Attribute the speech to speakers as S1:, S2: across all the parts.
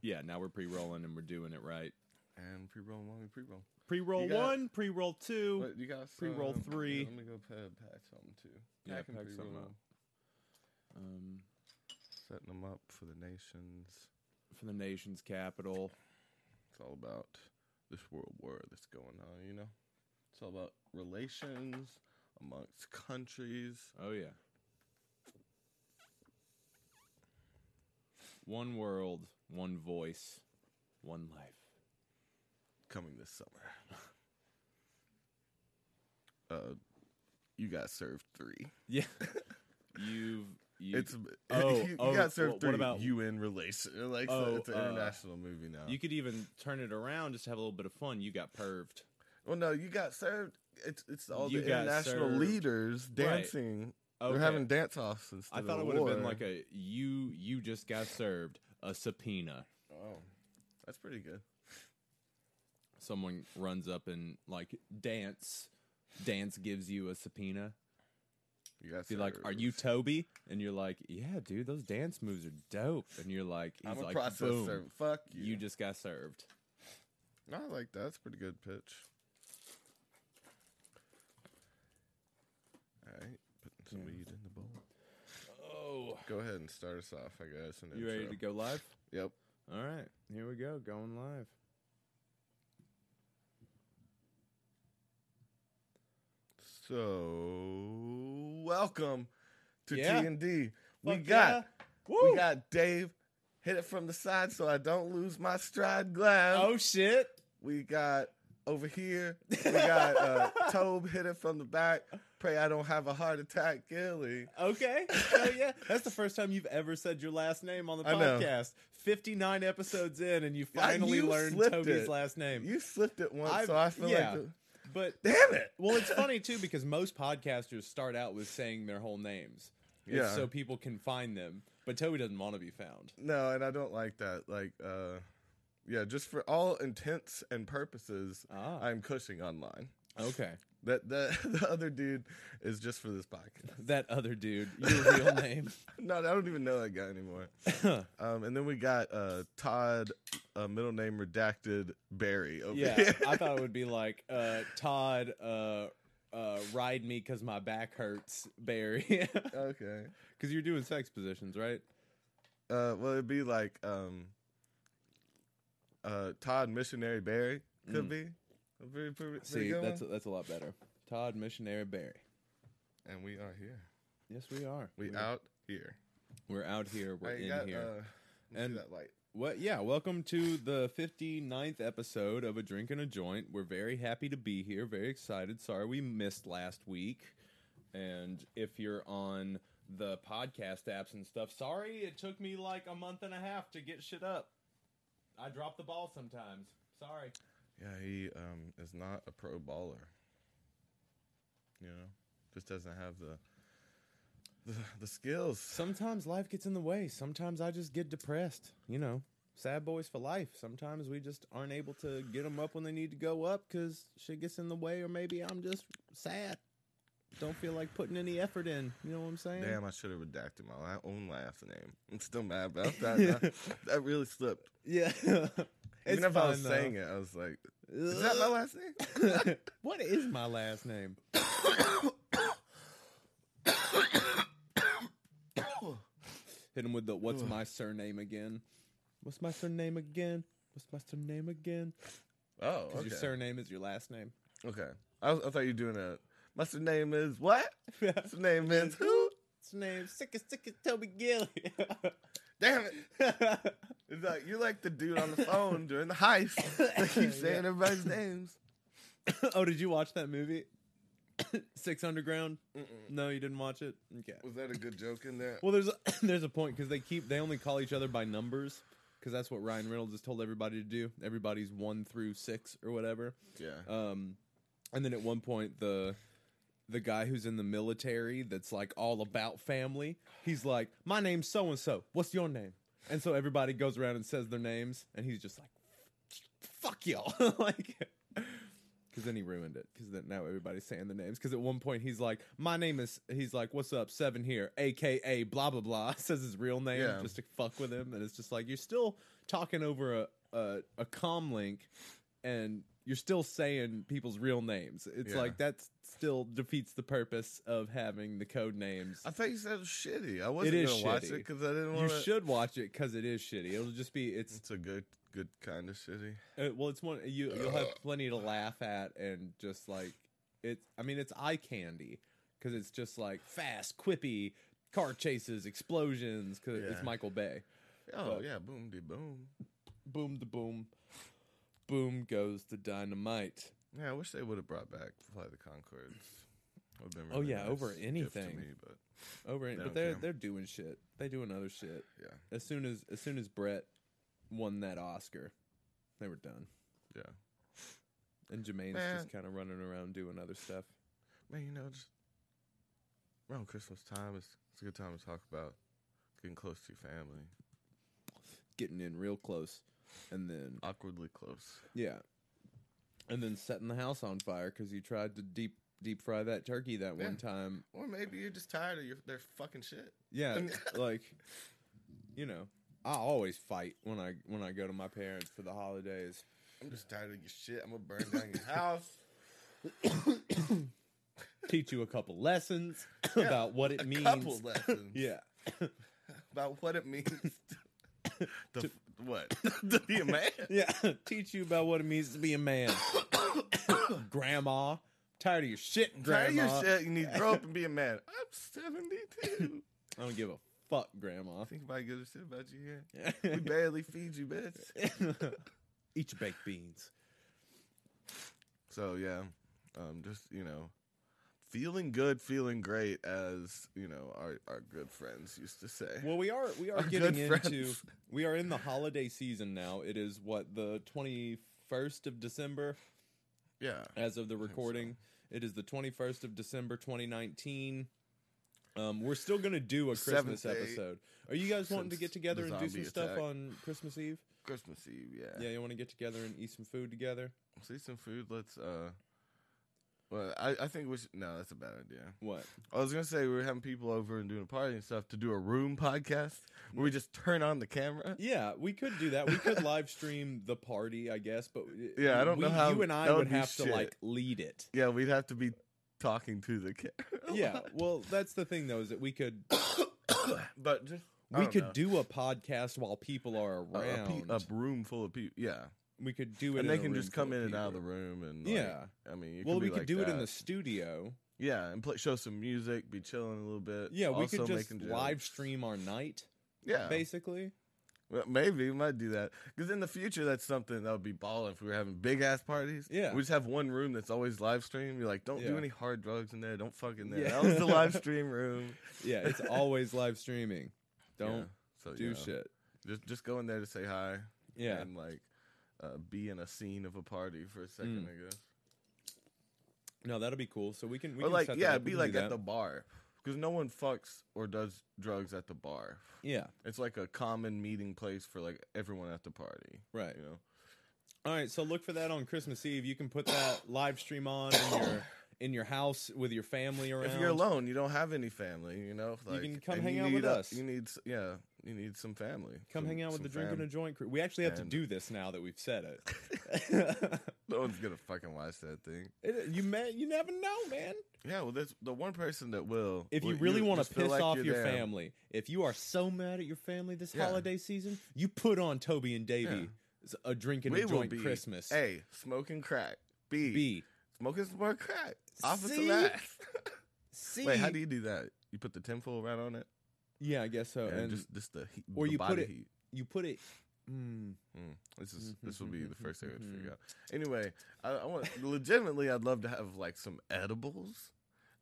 S1: Yeah, now we're pre-rolling and we're doing it right.
S2: And pre-roll one, pre-roll.
S1: Pre-roll
S2: You got-
S1: one, pre-roll two.
S2: But you got some,
S1: Pre-roll three.
S2: yeah, Let me go pa- pack something too.
S1: Yeah,
S2: Packing
S1: pack something
S2: pre-roll,
S1: up. Um,
S2: Setting them up for the nations.
S1: for the nation's capital.
S2: It's all about this world war that's going on. You know, it's all about relations amongst countries.
S1: Oh yeah. One world, one voice, one life.
S2: coming this summer. Uh, you got served three.
S1: Yeah. You've you
S2: it's
S1: oh,
S2: you, you
S1: oh,
S2: got served
S1: what
S2: three.
S1: about-
S2: UN relation? Like so
S1: Oh,
S2: it's an
S1: uh,
S2: international movie now.
S1: you could even turn it around just to have a little bit of fun. You got perved.
S2: well, no, you got served. It's it's all
S1: You
S2: the
S1: got
S2: international
S1: served.
S2: leaders dancing.
S1: Okay.
S2: They're having dance offs instead.
S1: I thought it
S2: of
S1: would have been
S2: war.
S1: like a you you just got served a subpoena.
S2: Oh, that's pretty good.
S1: Someone runs up and like dance dance gives you a subpoena.
S2: You got
S1: Be
S2: served.
S1: like, are you Toby? And you're like, yeah, dude, those dance moves are dope. And you're like, he's
S2: I'm a
S1: like,
S2: process
S1: boom,
S2: servant. Fuck you.
S1: you just got served.
S2: No, I like that. That's a pretty good pitch. All right, putting some weed in the bowl.
S1: Oh,
S2: Go ahead and start us off, I guess. And
S1: you ready to
S2: intro.
S1: go live?
S2: Yep.
S1: All right, here we go, going live.
S2: So welcome to
S1: Yeah.
S2: T and D. We
S1: Fuck
S2: got
S1: yeah. Woo.
S2: we got Dave. Hit it from the side so I don't lose my stride glass.
S1: oh shit.
S2: We got over here. We got uh, Tobe. Hit it from the back. Pray I don't have a heart attack, Gilly.
S1: Okay. Oh yeah. That's the first time you've ever said your last name on the
S2: I know.
S1: podcast. Fifty nine episodes in, and you
S2: Yeah,
S1: finally
S2: you
S1: learned
S2: slipped
S1: Toby's
S2: it.
S1: last name.
S2: You slipped it once,
S1: I've-
S2: so I feel
S1: yeah.
S2: like. The,
S1: but
S2: Damn it!
S1: well, it's funny too because most podcasters start out with saying their whole names, It's
S2: Yeah.
S1: so people can find them. But Toby doesn't want to be found.
S2: No, and I don't like that. Like, uh, yeah, just for all intents and purposes,
S1: Ah.
S2: I'm Cushing online.
S1: Okay.
S2: That the the other dude is just for this podcast.
S1: That other dude, your real name.
S2: No, I don't even know that guy anymore. um, and then we got uh, Todd, uh, middle name redacted Barry. Over
S1: Yeah,
S2: here.
S1: I thought it would be like uh, Todd, uh, uh, ride me because my back hurts, Barry.
S2: okay.
S1: Because you're doing sex positions, right?
S2: Uh, well, it'd be like um, uh, Todd missionary Barry could be. A pretty, pretty, pretty
S1: Mm. See,
S2: good
S1: that's
S2: one.
S1: a, that's a lot better. Todd, missionary Barry.
S2: and we are here.
S1: Yes, we are.
S2: We
S1: we're,
S2: out here.
S1: We're out here. We're
S2: Hey, you
S1: in
S2: got,
S1: here.
S2: Uh, let me see
S1: And-
S2: that light.
S1: What? Yeah. Welcome to the 59th episode of A Drink and a Joint. We're very happy to be here. Very excited. Sorry we missed last week. And if you're on the podcast apps and stuff, sorry it took me like a month and a half to get shit up. I drop the ball sometimes. Sorry.
S2: Yeah, he um, is not a pro baller. You know, just doesn't have the the, the skills.
S1: Sometimes life gets in the way. Sometimes I just get depressed. You know, sad boys for life. Sometimes we just aren't able to get them up when they need to go up because shit gets in the way, or maybe I'm just sad. Don't feel like putting any effort in. You know what I'm saying?
S2: Damn, I should have redacted my la- own last name. I'm still mad about that. I- that really slipped.
S1: Yeah.
S2: Even if I was saying it, I was like, "Is that my last name?"
S1: what is my last name? Hit him with the what's my surname again? What's my surname again? What's my surname again?
S2: oh,
S1: Because
S2: okay.
S1: your surname is your last name.
S2: okay. I, was, I thought you were doing a. My name is what? His name is who?
S1: What's name? Sick as sick as Toby Gilly.
S2: Damn it! It's like you're like the dude on the phone during the heist. They keep saying everybody's names.
S1: oh, did you watch that movie? Six Underground? No, you didn't watch it. Okay.
S2: Was that a good joke in there?
S1: Well, there's a, there's a point because they keep they only call each other by numbers because that's what Ryan Reynolds has told everybody to do. Everybody's one through six or whatever.
S2: Yeah.
S1: Um, and then at one point the the guy who's in the military that's like all about family, he's like, "My name's so and so. What's your name?" And so everybody goes around and says their names, and he's just like, "Fuck y'all!" like, Because then he ruined it. Because then now everybody's saying the names. Because at one point he's like, "My name is." He's like, "What's up, Seven here?" AKA blah blah blah. Says his real name
S2: Yeah.
S1: just to fuck with him, and it's just like you're still talking over a a, a com link, and you're still saying people's real names. It's
S2: Yeah.
S1: like that still defeats the purpose of having the code names.
S2: I thought you said it was shitty. I wasn't
S1: is
S2: gonna watch it
S1: shitty.
S2: because I didn't
S1: You
S2: want.
S1: should watch it because it is shitty. It'll just be it's
S2: It's a good, good kind of shitty.
S1: Uh, well, it's one you you'll have plenty to laugh at and just like it's. I mean, it's eye candy because it's just like fast, quippy car chases, explosions. Because
S2: Yeah.
S1: it's Michael Bay.
S2: Oh
S1: But-
S2: yeah, boom de boom.
S1: Boom the boom, boom goes the dynamite.
S2: Yeah, I wish they would have brought back Fly the Concords. Would've been
S1: Oh,
S2: really
S1: yeah, over
S2: nice gift to
S1: anything.
S2: me, but
S1: Over it,
S2: They
S1: but
S2: don't
S1: they're
S2: care.
S1: they're doing shit. They doing other shit.
S2: yeah,
S1: As soon as as soon as Brett won that Oscar, they were done.
S2: yeah.
S1: And Jermaine's
S2: Man.
S1: just kind of running around doing other stuff.
S2: Man, you know, just around Christmas time, it's, it's a good time to talk about getting close to your family,
S1: Getting in real close, and then
S2: awkwardly close.
S1: Yeah. And then setting the house on fire because you tried to deep deep fry that turkey that one
S2: Yeah.
S1: time.
S2: Or maybe you're just tired of your, their fucking shit.
S1: Yeah, like you know, I always fight when I when I go to my parents for the holidays.
S2: I'm just tired of your shit. I'm gonna burn down your house.
S1: Teach you a couple lessons
S2: Yeah,
S1: about what it
S2: A
S1: means.
S2: couple lessons.
S1: Yeah.
S2: about what it means. to- the, what? to be a man.
S1: Yeah, teach you about what it means to be a man. grandma, tired of your shit,
S2: Tired of
S1: grandma.
S2: your shit. You need to grow up and be a man. I'm 72.
S1: I don't give a fuck, grandma.
S2: I think about good shit about you here. We barely feed you, bitch.
S1: Eat your baked beans.
S2: So yeah, um, just you know, feeling good, feeling great, as you know, our our good friends used to say.
S1: Well, we are we are
S2: Our
S1: getting
S2: good
S1: into
S2: friends.
S1: we are in the holiday season now. It is what the twenty first of December
S2: yeah,
S1: as of the
S2: think so.
S1: recording. It is the twenty first of December, twenty nineteen. Um, we're still gonna do a Christmas
S2: Seventh day
S1: episode. Are you guys wanting to
S2: since
S1: get together
S2: the
S1: and do some
S2: zombie
S1: stuff
S2: attack.
S1: on Christmas Eve?
S2: Christmas Eve. Yeah,
S1: Yeah, you want to get together and eat some food together?
S2: Let's eat some food. Let's. uh Well, I I think we should. No, that's a bad idea.
S1: What?
S2: I was gonna say we were having people over and doing a party and stuff to do a room podcast where we just turn on the camera.
S1: Yeah, we could do that. We could live stream the party, I guess. But uh,
S2: Yeah, I don't
S1: we-
S2: know how-
S1: you and I
S2: that would
S1: would
S2: be
S1: have to
S2: shit.
S1: like lead it.
S2: Yeah, we'd have to be talking to the camera.
S1: Yeah, well, that's the thing though is that we could
S2: but just I
S1: We
S2: don't
S1: could
S2: know.
S1: do a podcast while people are
S2: A- a, pe-
S1: around.
S2: a room full of people. Yeah,
S1: we could do it,
S2: and
S1: in
S2: they
S1: a
S2: can
S1: room
S2: just come
S1: full
S2: in and out of the
S1: people.
S2: room and like,
S1: Yeah.
S2: I mean, it
S1: Well,
S2: could
S1: we
S2: be
S1: could
S2: like
S1: do it in
S2: that.
S1: the studio.
S2: yeah, and play, show some music, be chilling a little bit.
S1: Yeah, we could
S2: also
S1: just
S2: making
S1: live
S2: jokes.
S1: stream our night,
S2: Yeah,
S1: basically.
S2: well, maybe we might do that because in the future that's something that would be balling if we were having big ass parties.
S1: Yeah.
S2: we just have one room that's always live stream. You're like, don't
S1: Yeah.
S2: do any hard drugs in there. Don't fuck in there.
S1: Yeah.
S2: That was the live stream room.
S1: Yeah, it's always live streaming.
S2: Yeah,
S1: Don't
S2: so, you
S1: do
S2: know,
S1: shit.
S2: Just just go in there to say hi.
S1: Yeah.
S2: and like uh, be in a scene of a party for a second.
S1: Mm.
S2: I guess.
S1: No, that'll be cool. So we can we
S2: or
S1: can
S2: like
S1: set that
S2: yeah,
S1: up. We
S2: be
S1: can
S2: like
S1: do
S2: at the
S1: that.
S2: bar because no one fucks or does drugs at the bar.
S1: Yeah,
S2: It's like a common meeting place for like everyone at the party.
S1: right.
S2: You know,
S1: All right, so look for that on Christmas Eve. You can put that live stream on in your in your house with your family around.
S2: if you're alone, you don't have any family. You know,
S1: You can come
S2: and
S1: hang
S2: you
S1: out with
S2: need a-
S1: us.
S2: You need s- yeah, you need some family.
S1: Come
S2: some-
S1: hang out with
S2: some
S1: the drinking
S2: fam-
S1: and a joint crew. We actually have to
S2: And-
S1: do this now that we've said it.
S2: No one's gonna fucking watch that thing.
S1: It, you man, you never know, man.
S2: Yeah, well, there's the one person that will.
S1: If you
S2: will-
S1: really want
S2: just
S1: to
S2: feel
S1: piss
S2: like
S1: off
S2: you're
S1: your
S2: there.
S1: family, if you are so mad at your family this
S2: Yeah.
S1: holiday season, you put on Toby and Davy a drink and
S2: we
S1: a
S2: will
S1: joint
S2: be
S1: Christmas.
S2: A smoking crack. B,
S1: B.
S2: smoking some more crack. Off of
S1: See?
S2: some ass.
S1: C.
S2: Wait, how do you do that? You put the tinfoil right on it,
S1: yeah, I guess so.
S2: and,
S1: and
S2: just just the heat,
S1: or
S2: the
S1: you put
S2: body
S1: it-
S2: heat.
S1: you put it. Mm,
S2: Mm, this is this
S1: Mhm,
S2: will be the
S1: mhm,
S2: first thing I would
S1: mhm.
S2: figure out. Anyway, I, I want legitimately, I'd love to have like some edibles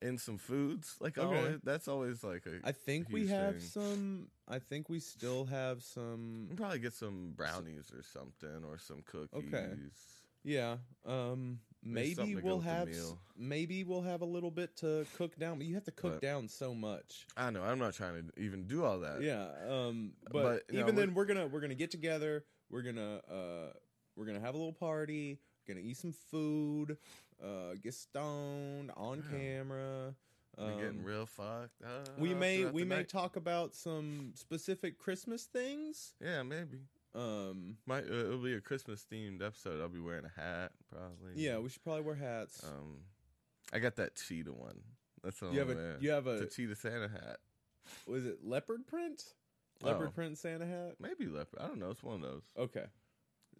S2: and some foods. Like I
S1: Okay.
S2: always, that's always like a.
S1: I think we
S2: Huge
S1: have
S2: thing.
S1: some. I think we still have
S2: can
S1: some.
S2: probably get some brownies or something or some cookies.
S1: Yeah. Um.
S2: There's
S1: Maybe
S2: something to go
S1: we'll
S2: with the
S1: have. s-
S2: meal.
S1: Maybe we'll have a little bit to cook down. But you have to cook
S2: But-
S1: down so much.
S2: I know I'm not trying to even do all that.
S1: yeah um but,
S2: but, no,
S1: even
S2: we're-
S1: then we're gonna we're gonna get together we're gonna uh we're gonna have a little party Gonna eat some food, uh, get stoned on
S2: Yeah.
S1: camera.
S2: Been getting
S1: um,
S2: real fucked. Up
S1: we may
S2: throughout
S1: we
S2: the
S1: may
S2: night.
S1: talk about some specific Christmas things.
S2: yeah, maybe.
S1: Um,
S2: Might uh, it'll be a Christmas themed episode. I'll be wearing a hat probably.
S1: yeah, we should probably wear hats.
S2: Um, I got that cheetah one. That's all.
S1: you have
S2: I'm
S1: a
S2: wearing.
S1: you have
S2: It's
S1: a
S2: a cheetah Santa hat.
S1: was it leopard print? Leopard
S2: Oh.
S1: print Santa hat.
S2: Maybe leopard. I don't know. It's one of those.
S1: Okay.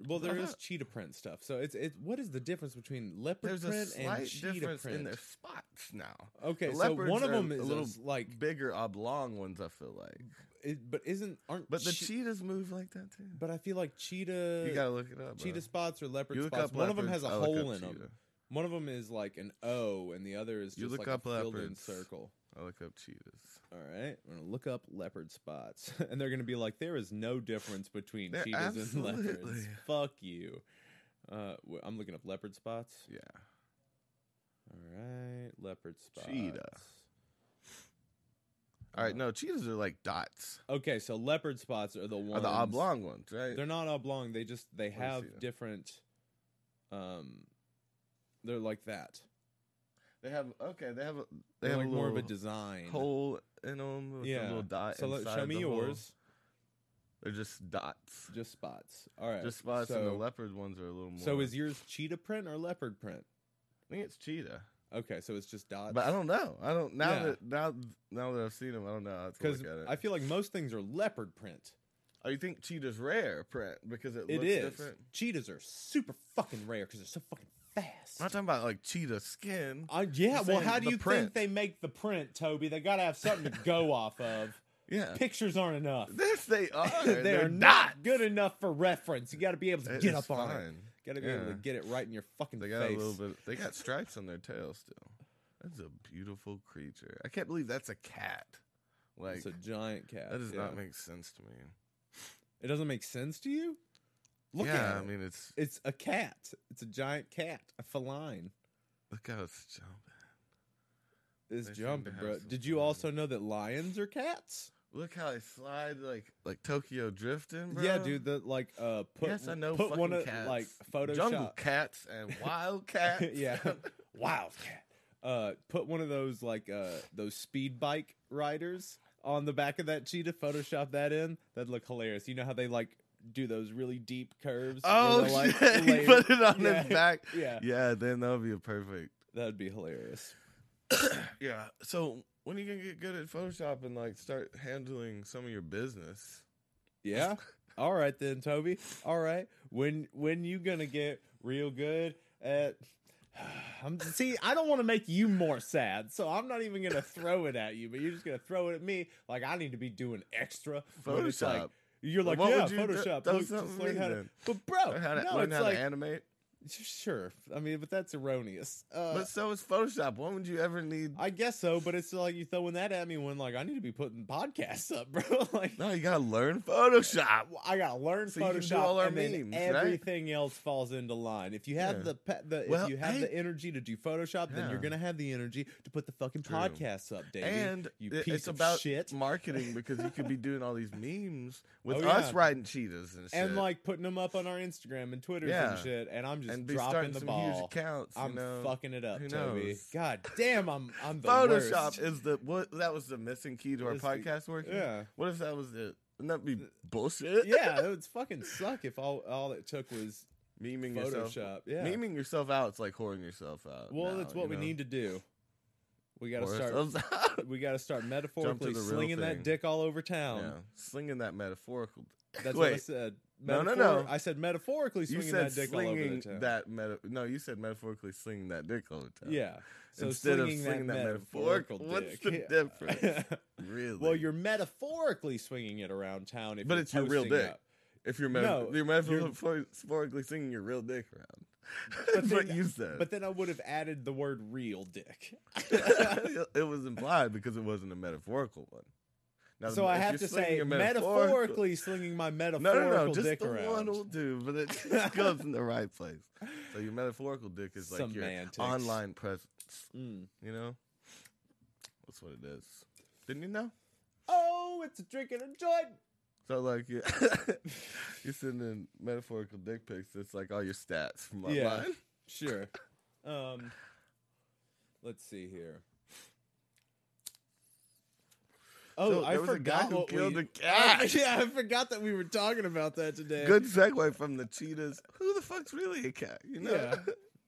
S1: Well, there
S2: I
S1: is
S2: thought-
S1: cheetah print stuff. So it's it's what is the difference between leopard
S2: There's a
S1: print and
S2: slight
S1: cheetah
S2: difference
S1: print?
S2: in their spots now.
S1: Okay,
S2: The
S1: so
S2: leopards
S1: one of
S2: are
S1: them
S2: a
S1: is a
S2: little
S1: s- like,
S2: Bigger oblong ones, I feel like.
S1: it, but isn't aren't
S2: But the
S1: che-
S2: cheetahs move like that too.
S1: But I feel like cheetah
S2: you gotta look it up.
S1: cheetah
S2: bro.
S1: spots or leopard
S2: You look
S1: spots.
S2: up
S1: One of them has
S2: leopards,
S1: a
S2: I look
S1: hole
S2: up
S1: in them.
S2: cheetah.
S1: One of them is like an O, and the other is
S2: You
S1: just
S2: look
S1: like a
S2: up
S1: filled in
S2: leopards.
S1: circle.
S2: I look up cheetahs.
S1: All right, we're gonna look up leopard spots, and they're gonna be like, there is no difference between
S2: There
S1: cheetahs and leopards.
S2: absolutely-
S1: Fuck you. Uh, wh- I'm looking up leopard spots.
S2: Yeah.
S1: All right, leopard spots. Uh,
S2: Cheetah. All right. No, cheetahs are like dots.
S1: Okay, so leopard spots are the ones
S2: Are the oblong ones, right?
S1: They're not oblong. They just they
S2: me
S1: have
S2: see them.
S1: different. Um, they're like that.
S2: They have okay. They have a,
S1: They
S2: they
S1: are
S2: have
S1: like
S2: a
S1: more of a
S2: little
S1: design.
S2: hole in them with a little dot.
S1: so let,
S2: inside
S1: show me
S2: the hole.
S1: yours.
S2: They're just dots.
S1: Just spots. All right.
S2: Just spots,
S1: So,
S2: and the leopard ones are a little more.
S1: so is yours cheetah print or leopard print?
S2: I think it's cheetah,
S1: Okay, so it's just dots.
S2: but I don't know. I don't now
S1: Yeah.
S2: that now now that I've seen them, I don't know. I'll have to
S1: because
S2: look at it.
S1: I feel like most things are leopard print.
S2: oh, you think cheetah's rare print because it,
S1: It
S2: looks
S1: is.
S2: different?
S1: Cheetahs are super fucking rare because they're so fucking fast.
S2: I'm not talking about like cheetah skin.
S1: Uh, yeah,
S2: I'm
S1: well,
S2: saying
S1: how do
S2: the
S1: you think
S2: print.
S1: they make the print, Toby? They got to have something to go off of.
S2: Yeah,
S1: Pictures aren't enough.
S2: yes, they are.
S1: They're,
S2: They're
S1: not good enough for reference. You got to be able to
S2: It
S1: get
S2: is
S1: up on it.
S2: fine.
S1: Got to be able to
S2: Yeah.
S1: get it right in your fucking
S2: They got
S1: face.
S2: a little bit. They got stripes on their tail still. That's a beautiful creature. I can't believe that's a cat. Like
S1: it's a giant cat.
S2: that does not
S1: yeah.
S2: make sense to me.
S1: It doesn't make sense to you. Look
S2: yeah,
S1: at it.
S2: I mean it's
S1: it's a cat. It's a giant cat. A feline
S2: look how it's jumping.
S1: is
S2: They seem to
S1: jumping,
S2: have
S1: bro.
S2: some
S1: Did you
S2: feline.
S1: also know that lions are cats?
S2: Look how it slide like like Tokyo drifting, bro.
S1: Yeah, dude. That like uh put
S2: yes, I know.
S1: put
S2: fucking
S1: one of
S2: cats.
S1: like Photoshop.
S2: jungle cats and wild cats.
S1: yeah, wildcat. Uh, put one of those like uh those speed bike riders on the back of that cheetah. Photoshop that in. That'd look hilarious. You know how they like do those really deep curves. where
S2: oh
S1: they're, like,
S2: shit! He
S1: layered?
S2: put it on
S1: Yeah.
S2: his back.
S1: Yeah,
S2: Yeah, then that would be a perfect.
S1: that'd be hilarious.
S2: Yeah. So when are you gonna get good at Photoshop and like start handling some of your business?
S1: Yeah. All right then, Toby. All right. When when you gonna get real good at? I'm see. I don't want to make you more sad, so I'm not even gonna throw it at you. But you're just gonna throw it at me like I need to be doing extra when it's like-
S2: Photoshop.
S1: you're like,
S2: What
S1: yeah,
S2: would you do-
S1: Photoshop.
S2: does
S1: Look, just
S2: something
S1: learn
S2: mean
S1: how to.
S2: then?
S1: But bro,
S2: Learn how to,
S1: oh, no,
S2: learn
S1: it's
S2: how
S1: like
S2: to animate.
S1: sure. I mean, but that's erroneous. Uh,
S2: but so is Photoshop. When would you ever need?
S1: I guess so. But it's like you throwing that at me when like I need to be putting podcasts up, bro. like
S2: No, you gotta learn Photoshop.
S1: Well, I gotta learn
S2: So you can do
S1: Photoshop,
S2: all our
S1: and then
S2: memes, right?
S1: everything else falls into line. If you have
S2: Yeah.
S1: the, pe- the
S2: Well,
S1: if you have
S2: hey-
S1: the energy to do Photoshop, then you're
S2: Yeah.
S1: gonna have the energy to put the fucking
S2: True.
S1: podcasts up, Davey.
S2: And
S1: you
S2: it-
S1: piece
S2: it's
S1: of
S2: about
S1: shit,
S2: marketing because you could be doing all these memes with
S1: Oh,
S2: us
S1: yeah.
S2: riding cheetahs and shit,
S1: and like putting them up on our Instagram and Twitter and
S2: Yeah.
S1: shit. And I'm just
S2: and be
S1: dropping
S2: starting
S1: the
S2: some huge
S1: ball.
S2: accounts. You
S1: I'm
S2: know,
S1: fucking it up,
S2: Who
S1: Toby.
S2: knows?
S1: God damn, I'm I'm the
S2: Photoshop
S1: worst.
S2: is the what that was the missing key to our
S1: Is the-
S2: podcast working.
S1: Yeah.
S2: What if that was it? Wouldn't that be bullshit?
S1: yeah, it would fucking suck if all all it took was
S2: memeing yourself.
S1: Photoshop. Yeah.
S2: Memeing yourself out, it's like whoring yourself out.
S1: well,
S2: now,
S1: that's what
S2: you
S1: we
S2: know?
S1: need to do. We got to
S2: Whore
S1: start
S2: ourselves out.
S1: we got to start metaphorically
S2: the real
S1: slinging that
S2: thing.
S1: dick all over
S2: yeah,
S1: town.
S2: slinging that metaphorical.
S1: That's what I
S2: Wait,
S1: said.
S2: No, no,
S1: Metaphor-
S2: no.
S1: I said metaphorically
S2: you
S1: swinging
S2: said
S1: that dick all over the
S2: slinging
S1: town.
S2: that meta. No, you said metaphorically slinging that dick all the time.
S1: yeah. So
S2: Instead of
S1: slinging,
S2: slinging
S1: that,
S2: that
S1: metaphorical
S2: metaphoric- what's
S1: dick.
S2: the
S1: Yeah.
S2: difference? really.
S1: well, you're metaphorically swinging it around town, if
S2: But
S1: you're
S2: it's your real
S1: posting
S2: dick.
S1: up.
S2: if you're
S1: no,
S2: metaphor- you're
S1: you're-
S2: metaphorically slinging your real dick around.
S1: But
S2: That's what
S1: then-
S2: you said.
S1: But then I would have added the word "real dick."
S2: it was implied because it wasn't a metaphorical one. Now,
S1: so I
S2: if
S1: have
S2: you're
S1: to
S2: slinging
S1: say
S2: your metaphorical-
S1: metaphorically slinging my
S2: No,
S1: metaphorical
S2: no, no, just
S1: dick
S2: the
S1: around.
S2: one will do, but it just goes in the right place. So your metaphorical dick is like
S1: Semantics.
S2: your online presence.
S1: Mm.
S2: You know, that's what it is. Didn't you know?
S1: Oh, it's a drink and a joint.
S2: So like you, you sending metaphorical dick pics. It's like all your stats from online.
S1: Yeah. Sure. Um, let's see here. Oh,
S2: So
S1: I
S2: there was a guy
S1: forgot
S2: who
S1: what
S2: killed
S1: we.
S2: a cat.
S1: yeah, I forgot that we were talking about that today.
S2: Good segue from the cheetahs. Who the fuck's really a cat? You know.
S1: Yeah.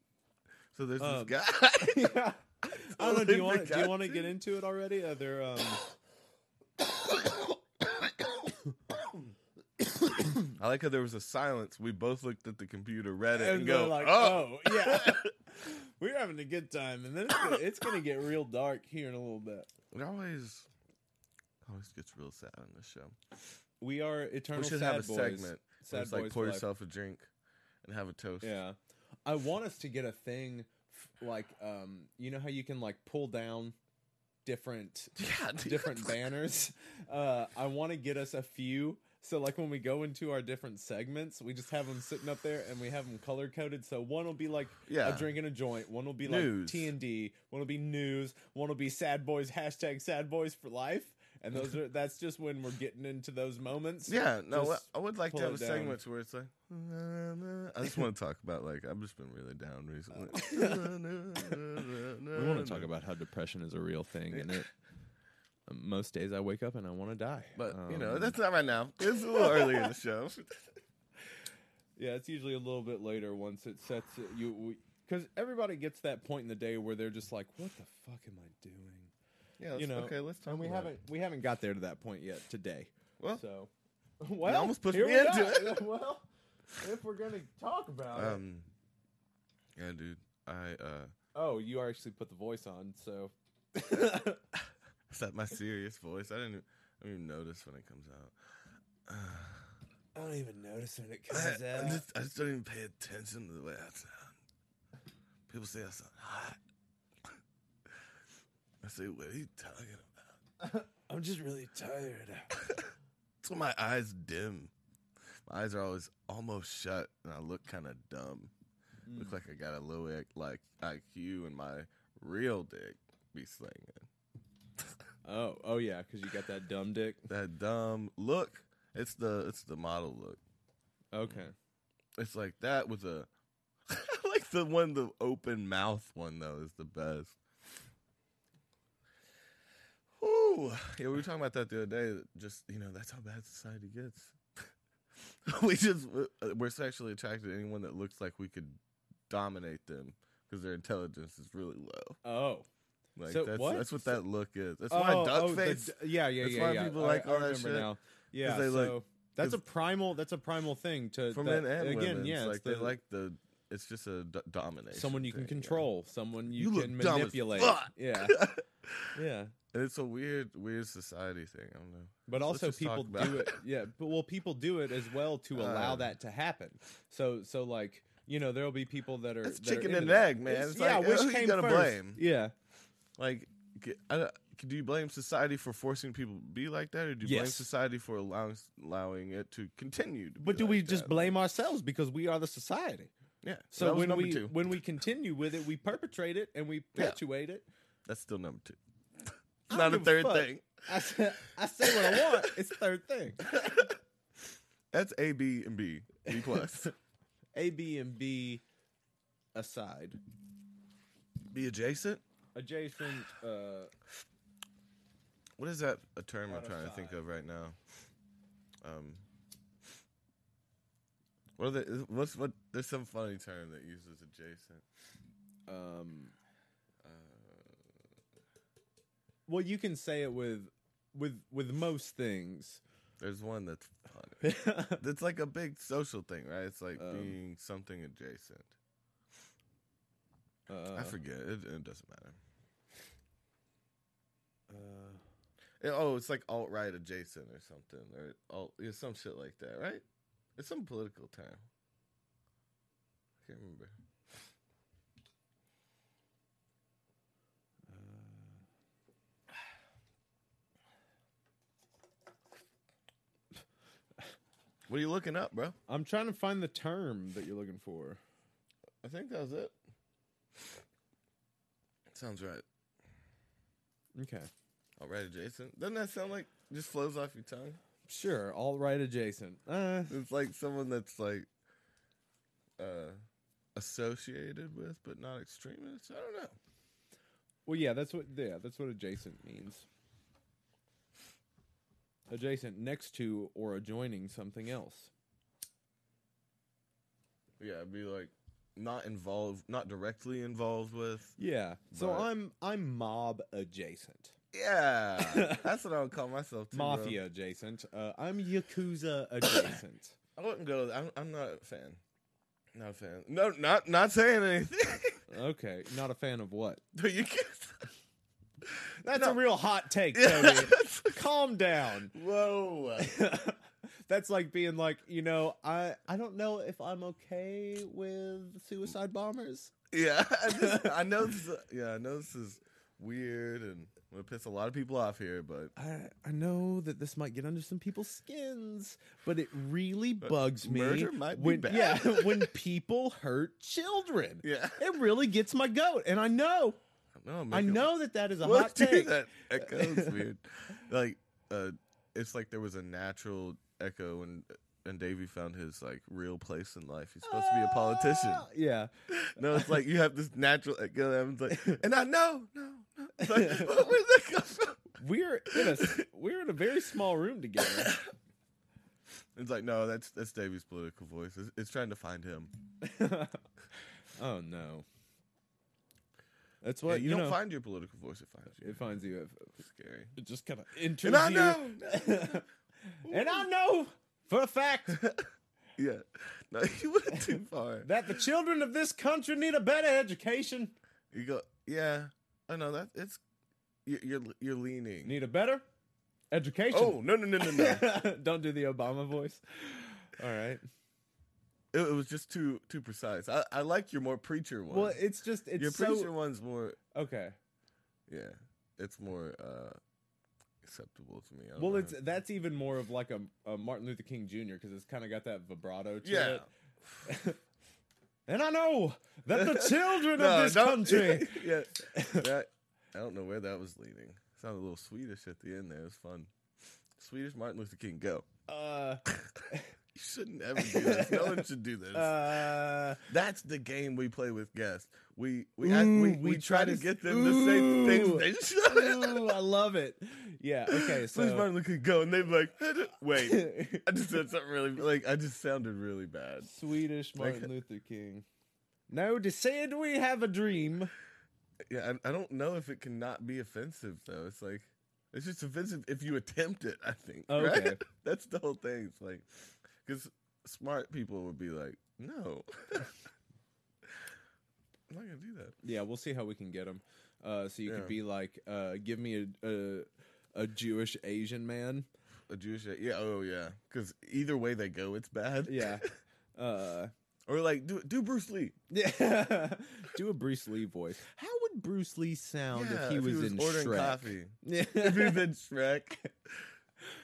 S2: so there's
S1: Um,
S2: this guy.
S1: yeah. I don't know. Do you want? Do you
S2: Forgot
S1: want to
S2: to.
S1: get into it already? Are there? Um,
S2: I like how there was a silence. We both looked at the computer, read it, and,
S1: and
S2: go,
S1: go like,
S2: "Oh,
S1: oh, yeah. we're having a good time, and then it's gonna, it's gonna get real dark here in a little bit.
S2: it always, always gets real sad on this show."
S1: We are eternal
S2: we should
S1: sad
S2: have a
S1: boys.
S2: segment.
S1: Sad
S2: where it's
S1: boys
S2: like pour
S1: for life.
S2: yourself a drink and have a toast.
S1: Yeah. I want us to get a thing f- like um you know how you can like pull down different
S2: yeah, dude.
S1: different banners. Uh I want to get us a few so like when we go into our different segments, we just have them sitting up there and we have them color coded. So one will be like
S2: Yeah.
S1: a drink and a joint, one will be like
S2: News.
S1: T and D, one will be news, one will be sad boys hashtag sad boys for life. And those are that's just when we're getting into those moments.
S2: Yeah, no,
S1: Just
S2: I would like to
S1: pull
S2: have a
S1: it down.
S2: segment where it's like, "Na, na." I just want to talk about like I've just been really down recently. we
S1: We want to
S2: Mm.
S1: talk about how depression is a real thing, and it. um, Most days I wake up and I want to die.
S2: but you know
S1: Um,
S2: that's not right now. It's a little early in the show.
S1: yeah, it's usually a little bit later once it sets it, you because everybody gets that point in the day where they're just like, "What the fuck am I doing?"
S2: Yeah, let's,
S1: You know,
S2: okay, let's talk.
S1: And we
S2: about
S1: haven't we haven't got there to that point yet today.
S2: Well,
S1: so well,
S2: almost pushed
S1: here
S2: me
S1: we
S2: into
S1: are.
S2: it.
S1: well, if we're gonna talk about
S2: it.
S1: it,
S2: Um, yeah, dude, I uh,
S1: oh, you actually put the voice on, so
S2: is that my serious voice? I didn't, e, I didn't even notice when it comes out.
S1: I don't even notice when it
S2: I, I just, I just don't even pay attention to the way I sound. People say I sound hot. I say, what are you talking about?
S1: I'm just really tired.
S2: That's when my eyes dim. My eyes are always almost shut, and I look kind of dumb.
S1: Mm.
S2: Look like I got a low I- like IQ, and my real dick be slinging
S1: Oh, oh yeah, because you got that dumb dick.
S2: that dumb look. It's the it's the model look.
S1: Okay.
S2: It's like that with a I like the one the open mouth one though is the best. Ooh. Yeah, we were talking about that the other day. that Just you know, that's how bad society gets. we just uh, we're sexually attracted to anyone that looks like we could dominate them because their intelligence is really low.
S1: Oh.
S2: Like
S1: So
S2: that's
S1: what?
S2: that's what that look is. That's
S1: oh,
S2: why duck
S1: oh, the
S2: face.
S1: d- yeah, yeah,
S2: That's
S1: yeah.
S2: why
S1: yeah.
S2: people
S1: I-
S2: like
S1: I
S2: all that
S1: remember
S2: shit.
S1: now. Yeah.
S2: they like-
S1: so that's a
S2: 'cause-
S1: primal. That's a primal thing to
S2: for
S1: that-
S2: men and
S1: again.
S2: women,
S1: yeah,
S2: it's
S1: it's
S2: like they
S1: the-
S2: like the. It's just a d- domination.
S1: someone you can
S2: thing, yeah.
S1: control, someone you,
S2: You look
S1: can
S2: dumb as
S1: manipulate.
S2: fuck.
S1: Yeah, yeah.
S2: And it's a weird, weird society thing. I don't know.
S1: But
S2: Let's
S1: also
S2: just talk
S1: people
S2: about
S1: do it. Yeah, but well, people do it as well to allow
S2: Um,
S1: that to happen. So, so like you know, there'll be people that are
S2: It's
S1: that are
S2: chicken
S1: into
S2: and
S1: that.
S2: egg, man.
S1: It's-
S2: It's
S1: yeah,
S2: like,
S1: which
S2: who you
S1: came
S2: gonna
S1: first?
S2: blame?
S1: Yeah.
S2: Like, c- I don't- c- do you blame society for forcing people to be like that, or do you blame
S1: Yes.
S2: society for allowing allowing it to continue? To
S1: But
S2: be
S1: do we
S2: like
S1: just
S2: that?
S1: blame ourselves because we are the society?
S2: Yeah.
S1: So
S2: that was
S1: when
S2: number
S1: we
S2: two.
S1: when we continue with it, we perpetrate it and we
S2: Yeah.
S1: perpetuate it.
S2: That's still number two.
S1: I
S2: It's not a
S1: don't give
S2: third
S1: fuck.
S2: thing.
S1: I say, I say what I want. It's third thing.
S2: That's A, B, and B. B plus.
S1: A, B, and B aside,
S2: B adjacent.
S1: adjacent. Uh,
S2: What is that a term I'm
S1: Out of
S2: trying to think
S1: sight.
S2: of right now? Um, what are the what's what? There's some funny term that uses adjacent. uh,
S1: um, well, you can say it with with with most things.
S2: There's one that's funny.
S1: yeah,
S2: It's like a big social thing, right? It's like
S1: Um,
S2: being something adjacent.
S1: Uh, uh-huh.
S2: I forget. It, it doesn't matter.
S1: uh,
S2: It- oh, it's like alt right adjacent or something, or alt yeah, some shit like that, right? It's some political term. I can't remember. What are you looking up, bro?
S1: I'm trying to find the term that you're looking for.
S2: I think that was it. Sounds right.
S1: Okay,
S2: All right, adjacent. Doesn't that sound like just flows off your tongue?
S1: Sure, alt right adjacent. Uh,
S2: It's like someone that's like uh associated with but not extremists. I don't know.
S1: well, yeah, that's what yeah, that's what adjacent means. Adjacent, next to or adjoining something else.
S2: Yeah, it'd be like not involved, not directly involved with.
S1: Yeah. So
S2: But-
S1: I'm I'm mob adjacent,
S2: Yeah, that's what I would call myself. Too, bro.
S1: mafia adjacent. Uh, I'm yakuza adjacent.
S2: I wouldn't go. I'm, I'm not a fan. Not a fan. No, not not saying anything.
S1: okay, not a fan of what?
S2: No, you can't.
S1: That's
S2: No.
S1: a real hot take,
S2: Yeah,
S1: Tony.
S2: that's-
S1: Calm down.
S2: Whoa.
S1: That's like being like, you know, I I don't know if I'm okay with suicide bombers.
S2: Yeah, I, just, I know. This is, yeah, I know this is weird and I'm gonna piss a lot of people off here, but
S1: I I know that this might get under some people's skins, but it really bugs me.
S2: Uh, murder might be
S1: when,
S2: bad.
S1: Yeah, when people hurt children,
S2: yeah,
S1: it really gets my goat. And I know,
S2: no,
S1: I know that that is a
S2: Well,
S1: hot
S2: dude,
S1: take.
S2: That echoes weird. Like, uh, it's like there was a natural echo when and Davey found his like real place in life. He's supposed to be a politician.
S1: Ah, Yeah,
S2: No, it's like you have this natural echo. that happens, like, and I know, no, no. It's like, where did that come from?
S1: we're in a s- we're in a very small room together.
S2: It's like no, that's that's Davey's political voice. It's, it's trying to find him.
S1: oh no, that's what
S2: Yeah, you,
S1: you
S2: don't
S1: know,
S2: find your political voice. It finds you.
S1: It finds you. If,
S2: It's scary.
S1: it just kind of enters
S2: And I
S1: you.
S2: know.
S1: and I know for a fact
S2: yeah. No, you went too far.
S1: that the children of this country need a better education.
S2: You go. Yeah. I know that it's you're you're, you're leaning.
S1: Need a better education.
S2: Oh no no no no no! it,
S1: Don't do the Obama voice. All right.
S2: it was just too too precise. I, I like your more preacher one.
S1: Well, it's just it's
S2: your
S1: so
S2: preacher one's more.
S1: okay.
S2: Yeah, it's more uh acceptable to me. I don't
S1: Well,
S2: know.
S1: it's that's even more of like a, a Martin Luther King Jr. because it's kind of got that vibrato to
S2: yeah.
S1: it. And I know that the children of this
S2: don't-
S1: country.
S2: yeah, that, I don't know where that was leading. Sounded a little Swedish at the end there. It was fun. Swedish Martin Luther King, go.
S1: Uh,
S2: You shouldn't ever do this. No one should do this.
S1: uh,
S2: That's the game we play with guests. We we act- we,
S1: Ooh,
S2: we, try, to get them to say
S1: ooh,
S2: things they shouldn't.
S1: ooh, I love it. Yeah. Okay.
S2: Swedish
S1: So
S2: Martin Luther King, go, and they'd be like, wait. I just said something really like I just sounded really bad.
S1: Swedish
S2: Like-
S1: Martin Luther King. No, to say it, we have a dream.
S2: Yeah, I, I don't know if it can not be offensive though. It's like it's just offensive if you attempt it. I think.
S1: Oh,
S2: right?
S1: okay.
S2: That's the whole thing. It's like because smart people would be like, no, I'm not gonna do that.
S1: Yeah, we'll see how we can get him. Uh, so you
S2: Yeah.
S1: could be like, uh, give me a, a a Jewish Asian man.
S2: A Jewish, yeah, oh yeah, because either way they go, it's bad.
S1: Yeah. Uh,
S2: or like do do Bruce Lee.
S1: yeah. Do a Bruce Lee voice. How would Bruce Lee sound
S2: Yeah,
S1: if he was, in
S2: ordering
S1: Shrek?
S2: coffee.
S1: Yeah.
S2: if he was in Shrek.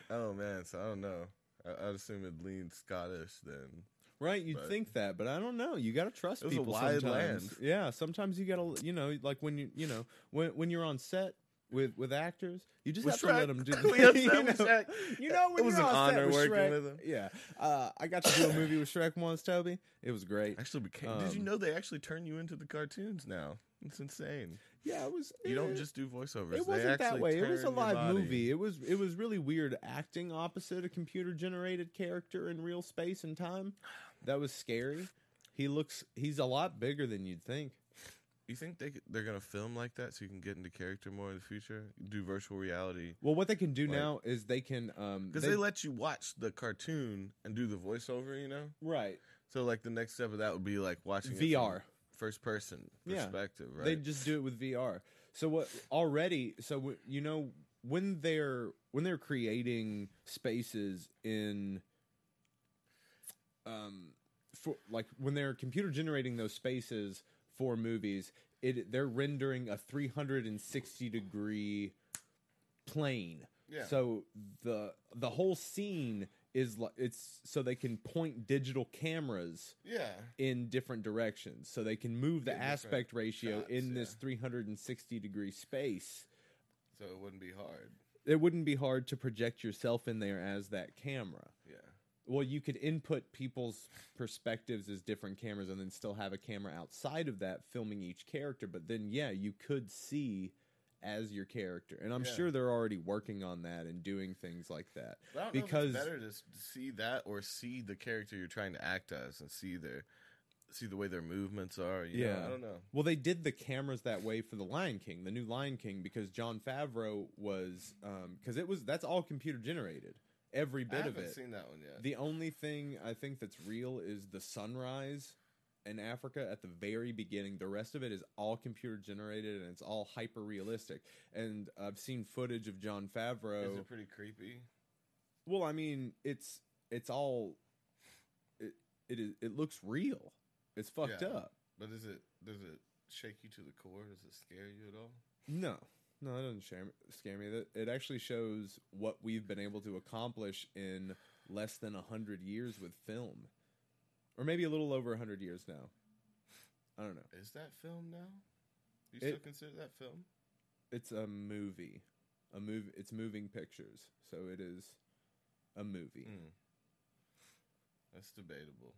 S2: Oh man, so I don't know. I, I'd assume it'd lean Scottish then.
S1: right, you'd
S2: But-
S1: think that, but I don't know. You got to trust
S2: It was a
S1: people
S2: wide
S1: sometimes.
S2: land.
S1: Yeah, sometimes you got to, you know, like when you, you know, when when you're on set with with actors, you just
S2: With
S1: have
S2: Shrek.
S1: to let them do the
S2: We had
S1: you
S2: that with
S1: know?
S2: Shrek.
S1: You know, when
S2: it was
S1: you're
S2: an
S1: on set
S2: honor
S1: with
S2: working
S1: Shrek-
S2: with him.
S1: Yeah, uh, I got to do a movie with Shrek once, Toby. It was great.
S2: Actually, became. did you
S1: Um,
S2: know they actually turn you into the cartoons now? It's insane.
S1: Yeah, it was.
S2: You don't
S1: eh,
S2: just do
S1: It
S2: voiceovers. They
S1: wasn't that
S2: actually
S1: way. It was
S2: turn
S1: a
S2: your
S1: live
S2: body.
S1: movie. It was. It was really weird acting opposite a computer generated character in real space and time. That was scary. He looks. He's a lot bigger than you'd think.
S2: You think they could- they're gonna film like that so you can get into character more in the future? Do virtual reality
S1: Well, what they can do
S2: Like-
S1: now is they can. Um,
S2: because they, let you watch the cartoon and do the voiceover. You know,
S1: right
S2: so like the next step of that would be like watching it from
S1: VR.
S2: first person
S1: Yeah.
S2: perspective, right?
S1: They just do it with VR. So what already? So w- you know when they're when they're creating spaces in, um, for like when they're computer generating those spaces for movies, it they're rendering a three hundred and sixty degree plane.
S2: yeah.
S1: So the the whole scene is like it's so they can point digital cameras
S2: yeah.
S1: in different directions so they can move the
S2: In different
S1: aspect ratio
S2: shots,
S1: in this
S2: yeah.
S1: 360 degree space
S2: So it wouldn't be hard.
S1: it wouldn't be hard to project yourself in there as that camera.
S2: Yeah.
S1: Well, you could input people's perspectives as different cameras and then still have a camera outside of that filming each character, but then yeah, you could see as your character. And I'm
S2: Yeah.
S1: sure they're already working on that and doing things like that.
S2: But I don't
S1: Because-
S2: know if it's better to s- see that or see the character you're trying to act as and see their see the way their movements are. You yeah, know?
S1: Yeah.
S2: I don't know.
S1: Well, they did the cameras that way for the Lion King, the new Lion King, because John Favreau was because it was that's all computer generated, every
S2: I
S1: bit of
S2: haven't
S1: it.
S2: seen that one yet.
S1: The only thing I think that's real is the sunrise in Africa at the very beginning. The rest of it is all computer generated and it's all hyper realistic. And I've seen footage of John Favreau.
S2: Is it pretty creepy?
S1: Well, I mean, it's it's all it it, is, it looks real. It's fucked
S2: Yeah.
S1: up.
S2: But is it does it shake you to the core? Does it scare you at all?
S1: No, no, that doesn't scare me. Scare me. That it actually shows what we've been able to accomplish in less than a hundred years with film, or maybe a little over a hundred years now. I don't know.
S2: Is that film now? You still
S1: It-
S2: consider that film?
S1: It's a movie, a move. It's moving pictures, so it is a movie.
S2: Hmm. That's debatable.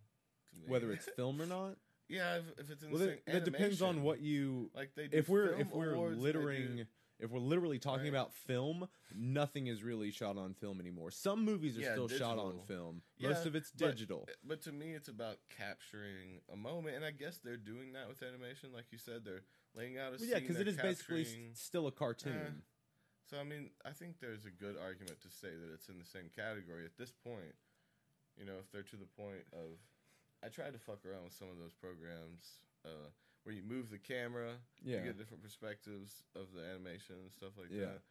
S2: to me.
S1: Whether it's film or not,
S2: yeah, if, if it's in
S1: well,
S2: the
S1: that,
S2: same
S1: that depends on
S2: animation,
S1: what you.
S2: like they do
S1: If we're
S2: film
S1: if we're
S2: awards, they do-
S1: littering. If we're literally talking
S2: Right.
S1: about film, nothing is really shot on film anymore. Some movies are
S2: Yeah,
S1: still shot on
S2: digital.
S1: film.
S2: Yeah,
S1: Most of it's
S2: but-
S1: digital.
S2: But to me, it's about capturing a moment, and I guess they're doing that with animation, like you said. They're laying out a
S1: Well,
S2: scene.
S1: yeah, because it
S2: they're
S1: is basically s-
S2: capturing- eh,
S1: still a cartoon.
S2: so I mean, I think there's a good argument to say that it's in the same category at this point. You know, if they're to the point of, I tried to fuck around with some of those programs uh, where you move the camera,
S1: yeah,
S2: you get different perspectives of the animation and stuff like
S1: Yeah.
S2: that.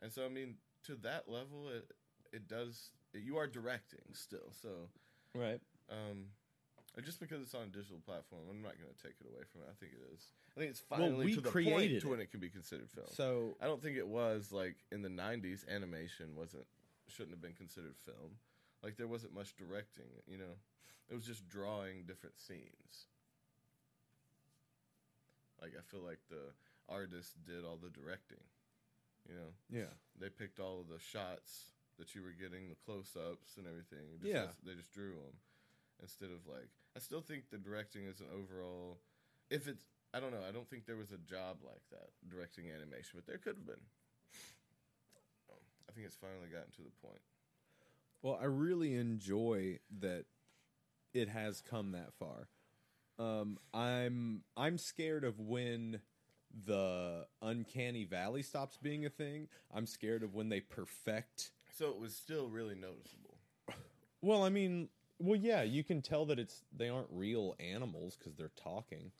S2: And so, I mean, to that level, it it does. you are directing still, so
S1: right.
S2: um, uh, just because it's on a digital platform, I'm not going to take it away from it. I think it is. I think it's
S1: Well,
S2: finally
S1: we
S2: to the point
S1: created
S2: to
S1: it.
S2: when it can be considered film.
S1: So
S2: I don't think it was like in the '90s. Animation wasn't shouldn't have been considered film. Like there wasn't much directing. You know, it was just drawing different scenes. Like I feel like the artist did all the directing. You know,
S1: yeah,
S2: they picked all of the shots that you were getting, the close-ups and everything. Just
S1: Yeah.
S2: they just drew them instead of like. I still think the directing is an overall. If it's, I don't know. I don't think there was a job like that directing animation, but there could have been. Um, I think it's finally gotten to the point.
S1: well, I really enjoy that it has come that far. Um, I'm I'm scared of when the uncanny valley stops being a thing. I'm scared of when they perfect.
S2: So it was still really noticeable.
S1: Well, I mean, well, yeah, you can tell that it's they aren't real animals because they're talking.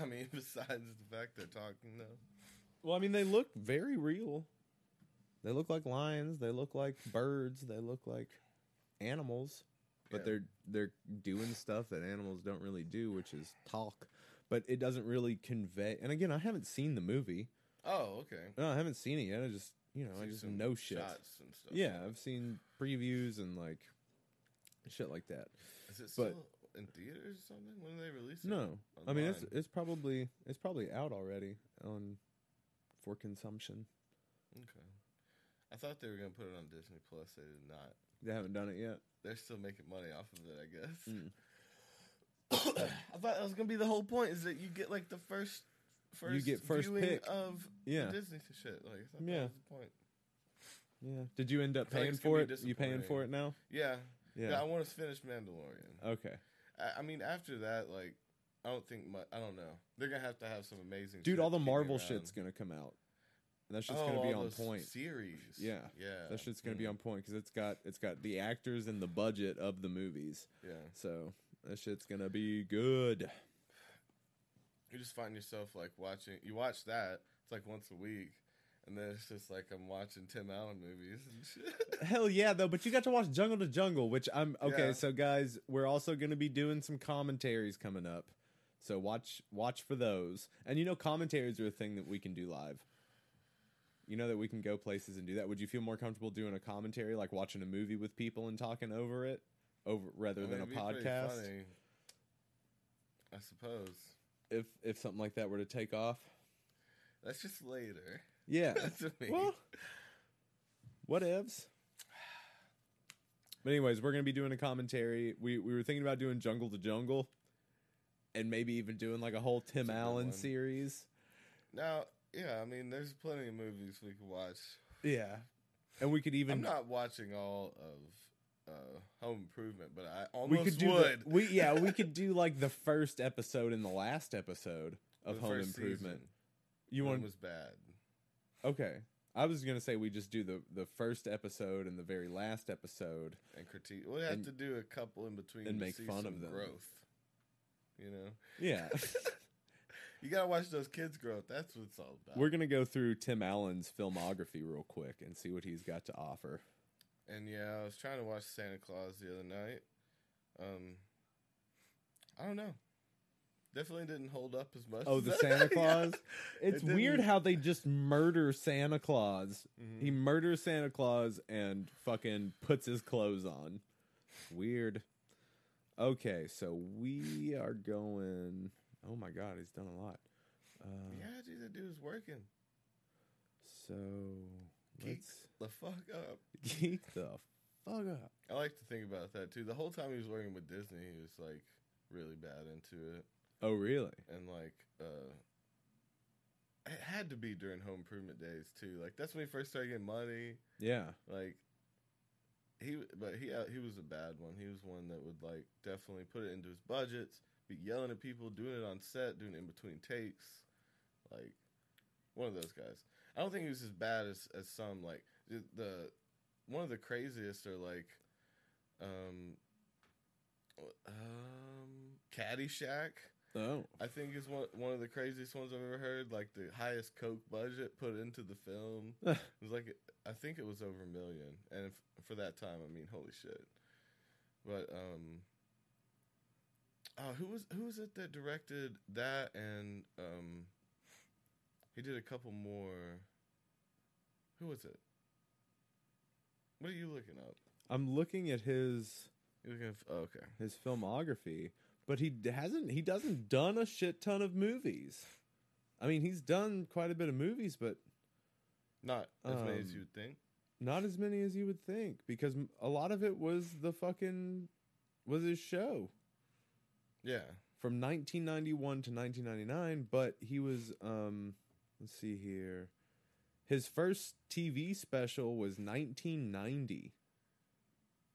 S2: I mean, besides the fact they're talking though.
S1: Well, I mean, they look very real. They look like lions. They look like birds. They look like animals, but
S2: Yeah.
S1: they're they're doing stuff that animals don't really do, which is talk. But it doesn't really convey. And again, I haven't seen the movie.
S2: Oh, okay.
S1: No, I haven't seen it yet. I just you know, I
S2: See
S1: just
S2: some
S1: know shit.
S2: Shots and stuff.
S1: Yeah, I've seen previews and like shit like that.
S2: Is it still
S1: but-
S2: in theaters or something? When did they release it?
S1: No, I mean it's
S2: Online.
S1: it's probably it's probably out already on for consumption.
S2: Okay. I thought they were gonna put it on Disney Plus. They did not.
S1: They haven't done it yet.
S2: They're still making money off of it, I guess.
S1: Mm.
S2: I thought that was gonna be the whole point. Is that you get like the first, first
S1: get first
S2: viewing
S1: pick.
S2: of
S1: Yeah.
S2: the Disney shit. Like I thought that
S1: Yeah.
S2: was the point.
S1: Yeah. Did you end up
S2: I feel like
S1: paying
S2: it's
S1: for
S2: gonna
S1: it?
S2: be
S1: You paying for it now?
S2: Yeah. Yeah.
S1: Yeah.
S2: I want to finish Mandalorian.
S1: okay.
S2: I, I mean, after that, like, I don't think much. I don't know. They're gonna have to have some amazing.
S1: Dude,
S2: shit
S1: all the
S2: to keep me
S1: Marvel
S2: around.
S1: shit's gonna come out. And that shit's
S2: Oh,
S1: gonna be
S2: all
S1: on
S2: those
S1: point.
S2: Series.
S1: Yeah.
S2: Yeah.
S1: That shit's gonna be
S2: Mm.
S1: on point because it's got it's got the actors and the budget of the movies.
S2: Yeah.
S1: So that shit's gonna be good.
S2: you just find yourself like watching you watch that it's like once a week and then it's just like i'm watching tim allen movies and shit
S1: Hell yeah, though. But you got to watch Jungle to Jungle, which I'm okay.
S2: Yeah.
S1: So guys, we're also going to be doing some commentaries coming up. So watch watch for those. And you know, commentaries are a thing that we can do live. You know that we can go places and do that. Would you feel more comfortable doing a commentary, like watching a movie with people and talking over it, over rather
S2: I mean,
S1: than a
S2: it'd be pretty
S1: podcast?
S2: funny, i suppose
S1: If if something like that were to take off,
S2: that's just later
S1: yeah.
S2: that's me
S1: well, Whatevs. But anyways, we're gonna be doing a commentary. We we were thinking about doing Jungle to Jungle, and maybe even doing like a whole Tim
S2: That's a good
S1: Allen
S2: one.
S1: series.
S2: Now, yeah, I mean, there's plenty of movies we could watch.
S1: Yeah, and we could even
S2: I'm not watching all of uh, Home Improvement, but I
S1: we
S2: almost
S1: could do the-
S2: would.
S1: we yeah we could do like the first episode and the last episode of
S2: The
S1: Home
S2: first
S1: Improvement.
S2: season,
S1: You
S2: one
S1: want
S2: was bad.
S1: okay? I was gonna say we just do the the first episode and the very last episode.
S2: and critique. We have
S1: And-
S2: to do a couple in between
S1: and
S2: to
S1: make
S2: see
S1: fun
S2: some
S1: of them.
S2: growth. You know,
S1: Yeah,
S2: you gotta watch those kids grow up. That's what it's all about.
S1: we're gonna go through Tim Allen's filmography real quick and see what he's got to offer.
S2: and yeah, I was trying to watch Santa Claus the other night. Um, I don't know. Definitely didn't hold up as much.
S1: Oh,
S2: as
S1: the
S2: I-
S1: Santa
S2: Yeah.
S1: Claus. It's
S2: It didn't-
S1: weird how they just murder Santa Claus.
S2: Mhm.
S1: He murders Santa Claus and fucking puts his clothes on. Weird. Okay, so we are going. Oh my god, he's done a lot. Uh,
S2: Yeah, dude, that dude was working.
S1: So
S2: Geek
S1: let's
S2: the fuck up.
S1: geek the fuck up.
S2: I like to think about that too. The whole time he was working with Disney, he was like really bad into it.
S1: Oh really?
S2: and like uh it had to be during home improvement days too like that's when he first started getting money
S1: Yeah.
S2: like he but he he was a bad one he was one that would like definitely put it into his budgets be yelling at people doing it on set doing it in between takes like one of those guys i don't think he was as bad as as some like the- the one of the craziest are like um um caddyshack
S1: Oh.
S2: I think is one one of the craziest ones I've ever heard. Like the highest Coke budget put into the film it was like I think it was over a million, and if, for that time, I mean, holy shit. But um, oh, who was who was it that directed that? And um, he did a couple more. Who was it? What are you looking up?
S1: I'm looking at his
S2: You looking? F- oh, okay.
S1: his filmography, but he d- hasn't he doesn't done a shit ton of movies. I mean, he's done quite a bit of movies, but
S2: Not as many as
S1: Um,
S2: you'd think.
S1: not as many as you would think because m- a lot of it was the fucking was his show
S2: Yeah.
S1: from 1991 to 1999 but he was um let's see here his first tv special was 1990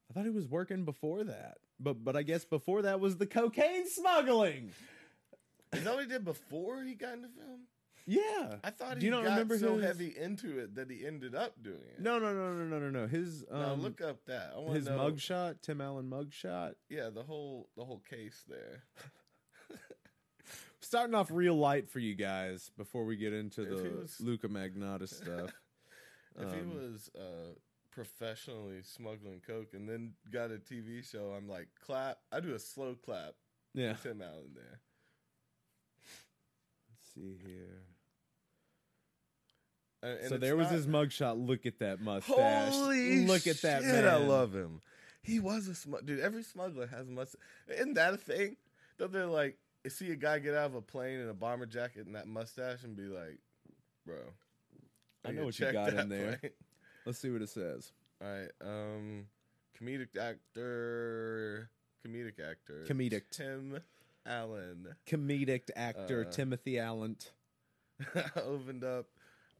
S1: i thought he was working before that but but i guess before that was the cocaine smuggling
S2: Is that what he did before he got into film?
S1: yeah
S2: I thought
S1: Do
S2: he
S1: you not
S2: got
S1: remember
S2: so
S1: his-
S2: heavy into it that he ended up doing it.
S1: no no no no no no no his um
S2: Now, look up that. I want
S1: his
S2: to know.
S1: mugshot tim allen mugshot
S2: Yeah, the whole the whole case there.
S1: starting off real light for you guys before we get into
S2: If
S1: the
S2: he was-
S1: Luca Magnotta stuff.
S2: If he
S1: Um,
S2: was uh, professionally smuggling coke and then got a TV show, I'm like clap. I do a slow clap.
S1: yeah.
S2: Tim Allen there.
S1: Let's see here.
S2: And- Uh, and
S1: so
S2: it's
S1: there was
S2: not-
S1: his mugshot. Look at that mustache.
S2: Holy
S1: Look at that
S2: shit,
S1: man.
S2: I love him. He was a smug dude. Every smuggler has a mustache. Isn't that a thing? Don't they like see a guy get out of a plane in a bomber jacket and that mustache and be like, "Bro,
S1: I know
S2: nigga,
S1: what you
S2: check
S1: got
S2: that
S1: in there.
S2: plane."
S1: Let's see what it says.
S2: All right, um, comedic actor, comedic actor,
S1: Comedic.
S2: Tim Allen
S1: Comedic actor
S2: Uh,
S1: Timothy Allen.
S2: opened up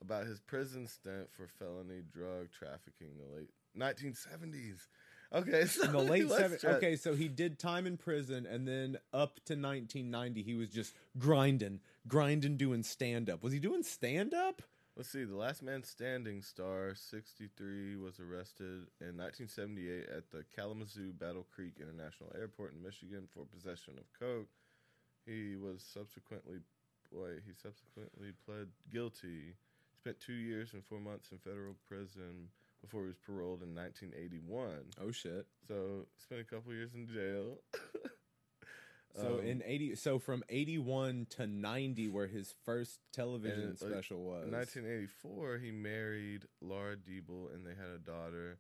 S2: about his prison stint for felony drug trafficking in the late 1970s. Okay, so
S1: In the late
S2: let's
S1: 70s.
S2: try-
S1: Okay, so he did time in prison and then up to 1990 he was just grinding, grinding doing stand up. Was he doing stand up?
S2: Let's see. The last man standing star, 63, was arrested in 1978 at the Kalamazoo Battle Creek International Airport in Michigan for possession of coke. He was subsequently, wait, he subsequently pled guilty. Spent two years and four months in federal prison before he was paroled in 1981.
S1: Oh shit.
S2: So spent a couple years in jail.
S1: So
S2: Um,
S1: in eighty, so from eighty one to ninety, where his first television
S2: And, uh, like,
S1: special was.
S2: In 1984, he married Laura Diebel and they had a daughter.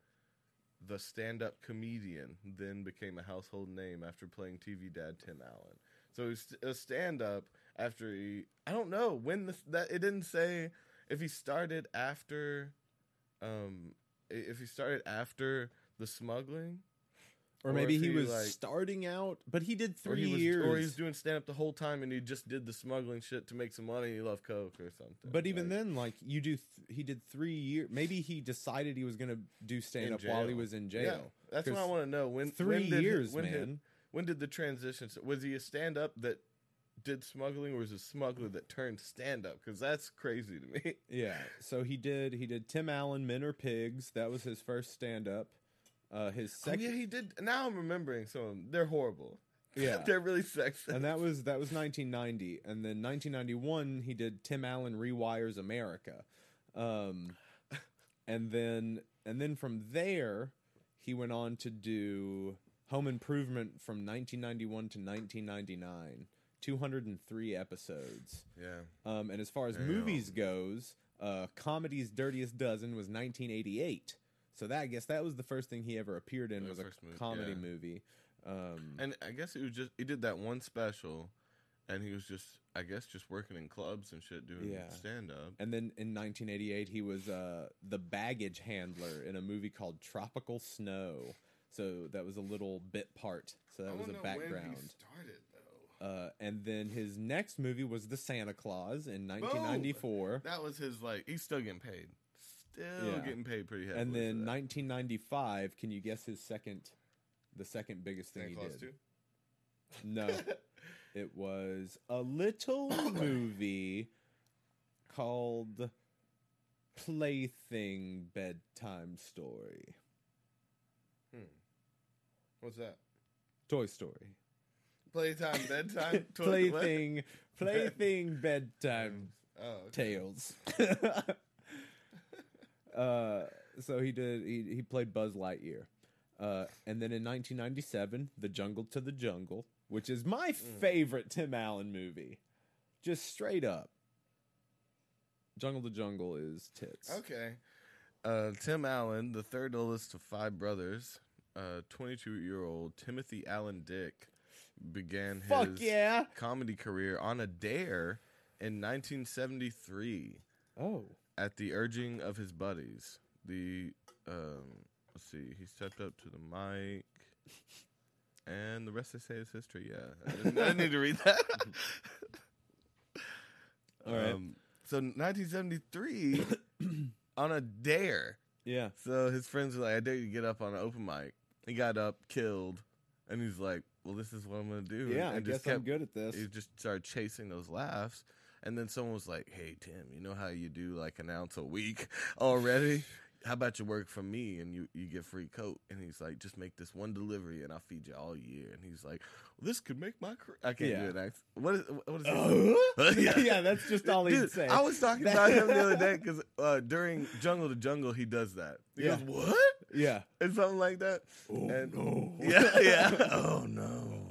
S2: The stand up comedian then became a household name after playing TV dad Tim Allen. So he's a stand up after he, I don't know when the, that, it didn't say if he started after um, i- if he started after the smuggling,
S1: Or,
S2: Or
S1: maybe
S2: if
S1: he,
S2: he,
S1: was
S2: like-
S1: starting out, but he did
S2: or
S1: three
S2: he was,
S1: years.
S2: or he was doing stand up the whole time, and he just did the smuggling shit to make some money. He loved coke or something.
S1: but even
S2: like,
S1: then, like you do, th- he did three years. Maybe he decided he was gonna do stand up while he
S2: jail.
S1: was in
S2: yeah,
S1: jail.
S2: that's what I
S1: 'cause
S2: want to know. When
S1: three
S2: when did,
S1: years,
S2: when
S1: man.
S2: Did, when did the transition? s- Was he a stand up that did smuggling, or was it a smuggler that turned stand up? Because that's crazy to me.
S1: Yeah. So he did. He did Tim Allen, Men Are Pigs. That was his first stand up. Uh, his
S2: Oh,
S1: second.
S2: yeah, he did. Now I'm remembering some. of them. They're horrible.
S1: yeah.
S2: they're really sexist.
S1: and that was that was 1990 and then 1991 he did tim allen rewires america um and then and then from there he went on to do home improvement from 1991 to 1999 203 episodes
S2: yeah.
S1: um and as far as
S2: Damn.
S1: movies goes uh comedy's dirtiest dozen was 1988 so that i guess that was the first thing he ever appeared in
S2: The
S1: was a
S2: first movie,
S1: comedy
S2: yeah.
S1: movie um
S2: And I guess he was just he did that one special, and he was just I guess just working in clubs and shit doing
S1: Yeah.
S2: stand up.
S1: And then in 1988, he was uh, the baggage handler in a movie called Tropical Snow. So that was a little bit part. So that was a background.
S2: started though.
S1: Uh, and then his next movie was The Santa Claus in 1994.
S2: Oh, That was his like he's still getting paid, still
S1: Yeah.
S2: getting paid pretty heavily.
S1: And then
S2: for that.
S1: 1995. Can you guess his second, the second biggest thing
S2: Santa
S1: he
S2: Claus
S1: did?
S2: too.
S1: No, it was a little movie called Plaything Bedtime Story.
S2: Hmm. What's that?
S1: Toy Story.
S2: Playtime, bedtime, Uh, toy- what?
S1: plaything, plaything bedtime
S2: Oh, okay.
S1: tales. uh, so he did. He, he played Buzz Lightyear, uh, and then in 1997, The Jungle to the Jungle, which is my
S2: Mm.
S1: favorite Tim Allen movie, just straight up. Jungle to Jungle is tits.
S2: Okay. Uh, Tim Allen, the third oldest of five brothers, uh, 22 year old Timothy Allen Dick began
S1: Fuck
S2: his
S1: yeah!
S2: comedy career on a dare in 1973
S1: Oh,
S2: at the urging of his buddies. The, um, let's see, he stepped up to the mic. And the rest they say is history. Yeah, I, didn't- I didn't need to read that.
S1: all right.
S2: Um, so 1973 on a dare.
S1: yeah.
S2: So his friends were like, I dare you to get up on an open mic. He got up, killed, and he's like, Well, this is what I'm gonna do.
S1: Yeah,
S2: and
S1: I guess
S2: just kept,
S1: I'm good at this.
S2: He just started chasing those laughs. And then someone was like, Hey Tim, you know how you do like an ounce a week already? How about you work for me and you, you get free coat? And he's like, just make this one delivery and I'll feed you all year. And he's like, well, this could make my career. I can't
S1: Yeah.
S2: do it. Accent. What is what is
S1: Uh,
S2: he
S1: yeah.
S2: say?
S1: that's just all he'd
S2: Dude,
S1: say.
S2: I was talking about him the other day because uh, during Jungle to Jungle, he does that. He
S1: Yeah.
S2: goes, What?
S1: yeah.
S2: And something like that.
S1: Oh,
S2: and,
S1: no.
S2: Yeah, yeah. Oh, no.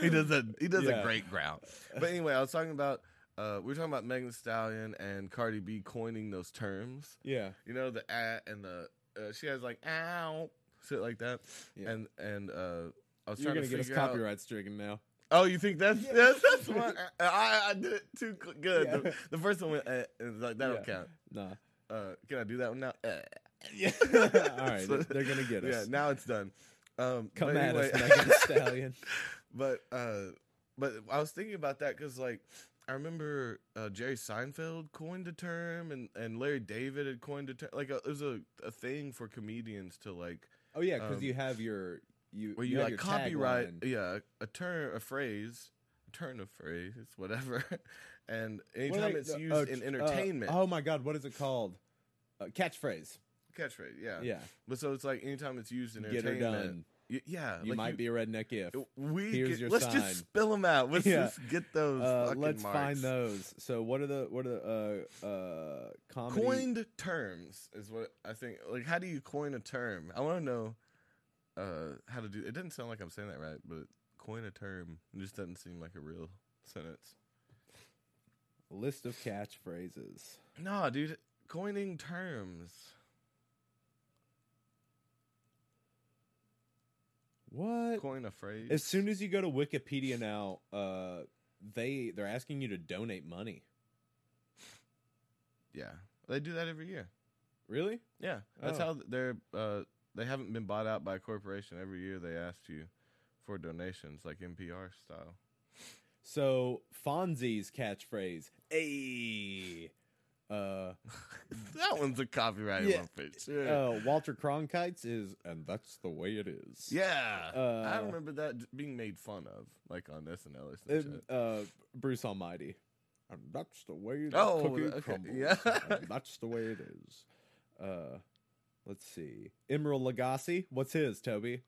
S2: He does a he does
S1: Yeah.
S2: a great growl. But anyway, I was talking about uh, we were talking about Megan Thee Stallion and Cardi B coining those terms.
S1: Yeah.
S2: You know the ah and the uh, she has like ow shit like that.
S1: Yeah.
S2: And and uh, I was
S1: You're
S2: trying
S1: gonna
S2: to
S1: get us
S2: figure out-
S1: copyright stricken now.
S2: Oh, you think that's
S1: Yeah.
S2: that's, that's one? uh, I, I did it too cl- good.
S1: Yeah.
S2: The, the first one went, uh, and like that don't
S1: Yeah.
S2: count.
S1: Nah.
S2: Uh, can I do that one now? Uh.
S1: Yeah. All right.
S2: So-
S1: they're gonna get
S2: Yeah,
S1: us.
S2: now it's done. Um,
S1: Come
S2: but
S1: at
S2: anyway,
S1: us, Megan Thee Stallion.
S2: but uh, but I was thinking about that because like I remember uh, Jerry Seinfeld coined a term, and and Larry David had coined a term. Like a, it was a a thing for comedians to like
S1: Oh yeah, because
S2: Um,
S1: you have your you.
S2: where
S1: you
S2: you,
S1: have
S2: like
S1: your
S2: copyright
S1: tagline.
S2: yeah a turn a phrase a turn of phrase whatever and
S1: What are
S2: anytime
S1: they-
S2: it's
S1: uh,
S2: used in
S1: tr- uh,
S2: entertainment
S1: oh my god, what is it called? Uh, catchphrase.
S2: catchphrase yeah.
S1: Yeah.
S2: but so it's like anytime it's used in
S1: Get her
S2: entertainment
S1: done.
S2: y- yeah
S1: You
S2: like
S1: might be a redneck if.
S2: we
S1: Here's
S2: could-
S1: your
S2: let's
S1: sign.
S2: just spill them out let's
S1: Yeah.
S2: just get those
S1: Uh,
S2: fucking
S1: let's find
S2: marks.
S1: those. So what are the what are the uh uh comedy?
S2: coined terms is what i think like how do you coin a term i want to know uh how to do it doesn't sound like i'm saying that right but coin a term it just doesn't seem like a real sentence
S1: list of catchphrases.
S2: No, dude, coining terms.
S1: What?
S2: Coin a phrase.
S1: As soon as you go to Wikipedia now, uh, they they're asking you to donate money.
S2: yeah, they do that every year.
S1: Really?
S2: Yeah, that's
S1: Oh.
S2: how they're. Uh, they haven't been bought out by a corporation. Every year they asked you for donations, like NPR style.
S1: So Fonzie's catchphrase, "Hey," uh,
S2: that one's a copyright
S1: Yeah.
S2: one for sure.
S1: uh, Walter Cronkite's is, and that's the way it is.
S2: yeah, I
S1: uh,
S2: remember that j- being made fun of, like on SNL or some
S1: Um,
S2: shit.
S1: uh, Bruce Almighty. And that's the way the
S2: Oh,
S1: cookie
S2: okay,
S1: crumbles.
S2: yeah.
S1: and that's the way it is. Uh, let's see. Emerald Lagasse. What's his, Toby?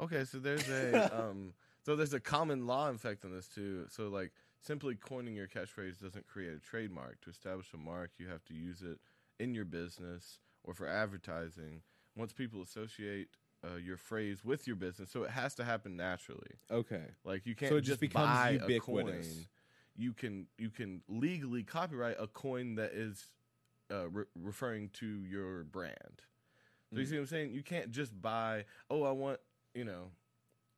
S2: Okay, so there's a um, so there's a common law effect on this too. So like simply coining your catchphrase doesn't create a trademark. To establish a mark, you have to use it in your business or for advertising. Once people associate uh, your phrase with your business, so it has to happen naturally.
S1: Okay.
S2: Like you can't
S1: it
S2: just,
S1: just becomes
S2: buy
S1: ubiquitous.
S2: a coin. You can you can legally copyright a coin that is uh, re- referring to your brand. So you
S1: Mm.
S2: see what I'm saying? You can't just buy. Oh, I want you know,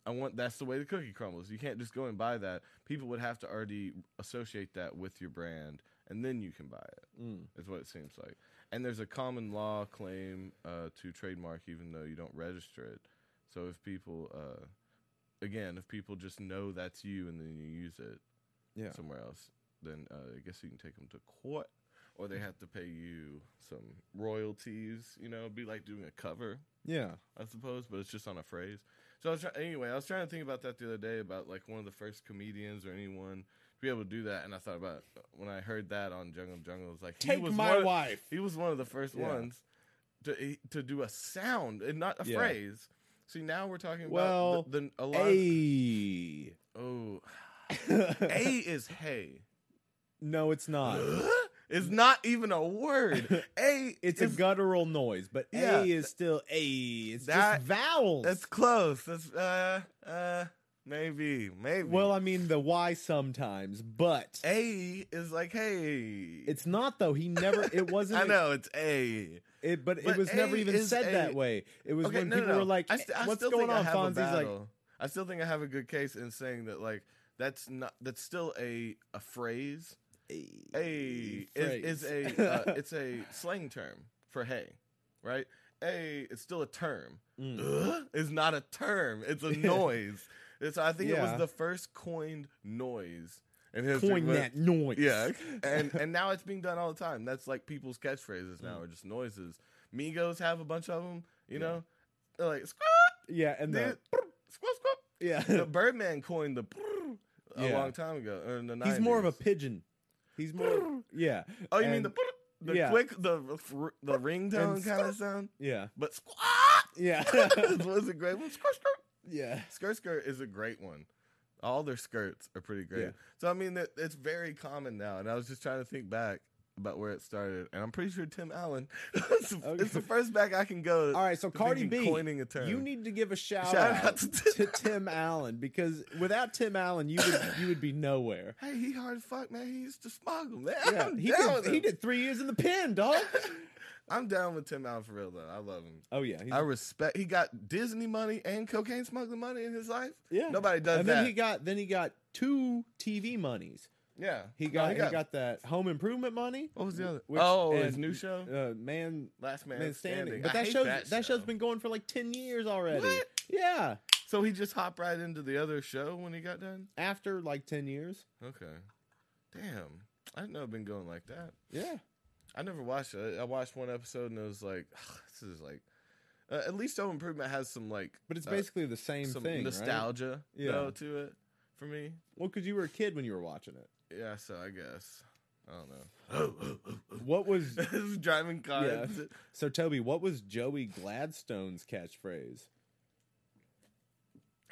S2: I want that's the way the cookie crumbles. You can't just go and buy that. People would have to already associate that with your brand, and then you can buy it
S1: Mm.
S2: is what it seems like. And there's a common law claim uh, to trademark, even though you don't register it. So if people, uh, again, if people just know that's you and then you use it
S1: Yeah.
S2: somewhere else, then uh, I guess you can take them to court, or they have to pay you some royalties. You know, it'd be like doing a cover.
S1: Yeah.
S2: I suppose, but it's just on a phrase. So I was try- anyway, I was trying to think about that the other day about like one of the first comedians or anyone to be able to do that, and I thought about when I heard that on Jungle Jungle, it was like he
S1: Take
S2: was
S1: my
S2: one,
S1: wife.
S2: he was one of the first
S1: Yeah.
S2: ones to he- to do a sound and not a
S1: Yeah.
S2: phrase. See, now we're talking
S1: Well,
S2: about the, the a lot.
S1: Hey.
S2: oh, a is hey.
S1: no, it's not.
S2: it's not even a word. A
S1: It's a
S2: is
S1: guttural noise, but
S2: Yeah.
S1: A is still A. It's
S2: That-
S1: just vowels.
S2: That's close. That's uh uh maybe maybe.
S1: well, I mean the Y sometimes, but
S2: A is like hey.
S1: it's not though. He never. It wasn't.
S2: I know it's A.
S1: It, but, it
S2: But
S1: was never
S2: A
S1: even
S2: is
S1: said
S2: A-
S1: that way. It was
S2: Okay,
S1: when
S2: no, no,
S1: people
S2: no.
S1: were like,
S2: I st- I
S1: "What's
S2: still
S1: going
S2: think I
S1: on?"
S2: have a
S1: Fonzie's like,
S2: battle. I still think I have a good case in saying that like that's not that's still a a phrase. A is, is
S1: phrase.
S2: a uh, it's a slang term for hey, right? A it's still a term.
S1: Mm.
S2: Ugh is not a term. It's a noise. It's I think it
S1: Yeah.
S2: was the first coined noise in history.
S1: coin
S2: but-
S1: that noise.
S2: Yeah, and and now it's being done all the time. That's like people's catchphrases now, are just noises. Migos have a bunch of them. You
S1: Mm. Yeah.
S2: know, they're like squawk,
S1: yeah, and the,
S2: dude, brr, squawk, squawk.
S1: yeah,
S2: The Birdman coined the brr a
S1: Yeah.
S2: long time ago. or In the 90s.
S1: he's more of a pigeon. He's more, yeah.
S2: Oh, you mean
S1: and-
S2: the brr, the
S1: yeah.
S2: quick the the, the ringtone
S1: And
S2: kind of sound?
S1: yeah,
S2: But squawk
S1: yeah,
S2: was a great one. Squawk, squawk.
S1: yeah.
S2: Skirt skirt is a great one. All their skirts are pretty great.
S1: Yeah.
S2: So I mean, that it's very common now. And I was just trying to think back about where it started, and I'm pretty sure Tim Allen. it's, the-
S1: Okay.
S2: it's the first back I can go.
S1: All right, so
S2: to
S1: Cardi
S2: thinking
S1: B,
S2: coining a term.
S1: you need to give a shout,
S2: Shout out
S1: out
S2: to
S1: to
S2: Tim
S1: Tim Allen because without Tim Allen, you would you would be nowhere.
S2: hey, he hard as fuck, man. He used to smuggle, man.
S1: Yeah,
S2: I'm
S1: he
S2: down
S1: did.
S2: with
S1: He
S2: him.
S1: did three years in the pen, dog.
S2: I'm down with Tim Allen for real though. I love him.
S1: Oh yeah, he's-
S2: I respect. He got Disney money and cocaine smuggling money in his life.
S1: yeah.
S2: Nobody does
S1: Hmm. and
S2: that.
S1: then he got then he got two TV monies.
S2: yeah,
S1: He
S2: No,
S1: got, he got that home improvement money.
S2: What was the other?
S1: Which-
S2: oh, his
S1: and-
S2: new show,
S1: Uh, man,
S2: Last Man,
S1: man
S2: Standing.
S1: standing.
S2: I
S1: But that
S2: hate
S1: shows
S2: that,
S1: that
S2: show.
S1: show's been going for like ten years already.
S2: What?
S1: Yeah,
S2: So he just hopped right into the other show when he got done?
S1: after like ten years.
S2: Okay. Damn. I didn't know it'd been going like that.
S1: Yeah,
S2: I never watched it. I watched one episode and it was like, this is like, uh, at least Home Improvement has some like,
S1: but it's
S2: uh,
S1: basically the same
S2: some
S1: thing. Right?
S2: nostalgia
S1: Yeah.
S2: though to it for me.
S1: Well, because you were a kid when you were watching it.
S2: Yeah, so I guess. I don't know.
S1: What was
S2: this is driving car.
S1: Yeah. so Toby? What was Joey Gladstone's catchphrase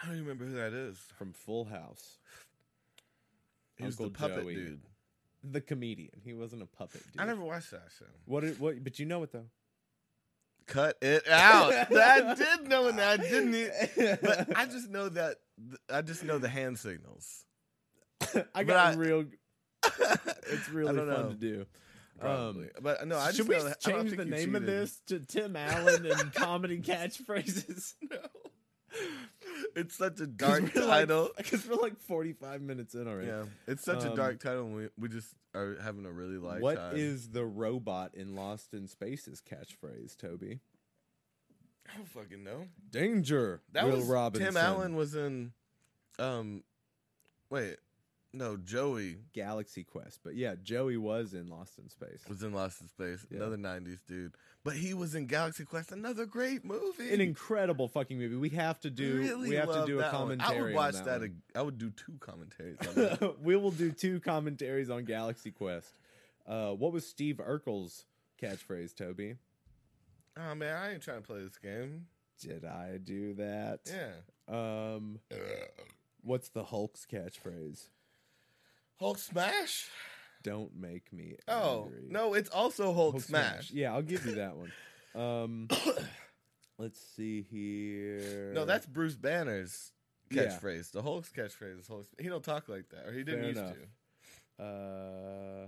S2: I don't even remember who that is.
S1: from Full House?
S2: He was the
S1: Uncle
S2: puppet
S1: Joey.
S2: dude.
S1: The comedian. He wasn't a puppet. Dude.
S2: I never watched that show.
S1: What? It, what? But you know it though.
S2: Cut it out. I did know that. I didn't. e- but I just know that I just know the hand signals.
S1: I
S2: but
S1: got
S2: I-
S1: real. It's
S2: it's
S1: really fun
S2: don't know.
S1: to do. Um,
S2: Probably. but no, I just
S1: Should we
S2: know that- I don't
S1: change
S2: think
S1: the
S2: you
S1: name of
S2: cheated.
S1: this to Tim Allen and comedy catchphrases?
S2: No. it's such a
S1: 'Cause
S2: dark
S1: we're like-
S2: title.
S1: Because we're like 45 minutes in already.
S2: Yeah, it's such a
S1: Um,
S2: dark title. And we we just are having a really
S1: What
S2: light
S1: is
S2: time.
S1: the robot in Lost in Space's catchphrase, Toby?
S2: I don't fucking know.
S1: Danger,
S2: That
S1: Will
S2: was
S1: Robinson.
S2: Tim Allen was in. Um, wait, no, Joey
S1: Galaxy Quest. But yeah, Joey was in Lost in Space.
S2: was in Lost in Space.
S1: Yeah.
S2: Another '90s dude, but he was in Galaxy Quest. Another great movie.
S1: An incredible fucking movie. We have to do.
S2: Really
S1: we have to
S2: love
S1: do a
S2: that one.
S1: commentary.
S2: I would
S1: on
S2: watch
S1: that.
S2: that.
S1: one.
S2: ag- I would do two commentaries. On that.
S1: we will do two commentaries on Galaxy Quest. Uh, what was Steve Urkel's catchphrase, Toby?
S2: oh man, I ain't trying to play this game.
S1: Did I do that?
S2: Yeah.
S1: Um, what's the Hulk's catchphrase?
S2: Hulk smash?
S1: Don't make me.
S2: Oh
S1: angry.
S2: no, it's also Hulk, smash.
S1: Yeah, I'll give you that one. Um, let's see here.
S2: No, that's Bruce Banner's
S1: Yeah.
S2: catchphrase. The Hulk's catchphrase is Hulk. He don't talk like that, or he didn't
S1: Fair
S2: used
S1: enough.
S2: to. I
S1: uh,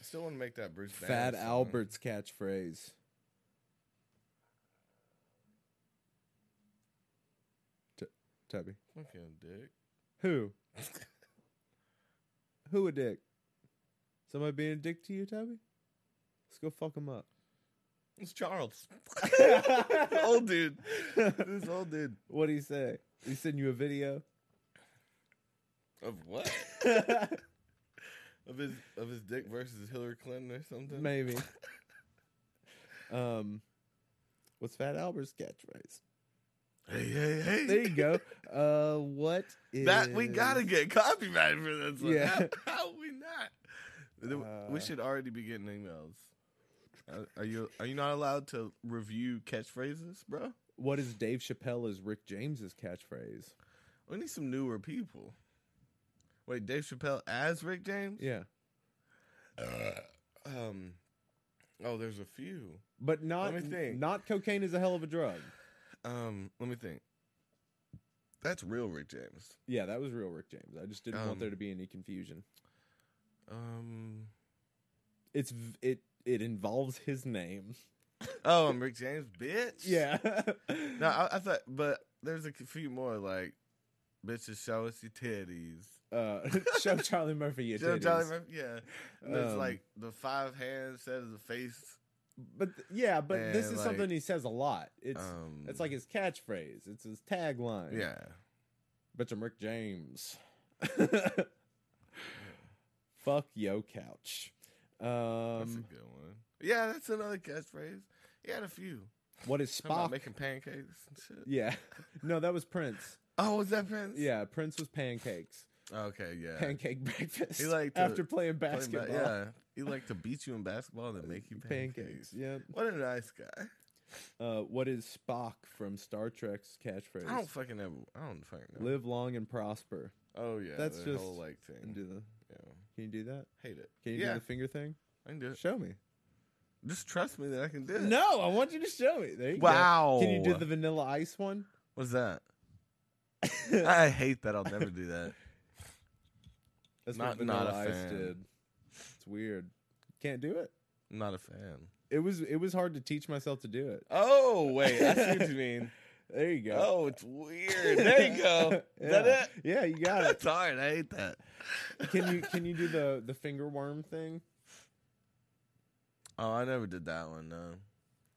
S2: still want to make that Bruce. Banner
S1: Fat
S2: song.
S1: Albert's catchphrase. T- Toby.
S2: Fucking dick.
S1: Who? Who a dick? Somebody being a dick to you, Toby? Let's go fuck him up.
S2: It's Charles. old dude. This old dude.
S1: What'd he say? He send you a video?
S2: Of what? of his of his dick versus Hillary Clinton or something.
S1: Maybe. Um, what's Fat Albert's catchphrase?
S2: Hey hey hey.
S1: There you go. Uh, what is
S2: That we gotta get copyrighted for this one.
S1: Yeah.
S2: How, how we not? Th- we
S1: Uh,
S2: should already be getting emails. Are- Are you are you not allowed to review catchphrases, bro?
S1: What is Dave Chappelle as Rick James's catchphrase?
S2: We need some newer people. Wait, Dave Chappelle as Rick James?
S1: Yeah,
S2: Um. Oh, there's a few.
S1: but not
S2: Let me think.
S1: not cocaine is a hell of a drug.
S2: Um. Let me think. That's real Rick James.
S1: Yeah, that was real Rick James. I just didn't
S2: Um,
S1: want there to be any confusion.
S2: Um.
S1: It's v- it it involves his name.
S2: Oh, I'm Rick James, bitch.
S1: Yeah.
S2: No, I, I thought, but there's a few more like bitches show us your titties.
S1: uh, show Charlie Murphy your
S2: Joe
S1: titties.
S2: Jolly Murphy, yeah. And it's
S1: Um,
S2: like the five hands set of the face.
S1: But th- yeah, but this
S2: And,
S1: is
S2: like,
S1: something he says a lot. It's
S2: um,
S1: it's like his catchphrase. It's his tagline.
S2: yeah.
S1: But I'm Rick James. Fuck yo couch.
S2: That's
S1: Um,
S2: a good one. Yeah, that's another catchphrase. He had a few.
S1: what is
S2: Talking about
S1: Spock?
S2: making pancakes and shit.
S1: Yeah. No, that was Prince.
S2: Oh, was that Prince?
S1: Yeah, Prince was pancakes.
S2: Okay, yeah.
S1: Pancake breakfast.
S2: He liked to
S1: after playing
S2: Playing ba-
S1: basketball.
S2: yeah. He liked to beat you in basketball and then make you pancakes.
S1: pancakes. Yeah.
S2: What a nice guy.
S1: Uh, what is Spock from Star Trek's catchphrase?
S2: I don't fucking ever. I don't fucking know.
S1: Live long and prosper.
S2: Oh yeah,
S1: That's
S2: the
S1: just-
S2: whole like
S1: And
S2: thing.
S1: do the,
S2: yeah.
S1: can you do that?
S2: Hate it.
S1: Can you do
S2: yeah,
S1: the finger thing?
S2: I can do it.
S1: Show me.
S2: Just trust me that I can do it.
S1: No, I want you to show me. There you
S2: Wow.
S1: go. Can you do the vanilla ice one?
S2: What's that?
S1: That's
S2: I hate that. I'll never do that.
S1: what
S2: Not-
S1: vanilla
S2: not a
S1: ice
S2: fan.
S1: did. It's weird. Can't do it.
S2: I'm not a fan.
S1: It was it was hard to teach myself to do it.
S2: Oh wait, I see what you mean.
S1: There you go.
S2: Oh, it's weird. There you go. Is
S1: yeah.
S2: that it?
S1: Yeah, you got it.
S2: That's hard. I hate that.
S1: Can you can you do the the finger worm thing?
S2: Oh, I never did that one. No,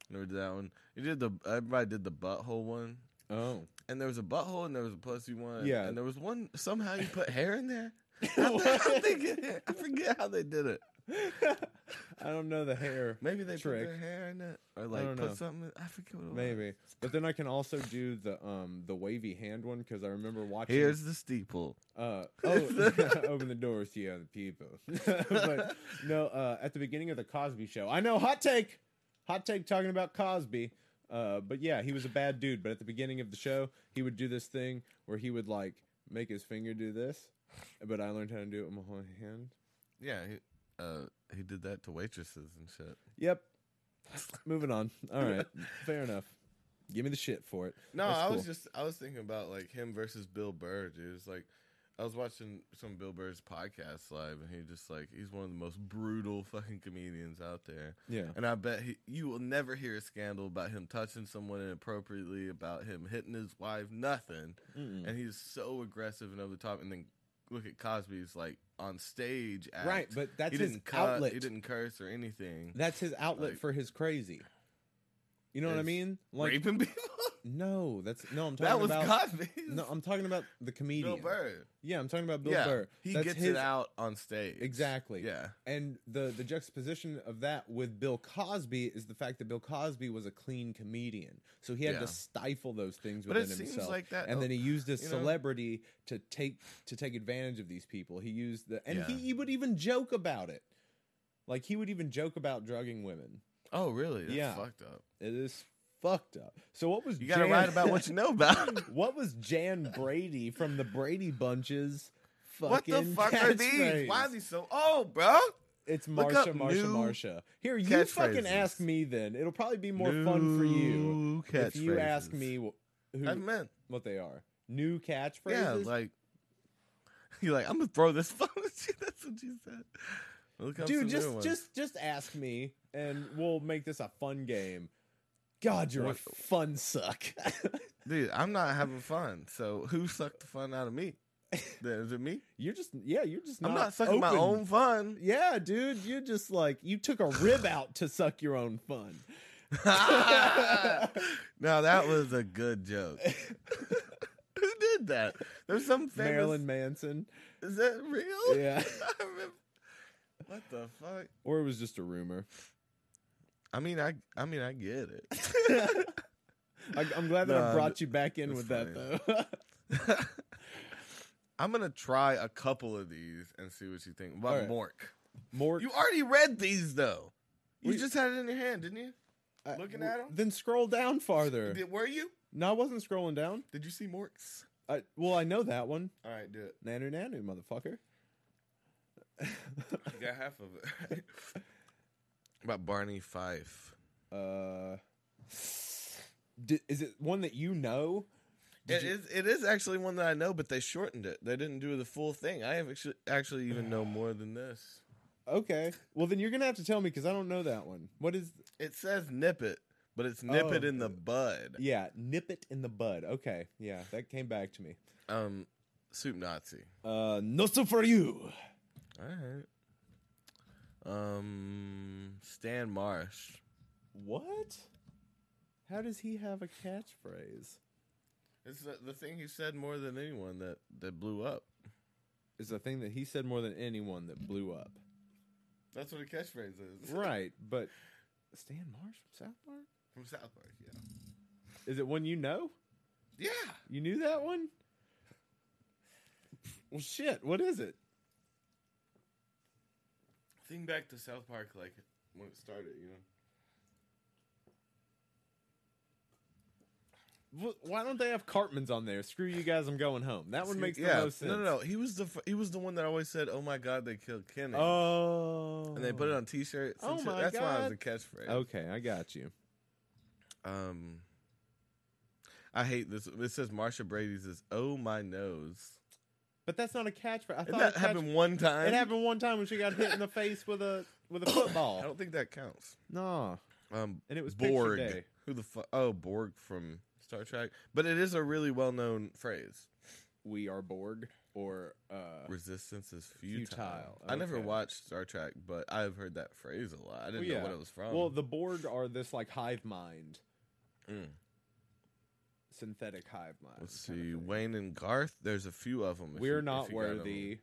S2: never did that one. You did the. Everybody did the butthole one.
S1: Oh,
S2: And there was a butthole, and there was a pussy one.
S1: Yeah.
S2: And there was one. Somehow you put hair in there. I'm thinking- I forget how they did it.
S1: I don't know the hair.
S2: Maybe they
S1: Trick.
S2: put their hair in it, or like
S1: don't
S2: put
S1: know.
S2: something. I forget what it was.
S1: Maybe, but then I can also do the um the wavy hand one because I remember watching.
S2: Here's the steeple.
S1: Uh, oh, open the doors to the other people. but no, uh, at the beginning of the Cosby Show, I know hot take, hot take talking about Cosby. Uh, but yeah, he was a bad dude. But at the beginning of the show, he would do this thing where he would like make his finger do this. But I learned how to do it with my whole hand.
S2: Yeah, he, uh, he did that to waitresses and shit.
S1: Yep. Moving on. All right. Fair enough. Give me the shit for it.
S2: No,
S1: That's
S2: I was
S1: cool.
S2: just I was thinking about like him versus Bill Burr, dude. It's like I was watching some Bill Burr's podcast live, and he just like he's one of the most brutal fucking comedians out there.
S1: Yeah.
S2: And I bet he, you will never hear a scandal about him touching someone inappropriately, about him hitting his wife, nothing.
S1: Mm-mm.
S2: And he's so aggressive and over the top. And then look at Cosby's like on stage. Act.
S1: Right, but that's
S2: he
S1: his
S2: didn't cut,
S1: outlet.
S2: He didn't curse or anything.
S1: That's his outlet
S2: Like-
S1: for his crazy. You know what I
S2: Is
S1: mean? Like
S2: Raping people.
S1: no, that's no. I'm talking
S2: that was
S1: about
S2: Cosby.
S1: no. I'm talking about the comedian.
S2: Bill Burr.
S1: Yeah, I'm talking about Bill
S2: yeah,
S1: Burr.
S2: he
S1: That's
S2: gets
S1: his-
S2: it out on stage.
S1: Exactly.
S2: Yeah.
S1: And the the juxtaposition of that with Bill Cosby is the fact that Bill Cosby was a clean comedian, so he had
S2: Yeah.
S1: to stifle those things
S2: But
S1: within
S2: it seems
S1: himself.
S2: like that.
S1: and then he used his
S2: you know-
S1: celebrity to take to take advantage of these people. He used the and he,
S2: Yeah.
S1: he would even joke about it, like he would even joke about drugging women.
S2: oh, really? That's
S1: Yeah.
S2: Fucked up.
S1: It is fucked up. So what was
S2: You gotta
S1: Jan-
S2: write about what you know about.
S1: what was Jan Brady from the Brady Bunches? Fucking
S2: what the fuck are these?
S1: catchphrase?
S2: Why are these so old, bro?
S1: It's
S2: Look
S1: Marsha,
S2: up
S1: Marsha,
S2: new
S1: Marsha. Here, you fucking
S2: catchphrases.
S1: ask me then. It'll probably be more fun for you
S2: New
S1: if you ask
S2: catchphrases.
S1: me wh- who
S2: I meant,
S1: what they are. New
S2: yeah,
S1: catchphrases.
S2: like you're like, I'm gonna throw this phone at you. That's what you said. Look up some
S1: Dude,
S2: new
S1: just
S2: ones.
S1: just just ask me, and we'll make this a fun game. God, you're
S2: What-
S1: a fun suck.
S2: dude, I'm not having fun. So who sucked the fun out of me? Then Is it me?
S1: you're just yeah, you're just not.
S2: I'm not sucking my
S1: open.
S2: own fun.
S1: Yeah, dude, you're just like you took a rib out to suck your own fun.
S2: now that was a good joke. Who did that? There's some famous.
S1: Marilyn Manson.
S2: Is that real?
S1: Yeah.
S2: I remember- What the fuck?
S1: Or it was just a rumor.
S2: I mean, I I mean, I get
S1: I,
S2: it.
S1: I'm glad that I
S2: Nah,
S1: brought you back in with
S2: that's funny.
S1: that though.
S2: I'm gonna try a couple of these and see what you think. What
S1: All right.
S2: Mork?
S1: More
S2: You already read these though. You
S1: We-
S2: just had it in your hand, didn't you?
S1: I-
S2: looking
S1: w-
S2: at 'em?
S1: Then scroll down farther.
S2: Did, were you?
S1: No, I wasn't scrolling down.
S2: Did you see Mork's?
S1: I, well, I know that one.
S2: All right, do it.
S1: Nanu nanu, motherfucker.
S2: You got half of it. About Barney Fife.
S1: uh, di- is it one that you know? Did
S2: It
S1: you-
S2: is. It is actually one that I know, but they shortened it. They didn't do the full thing. I have actually, actually even know more than this.
S1: Okay. Well, then you're gonna have to tell me because I don't know that one. What is?
S2: It says nip it, but it's nip it
S1: Oh.
S2: in the bud.
S1: Yeah, nip it in the bud. Okay. Yeah, that came back to me.
S2: Um, soup Nazi.
S1: Uh, no so for you.
S2: All right. Um, Stan Marsh.
S1: What? How does he have a catchphrase?
S2: It's the, the thing he said more than anyone that that blew up.
S1: Is the thing that he said more than anyone that blew up.
S2: That's what a catchphrase is.
S1: right, but Stan Marsh from South Park?
S2: From South Park. Yeah.
S1: Is it one you know?
S2: Yeah.
S1: You knew that one? Well, shit, what is it?
S2: Think back to South Park, like when it started. You know.
S1: Wh- Why don't they have Cartman's on there? Screw you guys, I'm going home. That one makes the most sense.
S2: No, no, no. He was the f- he was the one that always said, "Oh my God, they killed Kenny,"
S1: Oh.
S2: and they put it on T-shirts. and
S1: Oh
S2: shit.
S1: my
S2: That's why it was
S1: God.
S2: a catchphrase.
S1: Okay, I got you.
S2: Um, I hate this. It says Marsha Brady's is "Oh my nose."
S1: But that's not a catchphrase. I
S2: Didn't
S1: thought
S2: that
S1: a catch-
S2: happen one time?
S1: It happened one time when she got hit in the face with a with a
S2: I
S1: football.
S2: don't think that counts.
S1: No,
S2: Um,
S1: and it was picture
S2: Borg.
S1: day.
S2: Who the fuck? Oh, Borg from Star Trek. But it is a really well-known phrase.
S1: We are Borg, or uh,
S2: Resistance is futile.
S1: Futile,
S2: I never
S1: okay.
S2: watched Star Trek, but I've heard that phrase a lot. I didn't
S1: Well,
S2: know what
S1: yeah.
S2: it was from.
S1: well, the Borg are this like hive mind,
S2: Mm.
S1: synthetic hive mind.
S2: Let's
S1: kinda
S2: see,
S1: thing.
S2: Wayne and Garth. There's a few of them.
S1: We're not worthy.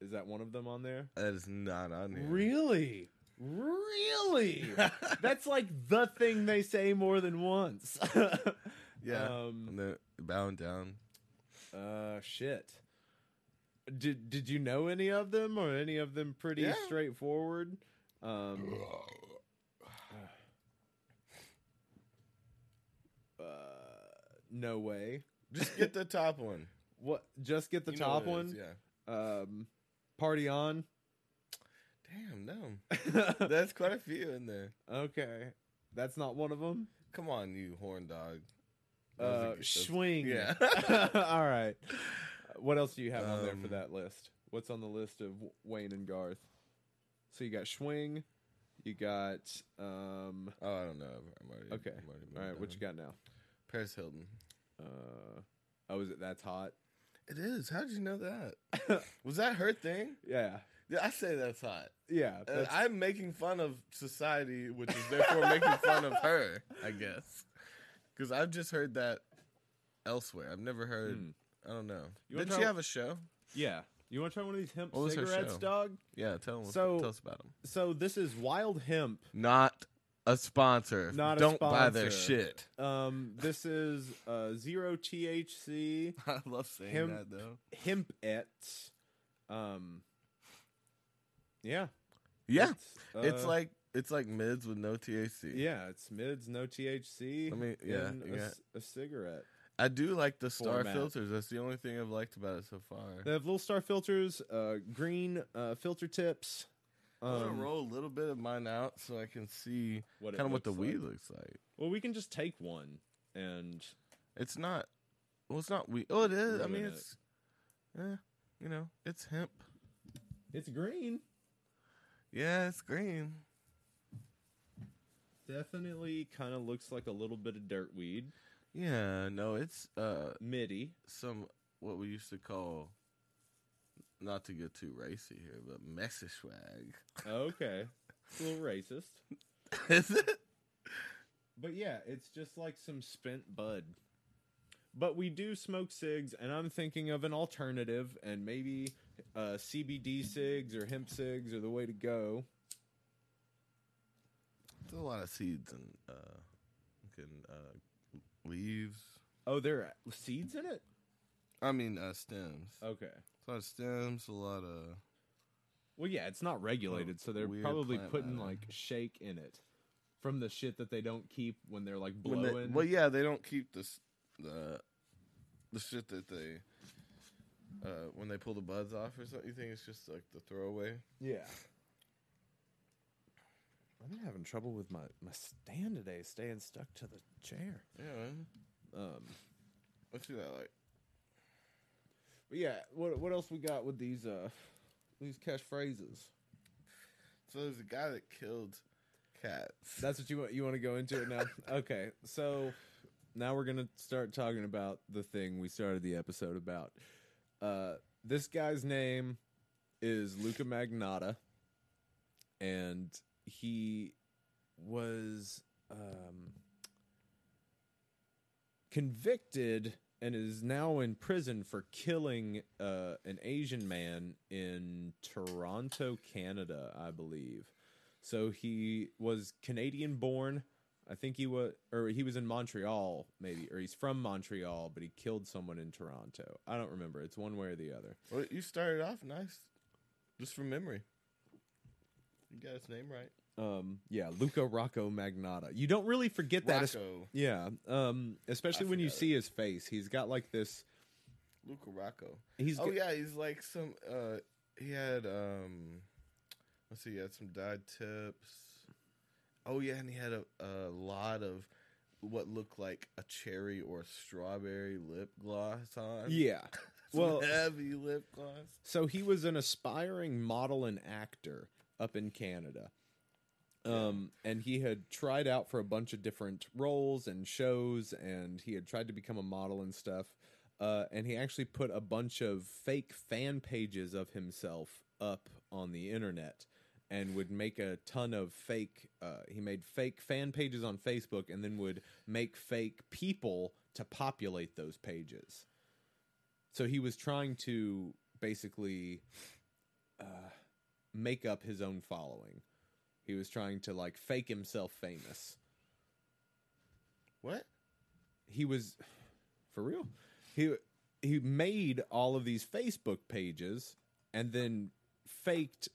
S1: Is that one of them on there?
S2: That is not on here.
S1: Really, really. That's like the thing they say more than once.
S2: yeah.
S1: Um,
S2: and then bowing down.
S1: Uh, shit. Did Did you know any of them, or any of them pretty
S2: Yeah.
S1: straightforward? Um, uh, no way.
S2: Just get the top one.
S1: What? Just get the
S2: You know
S1: top
S2: what it
S1: one.
S2: is,
S1: Um, party on.
S2: yeah. Damn, no. That's quite a few in there.
S1: okay, that's not one of them.
S2: Come on, you horn dog. That was a
S1: Uh,
S2: good- that's-
S1: swing.
S2: Yeah.
S1: All right. What else do you have on there for
S2: Um,
S1: that list? What's on the list of W- Wayne and Garth? So you got Schwing, you got um.
S2: Oh, I don't know. I'm already
S1: Okay.
S2: I'm already
S1: All right, what you got now?
S2: Paris Hilton.
S1: Uh, oh, is it that's hot?
S2: It is. How did you know that? Was that her thing?
S1: Yeah,
S2: Yeah, I say that's hot.
S1: yeah.
S2: Uh,
S1: That's,
S2: I'm making fun of society, which is therefore making fun of her, I guess. Because I've just heard that elsewhere. I've never heard.
S1: Hmm.
S2: I don't know.
S1: You wanna
S2: Didn't she
S1: try-
S2: have a show?
S1: yeah. You want to try one of these hemp
S2: What was her
S1: cigarettes,
S2: show?
S1: dog?
S2: Yeah, tell, 'em-
S1: So-
S2: tell us about them.
S1: So this is wild hemp.
S2: Not a sponsor.
S1: Not a
S2: don't buy their
S1: sponsor.
S2: shit.
S1: Um, this is uh, zero THC
S2: I love saying
S1: Him-
S2: that though.
S1: hemp et. Um, yeah,
S2: Yeah,
S1: it's,
S2: it's
S1: uh,
S2: like it's like mids with no THC.
S1: yeah, it's mids, no THC.
S2: I mean, yeah,
S1: in
S2: you
S1: a
S2: got-
S1: c- a cigarette.
S2: I do like the star
S1: Format.
S2: filters. That's the only thing I've liked about it so far.
S1: They have little star filters, uh, green uh, filter tips.
S2: I'm gonna
S1: um,
S2: roll a little bit of mine out so I can see
S1: it
S2: kind of what the
S1: looks like.
S2: weed looks like.
S1: Well, we can just take one and
S2: It's not. Well, it's not weed. Oh, it is. I mean,
S1: Ruin it.
S2: it's. Yeah, you know, it's hemp.
S1: it's green.
S2: Yeah, it's green.
S1: Definitely kind of looks like a little bit of dirt weed.
S2: Yeah, no, it's uh
S1: Midi.
S2: some what we used to call. Not to get too racy here, but messy swag.
S1: Okay. It's a little racist.
S2: is it?
S1: But yeah, it's just like some spent bud. But we do smoke cigs, and I'm thinking of an alternative, and maybe uh, CBD cigs or hemp cigs are the way to go.
S2: There's a lot of seeds and uh, fucking, uh, leaves.
S1: Oh, there are seeds in it?
S2: I mean, uh, stems.
S1: Okay.
S2: A lot of stems. A lot of
S1: Well, yeah, it's not regulated, so they're
S2: weird
S1: probably
S2: plant
S1: putting
S2: matter.
S1: like shake in it from the shit that they don't keep when they're like
S2: When they-
S1: blowing.
S2: well, yeah, they don't keep this the the shit that they uh, when they pull the buds off or something. You think it's just like the throwaway?
S1: Yeah. I'm having trouble with my, my stand today, staying stuck to the chair.
S2: Yeah, man.
S1: Um,
S2: Let's do that. Like,
S1: but yeah, what what else we got with these uh these catchphrases?
S2: so there's a guy that killed cats.
S1: That's what you want you want to go into it now. okay, so now we're gonna start talking about the thing we started the episode about. Uh, this guy's name is Luca Magnotta, and he was um, convicted and is now in prison for killing uh, an Asian man in Toronto, Canada, I believe. So he was Canadian born. I think he was, or he was in Montreal, maybe, or he's from Montreal, but he killed someone in Toronto. I don't remember. It's one way or the other.
S2: Well, you started off nice, just from memory. You got his name right.
S1: Um, yeah, Luca Rocco Magnotta. You don't really forget that. es-
S2: Rocco,
S1: yeah, um, especially
S2: I
S1: when you
S2: forgot it.
S1: see his face. He's got like this.
S2: Luca Rocco.
S1: He's
S2: oh
S1: got-
S2: yeah, he's like some. uh He had um, let's see, he had some dyed tips. Oh yeah, and he had a, a lot of what looked like a cherry or strawberry lip gloss on.
S1: yeah.
S2: Some
S1: well-
S2: heavy lip gloss.
S1: So he was an aspiring model and actor up in Canada. Um, and he had tried out for a bunch of different roles and shows, and he had tried to become a model and stuff. Uh, and he actually put a bunch of fake fan pages of himself up on the internet and would make a ton of fake uh, he made fake fan pages on facebook and then would make fake people to populate those pages so he was trying to basically uh, make up his own following he was trying to like fake himself famous
S2: What?
S1: he was for real he he made all of these facebook pages and then faked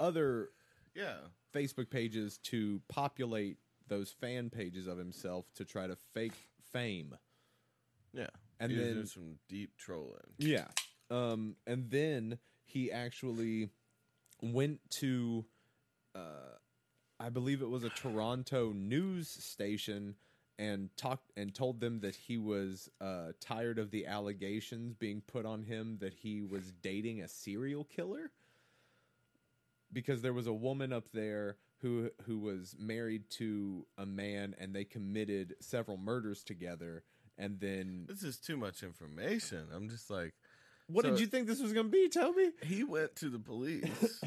S1: other
S2: Yeah.
S1: Facebook pages to populate those fan pages of himself to try to fake fame.
S2: Yeah.
S1: And
S2: he was
S1: then-
S2: doing some deep trolling.
S1: Yeah. Um, and then he actually went to, uh, I believe it was a Toronto news station, and talked and told them that he was uh, tired of the allegations being put on him that he was dating a serial killer because there was a woman up there who who was married to a man and they committed several murders together and then
S2: This is too much information. I'm just like
S1: what
S2: So-
S1: did you think this was going to be tell me
S2: he went to the police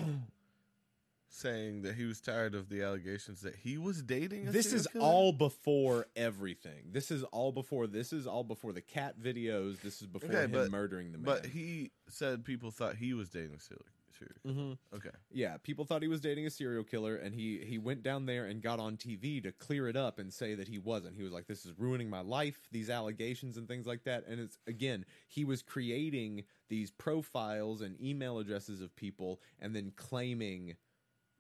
S2: saying that he was tired of the allegations that he was dating. A
S1: this
S2: serial
S1: is
S2: killer?
S1: all before everything this is all before this is all before the cat videos this is before
S2: Okay,
S1: him
S2: but-
S1: murdering the man
S2: But he said people thought he was dating a serial. serial-
S1: mm-hmm.
S2: Okay.
S1: Yeah, people thought he was dating a serial killer, and he he went down there and got on TV to clear it up and say that he wasn't. He was like, "This is ruining my life." These allegations and things like that, and it's again, he was creating these profiles and email addresses of people, and then claiming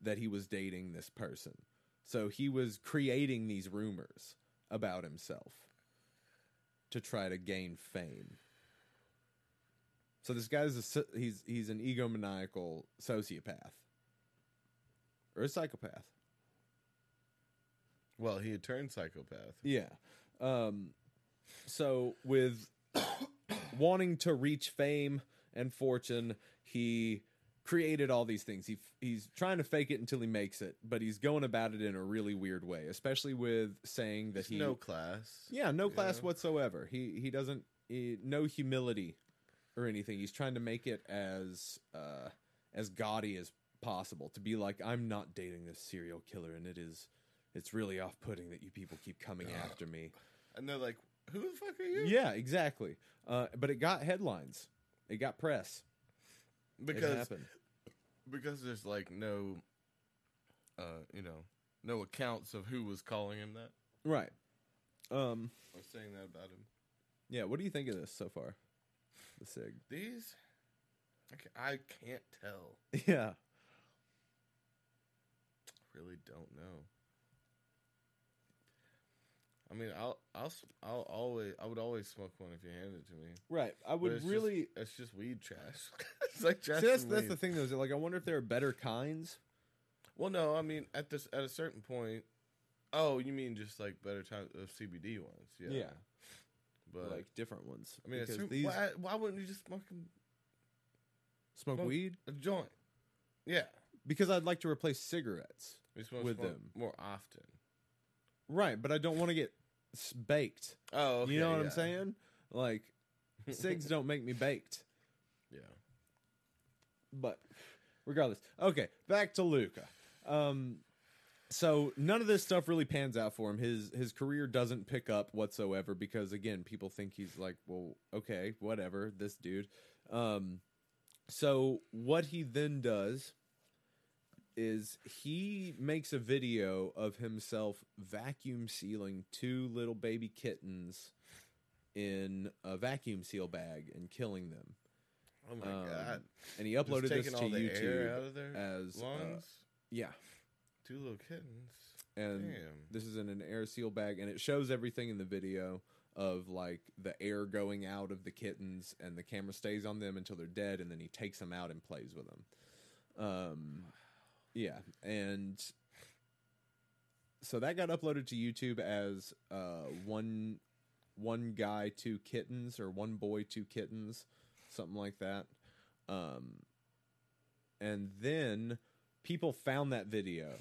S1: that he was dating this person. So he was creating these rumors about himself to try to gain fame. So this guy's a so- he's he's an egomaniacal sociopath or a psychopath.
S2: Well, he had turned psychopath.
S1: Yeah. Um, so with wanting to reach fame and fortune, he created all these things. He f- he's trying to fake it until he makes it, but he's going about it in a really weird way, especially with saying that
S2: There's
S1: he
S2: no class.
S1: yeah no
S2: Yeah.
S1: class whatsoever. He he doesn't he, no humility or anything. He's trying to make it as uh, as gaudy as possible to be like I'm not dating this serial killer, and it is it's really off putting that you people keep coming
S2: Ugh.
S1: after me.
S2: And they're like, "Who the fuck are you?"
S1: Yeah, exactly. Uh, but it got headlines. It got press. it
S2: Because
S1: happened.
S2: because there's like no, uh, you know, no accounts of who was calling him that
S1: right. Um.
S2: or saying that about him.
S1: Yeah. What do you think of this so far? The sig.
S2: These, I ca- I can't tell.
S1: Yeah.
S2: Really don't know. I mean, I'll I'll s- I'll always I would always smoke one if you handed it to me.
S1: Right. I
S2: But
S1: would
S2: it's
S1: really.
S2: just, it's just weed trash. it's like trash.
S1: See, that's
S2: and
S1: that's
S2: weed.
S1: the thing though. Is that, like I wonder if there are better kinds.
S2: Well, no, I mean at this at a certain point. Oh, you mean just like better types of CBD ones? Yeah.
S1: Yeah.
S2: But
S1: like different ones.
S2: I mean, at
S1: because
S2: certain-
S1: these
S2: why, why wouldn't you just smoke
S1: smoke
S2: smoke-
S1: weed
S2: a joint? Yeah,
S1: because I'd like to replace cigarettes.
S2: we smoke
S1: With
S2: smoke
S1: them.
S2: more often.
S1: Right, but I don't want to get s- baked.
S2: Oh,
S1: you know
S2: okay,
S1: what
S2: yeah.
S1: I'm saying? Like cigs don't make me baked.
S2: Yeah.
S1: but regardless. Okay, back to Luca. Um, so none of this stuff really pans out for him. His his career doesn't pick up whatsoever because again, people think he's like, well, okay, whatever, this dude. Um, so what he then does is he makes a video of himself vacuum sealing two little baby kittens in a vacuum seal bag and killing them
S2: Oh my
S1: Um,
S2: god.
S1: and he
S2: Just
S1: uploaded this to
S2: taking all the air out
S1: YouTube
S2: of their
S1: as uh,
S2: lungs.
S1: yeah,
S2: Two little kittens.
S1: and
S2: Damn.
S1: this is in an air seal bag, and it shows everything in the video of like the air going out of the kittens, and the camera stays on them until they're dead, and then he takes them out and plays with them. Um, yeah, and so that got uploaded to YouTube as uh one one guy two kittens or one boy two kittens, something like that. Um, and then people found that video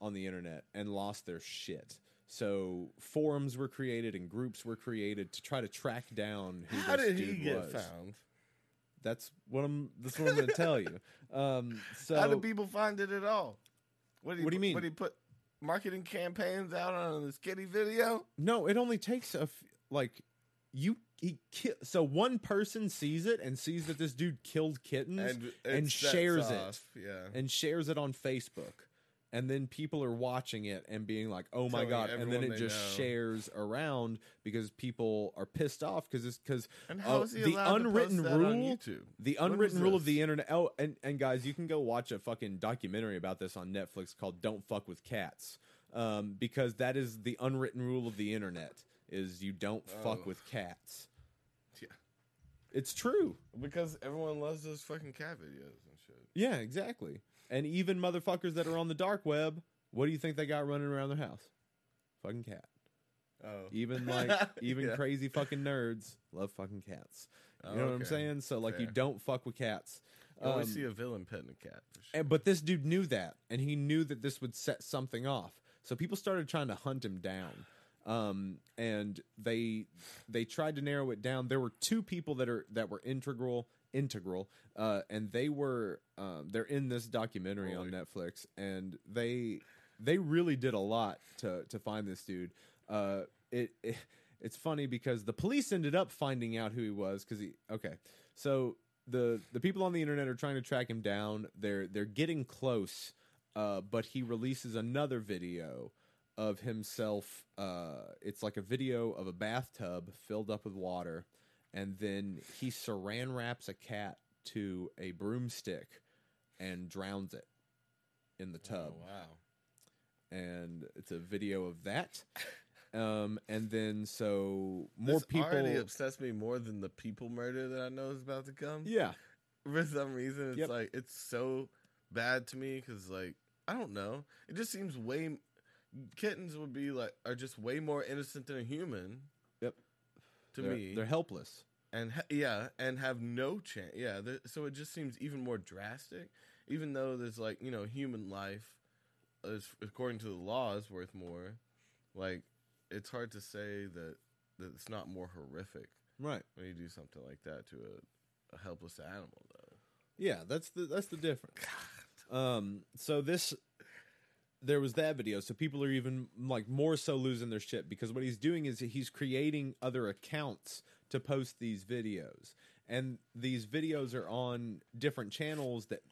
S1: on the internet and lost their shit. So forums were created and groups were created to try to track down who
S2: How
S1: this
S2: did he
S1: dude
S2: get
S1: was.
S2: found?
S1: That's what I'm. That's what I'm going to tell you. Um, so
S2: How do people find it at all? did he
S1: What do you
S2: put-
S1: mean?
S2: What did he put marketing campaigns out on this kitty video?
S1: No, it only takes a f- like you he ki- so one person sees it and sees that this dude killed kittens and,
S2: it sets
S1: shares it.
S2: off, Yeah.
S1: shares it on Facebook. And then people are watching it and being like, "Oh my
S2: Telling
S1: god!" And then
S2: everyone
S1: it
S2: they
S1: just
S2: know.
S1: shares around because people are pissed off because it's because
S2: And how
S1: Oh,
S2: is he
S1: the
S2: allowed
S1: unwritten
S2: to post that on
S1: rule-
S2: YouTube?
S1: the
S2: When was
S1: unwritten rule of
S2: this?
S1: the internet. Oh, and, and guys, you can go watch a fucking documentary about this on Netflix called "Don't Fuck with Cats," um, because that is the unwritten rule of the internet: is you don't
S2: Oh.
S1: fuck with cats.
S2: Yeah.
S1: It's true.
S2: Because everyone loves those fucking cat videos and shit.
S1: Yeah, exactly. And even motherfuckers that are on the dark web, what do you think they got running around their house? Fucking cat.
S2: Oh.
S1: Even like even
S2: Yeah.
S1: crazy fucking nerds love fucking cats. You know what I'm
S2: Okay.
S1: saying? So like you
S2: Fair.
S1: don't fuck with cats.
S2: You always
S1: Um,
S2: see a villain petting a cat. For sure.
S1: and- but this dude knew that, and he knew that this would set something off. So people started trying to hunt him down, um, and they they tried to narrow it down. There were two people that are that were integral integral, uh, and they were um, they're in this documentary on
S2: Really?
S1: Netflix, and they they really did a lot to to find this dude. Uh, it, it it's funny because the police ended up finding out who he was because he okay so the the people on the internet are trying to track him down. They're they're getting close, uh, but he releases another video of himself. Uh, it's like a video of a bathtub filled up with water, and then he saran wraps a cat to a broomstick and drowns it in the tub
S2: Oh, wow.
S1: and it's a video of that. Um, and then so more
S2: this already
S1: people,
S2: obsessed me more than the people murder that I know is about to come.
S1: yeah,
S2: For some reason, it's
S1: Yep.
S2: like it's so bad to me because like I don't know. It just seems way m- kittens would be like are just way more innocent than a human.
S1: Yep.
S2: To
S1: they're,
S2: me,
S1: they're helpless.
S2: and ha- yeah, and have no chance. Yeah, there- so it just seems even more drastic. Even though there's like you know human life, is according to the law is worth more. Like it's hard to say that that it's not more horrific
S1: Right.
S2: when you do something like that to a, a helpless animal though.
S1: Yeah, that's the that's the difference. Um, so this there was that video, so people are even like more so losing their shit because what he's doing is he's creating other accounts to post these videos, and these videos are on different channels that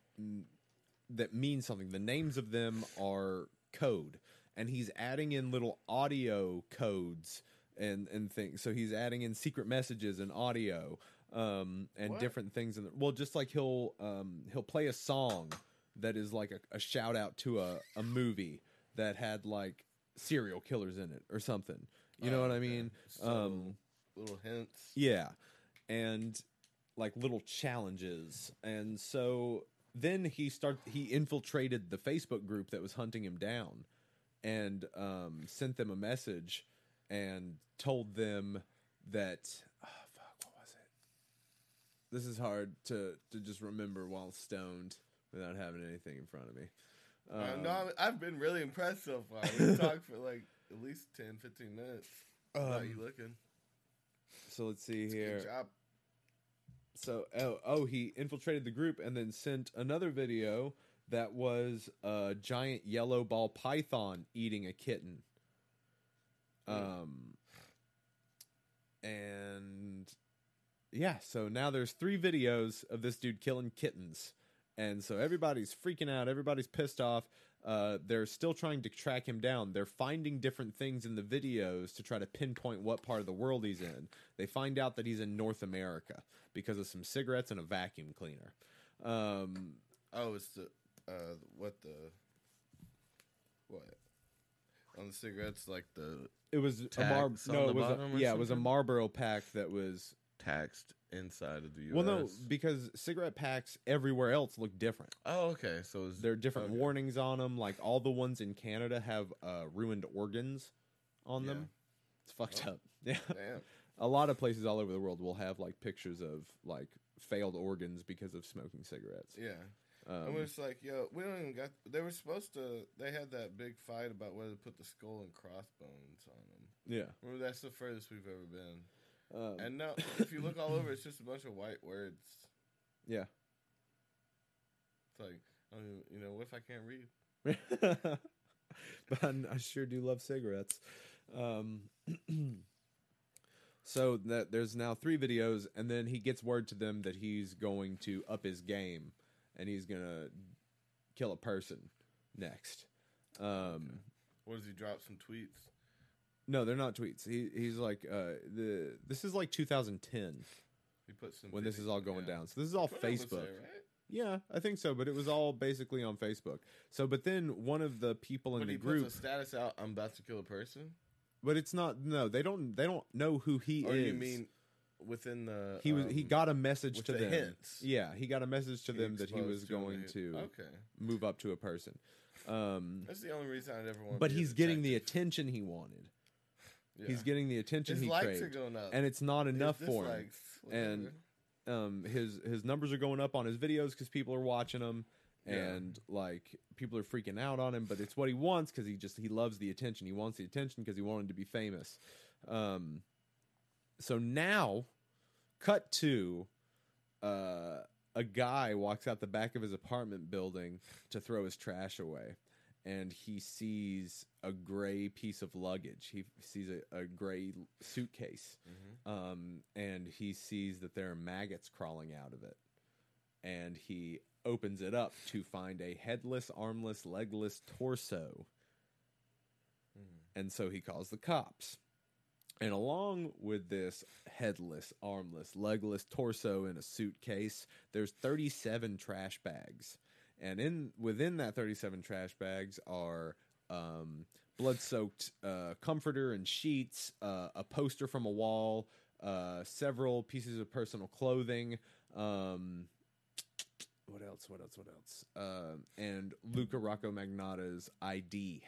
S1: that mean something. The names of them are code, and he's adding in little audio codes and and things. So he's adding in secret messages and audio um and
S2: What?
S1: different things in the, well just like he'll um he'll play a song that is like a, a shout out to a, a movie that had like serial killers in it or something you know
S2: Oh,
S1: what i
S2: okay.
S1: mean
S2: So,
S1: um
S2: little hints.
S1: yeah. And like little challenges. And so then he start he infiltrated the Facebook group that was hunting him down and um sent them a message and told them that oh, fuck what was it? This is hard to to just remember while stoned without having anything in front of me.
S2: Uh,
S1: Um,
S2: no, I'm- I've been really impressed so far. We talked for like at least 10, 15 minutes. How
S1: Um,
S2: you looking?
S1: so let's see here.
S2: Good job.
S1: so oh, oh he infiltrated the group and then sent another video that was a giant yellow ball python eating a kitten um and yeah so now there's three videos of this dude killing kittens and so everybody's freaking out everybody's pissed off uh, they're still trying to track him down. They're finding different things in the videos to try to pinpoint what part of the world he's in. They find out that he's in North America because of some cigarettes and a vacuum cleaner. Um,
S2: Oh, it's the uh, what the what on the cigarettes like the
S1: it was
S2: Tags
S1: a Mar- no,
S2: on the
S1: it was a,
S2: bottom or
S1: yeah, it was a
S2: something?
S1: Marlboro pack that was
S2: taxed inside of the U.S.
S1: well, no, because cigarette packs everywhere else look different.
S2: oh, okay. So it's
S1: There are different
S2: Okay.
S1: warnings on them. Like all the ones in Canada have uh, ruined organs on them. It's fucked
S2: Oh.
S1: up. Yeah.
S2: damn.
S1: a lot of places all over the world will have like pictures of like failed organs because of smoking cigarettes.
S2: Yeah,
S1: Um,
S2: and it's like, yo, we don't even got. They were supposed to. They had that big fight about whether to put the skull and crossbones on them.
S1: yeah.
S2: Remember, that's the furthest we've ever been.
S1: Um,
S2: And no, if you look all over, it's just a bunch of white words.
S1: Yeah.
S2: It's like, I mean, you know, what if I can't read?
S1: but I'm- I sure do love cigarettes. Um, so that there's now three videos, and then he gets word to them that he's going to up his game, and he's gonna kill a person next. Um,
S2: What does he drop some tweets?
S1: No, they're not tweets. He he's like uh, the this is like 2010
S2: He puts some.
S1: when this is
S2: video-
S1: all going
S2: yeah.
S1: down. So this is all
S2: Twitter was
S1: Facebook.
S2: there, right?
S1: Yeah, I think so, but it was all basically on Facebook. So, but then one of the people in
S2: But
S1: the
S2: he
S1: group,
S2: puts a status out. I'm about to kill a person.
S1: but it's not. No, they don't. They don't know who he
S2: Or
S1: is.
S2: Oh, you mean within the?
S1: he was? he
S2: um,
S1: got a message
S2: with
S1: to
S2: the
S1: them.
S2: hints.
S1: Yeah, he got a message to
S2: he
S1: them that he
S2: exposed
S1: was
S2: to him
S1: going
S2: that he-
S1: to
S2: Okay,
S1: move up to a person. Um,
S2: that's the only reason I'd ever want.
S1: but he's getting the attention he wanted.
S2: Yeah.
S1: He's getting the attention
S2: His
S1: he
S2: likes are
S1: craved,
S2: going up.
S1: and it's not
S2: His
S1: enough for him.
S2: dislikes,
S1: and-
S2: whatever.
S1: Um, his his numbers are going up on his videos because people are watching him,
S2: Yeah.
S1: and like people are freaking out on him. But it's what he wants because he just he loves the attention. He wants the attention because he wanted to be famous. Um, so now, cut to, uh, a guy walks out the back of his apartment building to throw his trash away. And he sees a gray piece of luggage. He sees a, a gray suitcase
S2: Mm-hmm.
S1: um, and he sees that there are maggots crawling out of it, and he opens it up to find a headless, armless, legless torso,
S2: Mm-hmm.
S1: and so he calls the cops. And along with this headless, armless, legless torso in a suitcase, there's 37 trash bags, and in within that 37 trash bags are um, blood-soaked uh, comforter and sheets, uh, a poster from a wall, uh, several pieces of personal clothing. Um, what else? What else? What else? Um and Luca Rocco Magnotta's ID.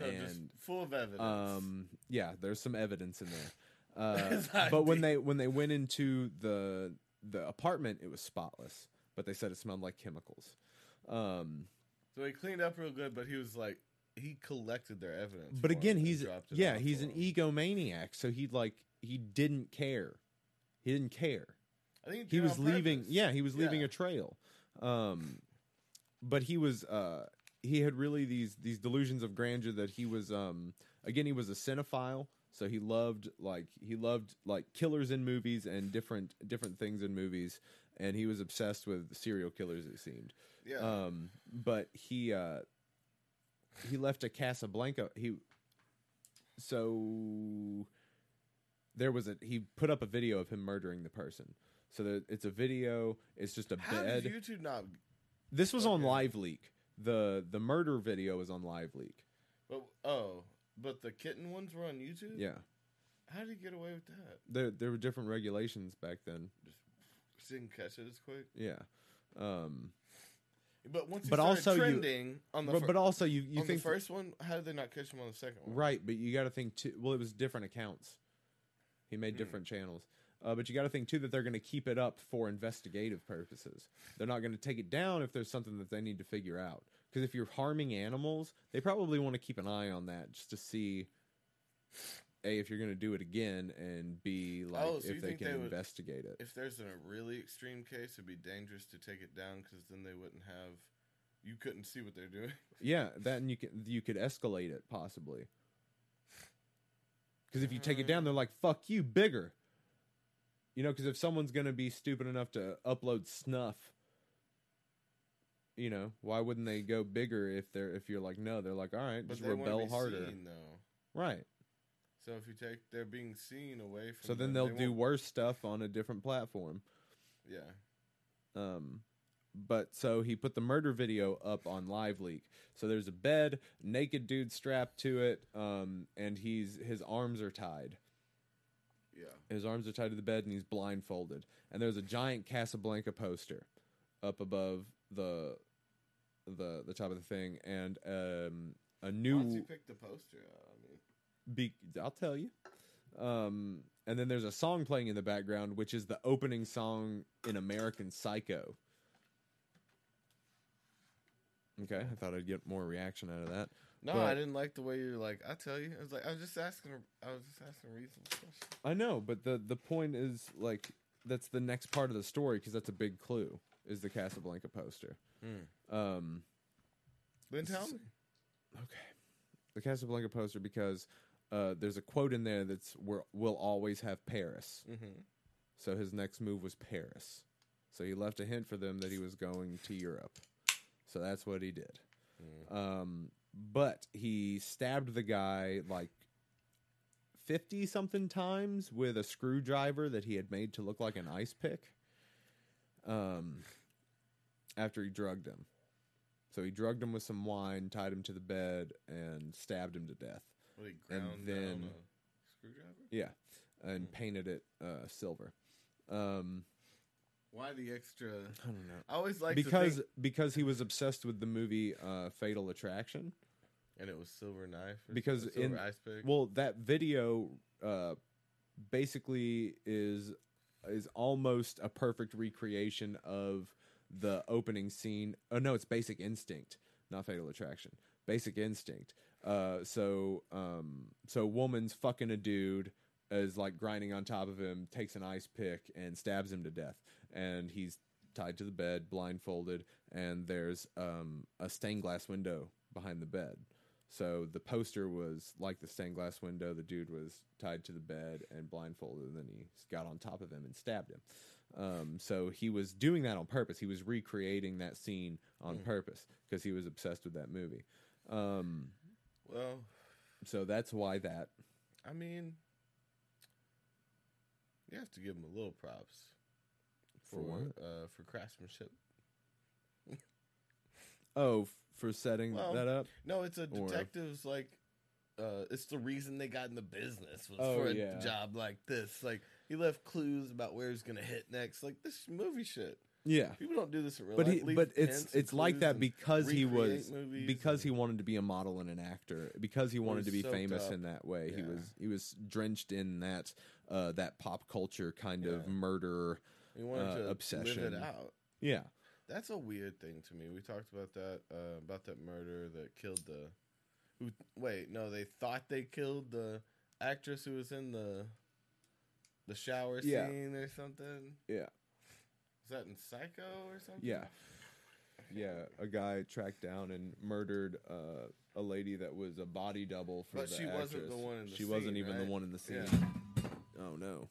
S2: So just
S1: and,
S2: full of evidence.
S1: Um, yeah, there's some evidence in there. Uh,
S2: His
S1: but when
S2: ID.
S1: they when they went into the the apartment, it was spotless. But they said it smelled like chemicals. Um,
S2: so he cleaned up real good, but he was like, he collected their evidence.
S1: but
S2: for 'em
S1: again
S2: and
S1: he's
S2: dropped it
S1: yeah
S2: off
S1: he's
S2: for
S1: an E
S2: 'em.
S1: egomaniac so he like he didn't care he didn't care
S2: I think
S1: he
S2: did it
S1: was
S2: on
S1: leaving
S2: purpose.
S1: yeah he was leaving
S2: Yeah.
S1: a trail um but he was uh he had really these these delusions of grandeur that he was um again he was a cinephile so he loved like he loved like killers in movies and different different things in movies and he was obsessed with serial killers it seemed
S2: Yeah.
S1: um, but he uh, he left a Casablanca. He so there was a he put up a video of him murdering the person. So there, it's a video. It's just a
S2: How
S1: bed.
S2: did YouTube not?
S1: this was on
S2: Okay.
S1: Live Leak. the The murder video was on Live Leak.
S2: But oh, but the kitten ones were on YouTube.
S1: Yeah,
S2: How did he get away with that?
S1: there there were different regulations back then.
S2: Just didn't catch it as quick.
S1: Yeah. Um,
S2: But once he
S1: But
S2: started
S1: also you-
S2: trending on the
S1: but,
S2: fir-
S1: but also you you
S2: on
S1: think
S2: the first one, how did they not catch him on the second one?
S1: Right, but you got to think too. Well, it was different accounts. He made
S2: Hmm.
S1: different channels, uh, but you got to think too that they're going to keep it up for investigative purposes. They're not going to take it down if there's something that they need to figure out. Because if you're harming animals, they probably want to keep an eye on that just to see a if you're going to do it again, and b like
S2: Oh, so you
S1: if they
S2: think
S1: can
S2: they would-
S1: investigate it.
S2: If there's a really extreme case, it'd be dangerous to take it down because then they wouldn't have. You couldn't see what they're doing.
S1: Yeah, that and you can you could escalate it possibly. Because if you take it down, they're like, "Fuck you, bigger." You know, because if someone's gonna be stupid enough to upload snuff, you know, why wouldn't they go bigger if they're if you're like, no, they're like, all right,
S2: But
S1: just
S2: they want to
S1: rebel
S2: be
S1: harder,
S2: seen though.
S1: right?
S2: So if you take, they're being seen away from.
S1: So then
S2: them,
S1: they'll
S2: they
S1: do
S2: won't-
S1: worse stuff on a different platform.
S2: Yeah.
S1: Um, but so he put the murder video up on Live Leak. So there's a bed, naked dude strapped to it, um, and he's his arms are tied.
S2: Yeah.
S1: His arms are tied to the bed, and he's blindfolded. And there's a giant Casablanca poster up above the the the top of the thing, and um, a new
S2: Once you pick the poster, out, I mean,
S1: be- I'll tell you. Um, and then there's a song playing in the background, which is the opening song in American Psycho. Okay, I thought I'd get more reaction out of that.
S2: no,
S1: But-
S2: I didn't like the way you were like. I tell you, I was like, I was just asking. a- I was just asking a reasonable question.
S1: I know, but the the point is like that's the next part of the story because that's a big clue is the Casablanca poster. Um,
S2: Then tell
S1: S-
S2: me.
S1: Okay. The Casablanca poster because uh, there's a quote in there that's we're, we'll always have Paris.
S2: Mm-hmm.
S1: So his next move was Paris. So he left a hint for them that he was going to Europe. So that's what he did.
S2: Mm-hmm.
S1: Um, but he stabbed the guy like 50 something times with a screwdriver that he had made to look like an ice pick um, after he drugged him. So he drugged him with some wine, tied him to the bed, and stabbed him to death.
S2: What, he ground
S1: then-
S2: down a screwdriver?
S1: Yeah. And
S2: Hmm.
S1: painted it uh, silver. Um,
S2: Why the extra?
S1: I don't know.
S2: I always like
S1: because
S2: to think,
S1: because he was obsessed with the movie uh, Fatal Attraction,
S2: and it was silver knife or
S1: Because
S2: silver
S1: in-
S2: ice pick.
S1: Well, that video uh, basically is is almost a perfect recreation of the opening scene. Oh no, it's Basic Instinct, not Fatal Attraction. Basic Instinct. Uh, so um, so a woman's fucking a dude is like grinding on top of him, takes an ice pick and stabs him to death, and he's tied to the bed, blindfolded, and there's um, a stained glass window behind the bed. So the poster was like the stained glass window. The dude was tied to the bed and blindfolded, and then he got on top of him and stabbed him. Um, so he was doing that on purpose. He was recreating that scene on
S2: Mm.
S1: purpose because he was obsessed with that movie. Um,
S2: well,
S1: so that's why that.
S2: I mean, you have to give him a little props
S1: For what?
S2: Uh, for craftsmanship.
S1: Oh, f- for setting
S2: Well,
S1: that up.
S2: No, it's a
S1: Or-
S2: detective's like. Uh, it's the reason they got in the business was
S1: Oh,
S2: for a
S1: yeah.
S2: job like this. Like he left clues about where he's gonna hit next. Like this movie shit.
S1: Yeah,
S2: People don't do this in real
S1: but
S2: life.
S1: he,
S2: Leave
S1: but it's
S2: hints and
S1: it's like
S2: clues
S1: that
S2: and
S1: because he was
S2: recreate movies
S1: because he
S2: and-
S1: wanted to be a model and an actor because he wanted
S2: was
S1: to be
S2: soaked
S1: famous
S2: up.
S1: in that way he
S2: Yeah.
S1: was he was drenched in that uh that pop culture kind of
S2: Yeah.
S1: murder
S2: he wanted
S1: uh,
S2: to live
S1: obsession.
S2: it out.
S1: yeah
S2: That's a weird thing to me. We talked about that uh, about that murder that killed the. Who, wait, no, they thought they killed the actress who was in the the shower
S1: Yeah.
S2: scene or something.
S1: Yeah.
S2: Was that in Psycho or something?
S1: Yeah. yeah a guy tracked down and murdered uh a lady that was a body double for
S2: But
S1: the
S2: she wasn't
S1: actress.
S2: the one in the
S1: she wasn't
S2: scene,
S1: even the
S2: right?
S1: one in the scene
S2: Yeah.
S1: oh no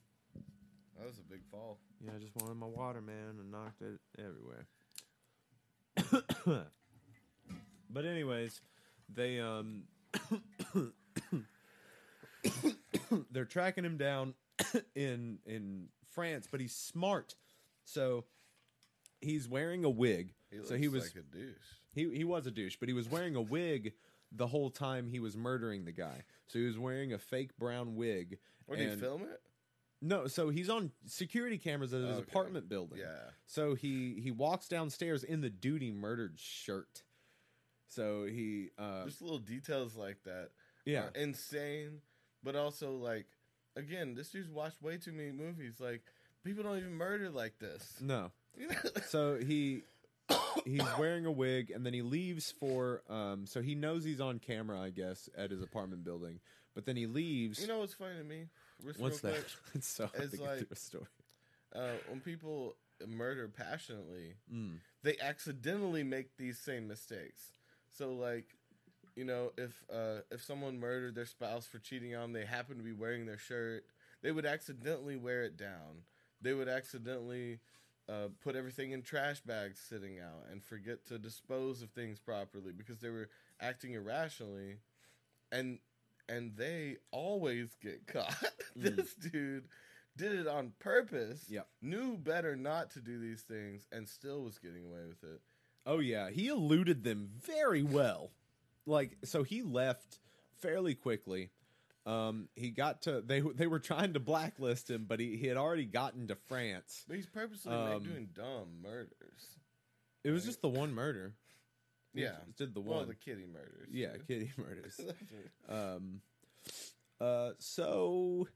S2: That was a big fall.
S1: yeah I just wanted my water man and knocked it everywhere but anyways they um they're tracking him down in in France, but he's smart. So he's wearing a wig. so he was
S2: like a douche.
S1: he he was a douche, but he was wearing a wig the whole time he was murdering the guy. So he was wearing a fake brown wig.
S2: What did he
S1: and-
S2: film it?
S1: No, so he's on security cameras at his
S2: Oh, Okay.
S1: apartment building.
S2: Yeah.
S1: So he he walks downstairs in the duty murdered shirt. So he uh
S2: Just little details like that.
S1: yeah.
S2: are insane, but also like again, this dude's watched way too many movies. Like people don't even murder like this.
S1: No. so he he's wearing a wig and then he leaves for um so he knows he's on camera i guess at his apartment building but then he leaves
S2: you know what's funny to me? Just
S1: what's
S2: real
S1: that it's so hard
S2: It's
S1: to get
S2: like-
S1: through a story
S2: Uh, when people murder passionately,
S1: mm.
S2: they accidentally make these same mistakes. So like, you know, if uh, if someone murdered their spouse for cheating on, them, they happen to be wearing their shirt. They would accidentally wear it down. They would accidentally uh, put everything in trash bags sitting out and forget to dispose of things properly because they were acting irrationally, and and they always get caught.
S1: Mm.
S2: this dude did it on purpose
S1: Yep.
S2: knew better not to do these things and still was getting away with it.
S1: oh yeah he eluded them very well like so he left fairly quickly um he got to they they were trying to blacklist him but he, he had already gotten to france
S2: But he's purposely like,
S1: Um,
S2: doing dumb murders.
S1: it was just the one murder He
S2: Yeah.
S1: just did the
S2: Well,
S1: one
S2: the kitty murders.
S1: yeah kitty murders
S2: That's
S1: Um, uh, so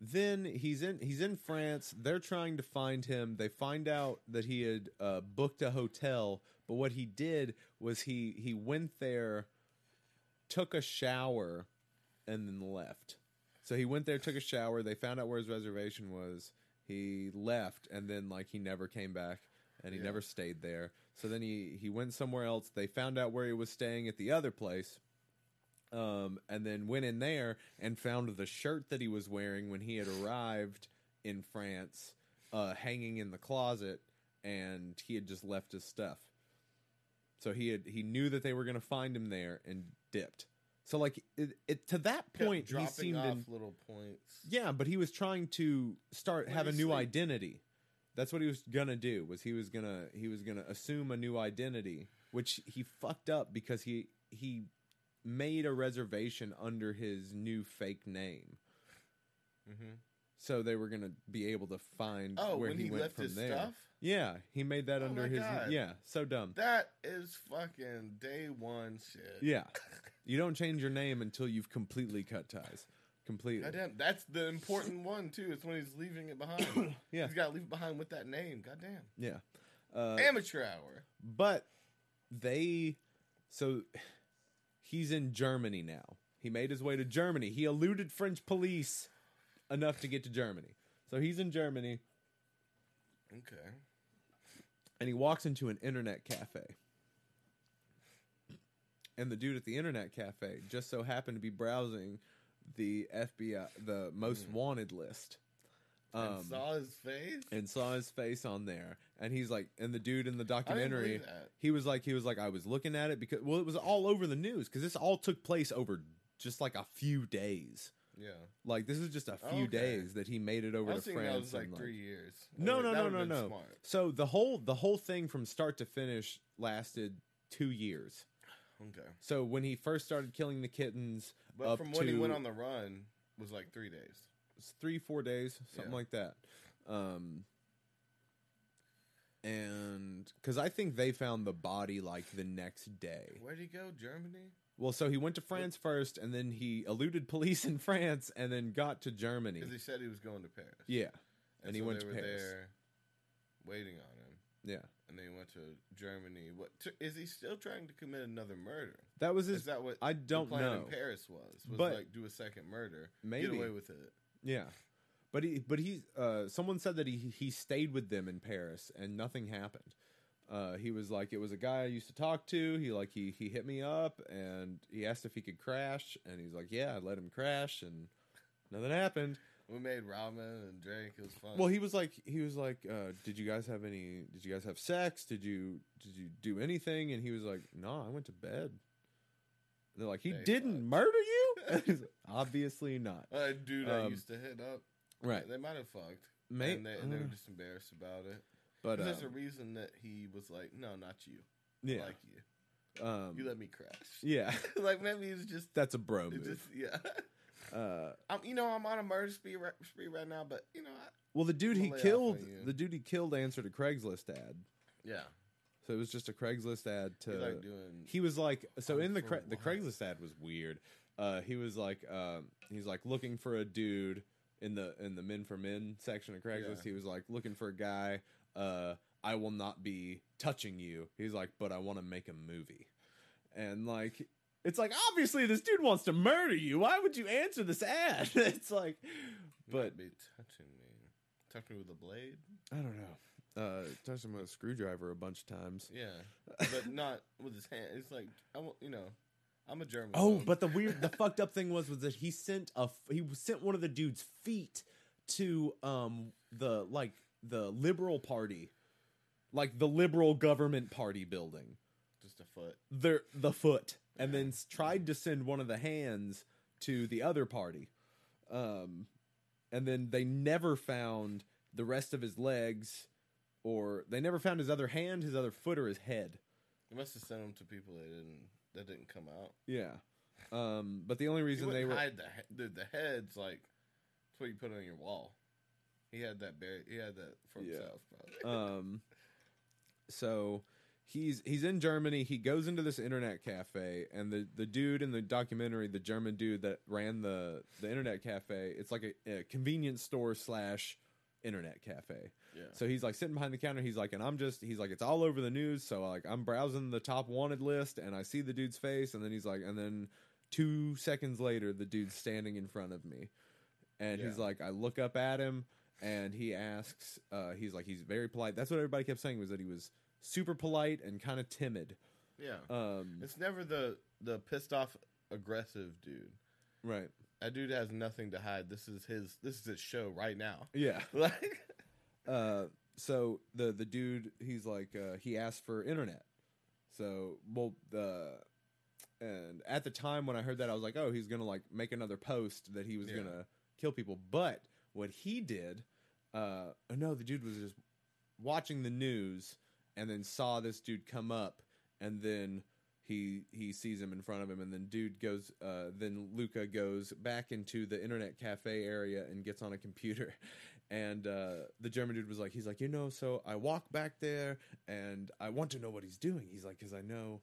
S1: then he's in he's in France. They're trying to find him. They find out that he had uh, booked a hotel, but what he did was he he went there, took a shower, and then left. So he went there, took a shower. They found out where his reservation was. He left, and then like he never came back, and he
S2: Yeah.
S1: never stayed there. So then he he went somewhere else. They found out where he was staying at the other place, um, and then went in there and found the shirt that he was wearing when he had arrived in France, uh, hanging in the closet, and he had just left his stuff. So he had he knew that they were going to find him there and dipped. So like it, it to that point, he
S2: dropping
S1: seemed
S2: off
S1: in,
S2: little points.
S1: yeah, but he was trying to start
S2: Where
S1: have a
S2: is
S1: new
S2: he?
S1: identity. That's what he was gonna do. Was he was gonna he was gonna assume a new identity, which he fucked up because he he made a reservation under his new fake name.
S2: Mm-hmm.
S1: so they were gonna be able to find
S2: Oh,
S1: where
S2: when
S1: he,
S2: he,
S1: went
S2: left
S1: from
S2: his
S1: there.
S2: stuff?
S1: Yeah, he made that
S2: Oh
S1: under
S2: my
S1: his
S2: God.
S1: yeah. So dumb.
S2: That is fucking day one shit.
S1: yeah, you don't change your name until you've completely cut ties. Completely.
S2: Goddamn, that's the important one too. It's when he's leaving it behind.
S1: Yeah.
S2: He's got to leave it behind with that name. Goddamn.
S1: Yeah.
S2: Eh.
S1: Uh,
S2: Amateur hour.
S1: but they so he's in Germany now. He made his way to Germany. He eluded French police enough to get to Germany. So he's in Germany
S2: Okay.
S1: and he walks into an internet cafe. And the dude at the internet cafe just so happened to be browsing the FBI, the most wanted list.
S2: Hmm.
S1: um,
S2: and saw his face.
S1: and saw his face on there and he's like and the dude in the
S2: I didn't
S1: documentary
S2: believe that.
S1: he was like he was like i was looking at it because well it was all over the news because this all took place over just like a few days
S2: Yeah.
S1: like this is just a few
S2: Okay.
S1: days that he made it over
S2: I was
S1: to
S2: thinking
S1: france
S2: that was
S1: and,
S2: like three years. I
S1: no
S2: was
S1: no
S2: like,
S1: no
S2: that
S1: no
S2: would've been
S1: no
S2: Smart.
S1: so the whole the whole thing from start to finish lasted two years
S2: Okay.
S1: so when he first started killing the kittens
S2: But
S1: Up
S2: from when he went
S1: to-
S2: on the run was like three days.
S1: it's three four days something
S2: Yeah.
S1: like that um and because i think they found the body like the next day
S2: Where'd he go? Germany?
S1: well so he went to france first and then he eluded police in france and then got to germany
S2: Because he said he was going to Paris.
S1: yeah and he
S2: so
S1: went
S2: they
S1: to
S2: were
S1: Paris.
S2: there waiting on him.
S1: yeah
S2: And then he went to Germany. What t- is he still trying to commit another murder?
S1: that was his
S2: Is that what
S1: i
S2: the
S1: don't
S2: plan
S1: know
S2: in Paris was? Was
S1: But-
S2: like do a second murder,
S1: Maybe.
S2: get away with it.
S1: yeah but he but he uh someone said that he he stayed with them in paris and nothing happened uh, he was like, it was a guy I used to talk to. He like he he hit me up and he asked if he could crash, and he's like, yeah, I let him crash, and nothing happened.
S2: We made ramen and drank. It was fun.
S1: Well, he was like, he was like, uh, did you guys have any? Did you guys have sex? Did you did you do anything? And he was like, no, I went to bed. And they're like, he
S2: They
S1: didn't
S2: fucked.
S1: murder you? And he's like, Obviously not.
S2: uh, dude, I
S1: um,
S2: used to hit up.
S1: Right,
S2: They might have fucked.
S1: mate.
S2: and they, and they were just embarrassed about it.
S1: but
S2: there's a
S1: um,
S2: reason that he was like, "No, not you.
S1: yeah,
S2: Like you.
S1: um,
S2: You let me crash."
S1: yeah,
S2: like maybe he was just,
S1: that's a bro
S2: it
S1: move.
S2: just yeah.
S1: uh,
S2: I'm, you know, I'm on a murder spree right, spree right now, but you know, I,
S1: Well, the dude
S2: I'ma
S1: he
S2: lay off on
S1: killed,
S2: you.
S1: the dude he killed answered a Craigslist ad.
S2: yeah,
S1: So it was just a Craigslist ad to.
S2: he's like doing.
S1: he was like, so
S2: I'm
S1: in the
S2: for
S1: Cra- the
S2: what?
S1: Craigslist ad was weird. Uh, he was like, um, he's like looking for a dude in the in the men for men section of Craigslist.
S2: Yeah.
S1: He was like looking for a guy. Uh, I will not be touching you. He's like, but I want to make a movie, and like. It's like obviously this dude wants to murder you. Why would you answer this ad? It's like, but
S2: Might be touching me, touch me with a blade.
S1: I don't know. Uh, touched him with a screwdriver a bunch of times.
S2: Yeah, but not with his hand. It's like I want, you know, I'm a German.
S1: Oh,
S2: so-
S1: but the weird, the fucked up thing was was that he sent a f- he sent one of the dude's feet to um the like the liberal party, like the liberal government party building.
S2: just a foot.
S1: Their the foot, and then s- tried to send one of the hands to the other party, um, and then they never found the rest of his legs, or they never found his other hand, his other foot, or his head.
S2: He must have sent them to people that didn't that didn't come out.
S1: Yeah. Um, but the only
S2: He
S1: reason
S2: wouldn't
S1: they were
S2: hide the he- dude. The head's like that's what you put on your wall. He had that buried. He had that for
S1: Yeah.
S2: himself. Probably.
S1: um so he's he's in Germany, he goes into this internet cafe and the the dude in the documentary, the German dude that ran the the internet cafe, it's like a, a convenience store slash internet cafe.
S2: yeah.
S1: So he's like sitting behind the counter. He's like, and I'm just, he's like, it's all over the news. So like, I'm browsing the top wanted list and I see the dude's face. And then he's like, and then two seconds later, the dude's standing in front of me. And he's
S2: Yeah.
S1: like, I look up at him and he asks, uh, he's like, he's very polite. That's what everybody kept saying was that he was super polite and kind of timid.
S2: Yeah.
S1: Um,
S2: It's never the the pissed off aggressive dude.
S1: right.
S2: That dude has nothing to hide. This is his. This is his show right now.
S1: Yeah.
S2: Like
S1: Uh, so the the dude he's like uh, he asked for internet so well the and at the time when i heard that i was like oh he's gonna like make another post that he was
S2: Yeah.
S1: gonna kill people but what he did uh oh no the dude was just watching the news and then saw this dude come up and then he he sees him in front of him, and then dude goes. Uh, then Luca goes back into the internet cafe area and gets on a computer, and uh, the German dude was like, he's like, you know, so I walk back there, and I want to know what he's doing. He's like, because I know.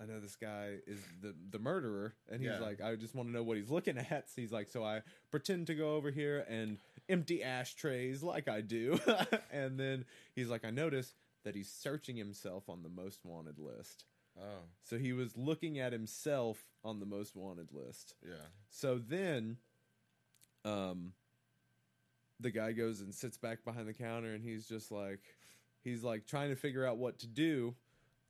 S1: I know this guy is the the murderer, and he's
S2: Yeah.
S1: like, I just want to know what he's looking at. So he's like, so I pretend to go over here and empty ashtrays like I do, and then he's like, I notice that he's searching himself on the most wanted list.
S2: Oh,
S1: So he was looking at himself on the most wanted list.
S2: yeah.
S1: So then, um, the guy goes and sits back behind the counter, and he's just like, he's like trying to figure out what to do.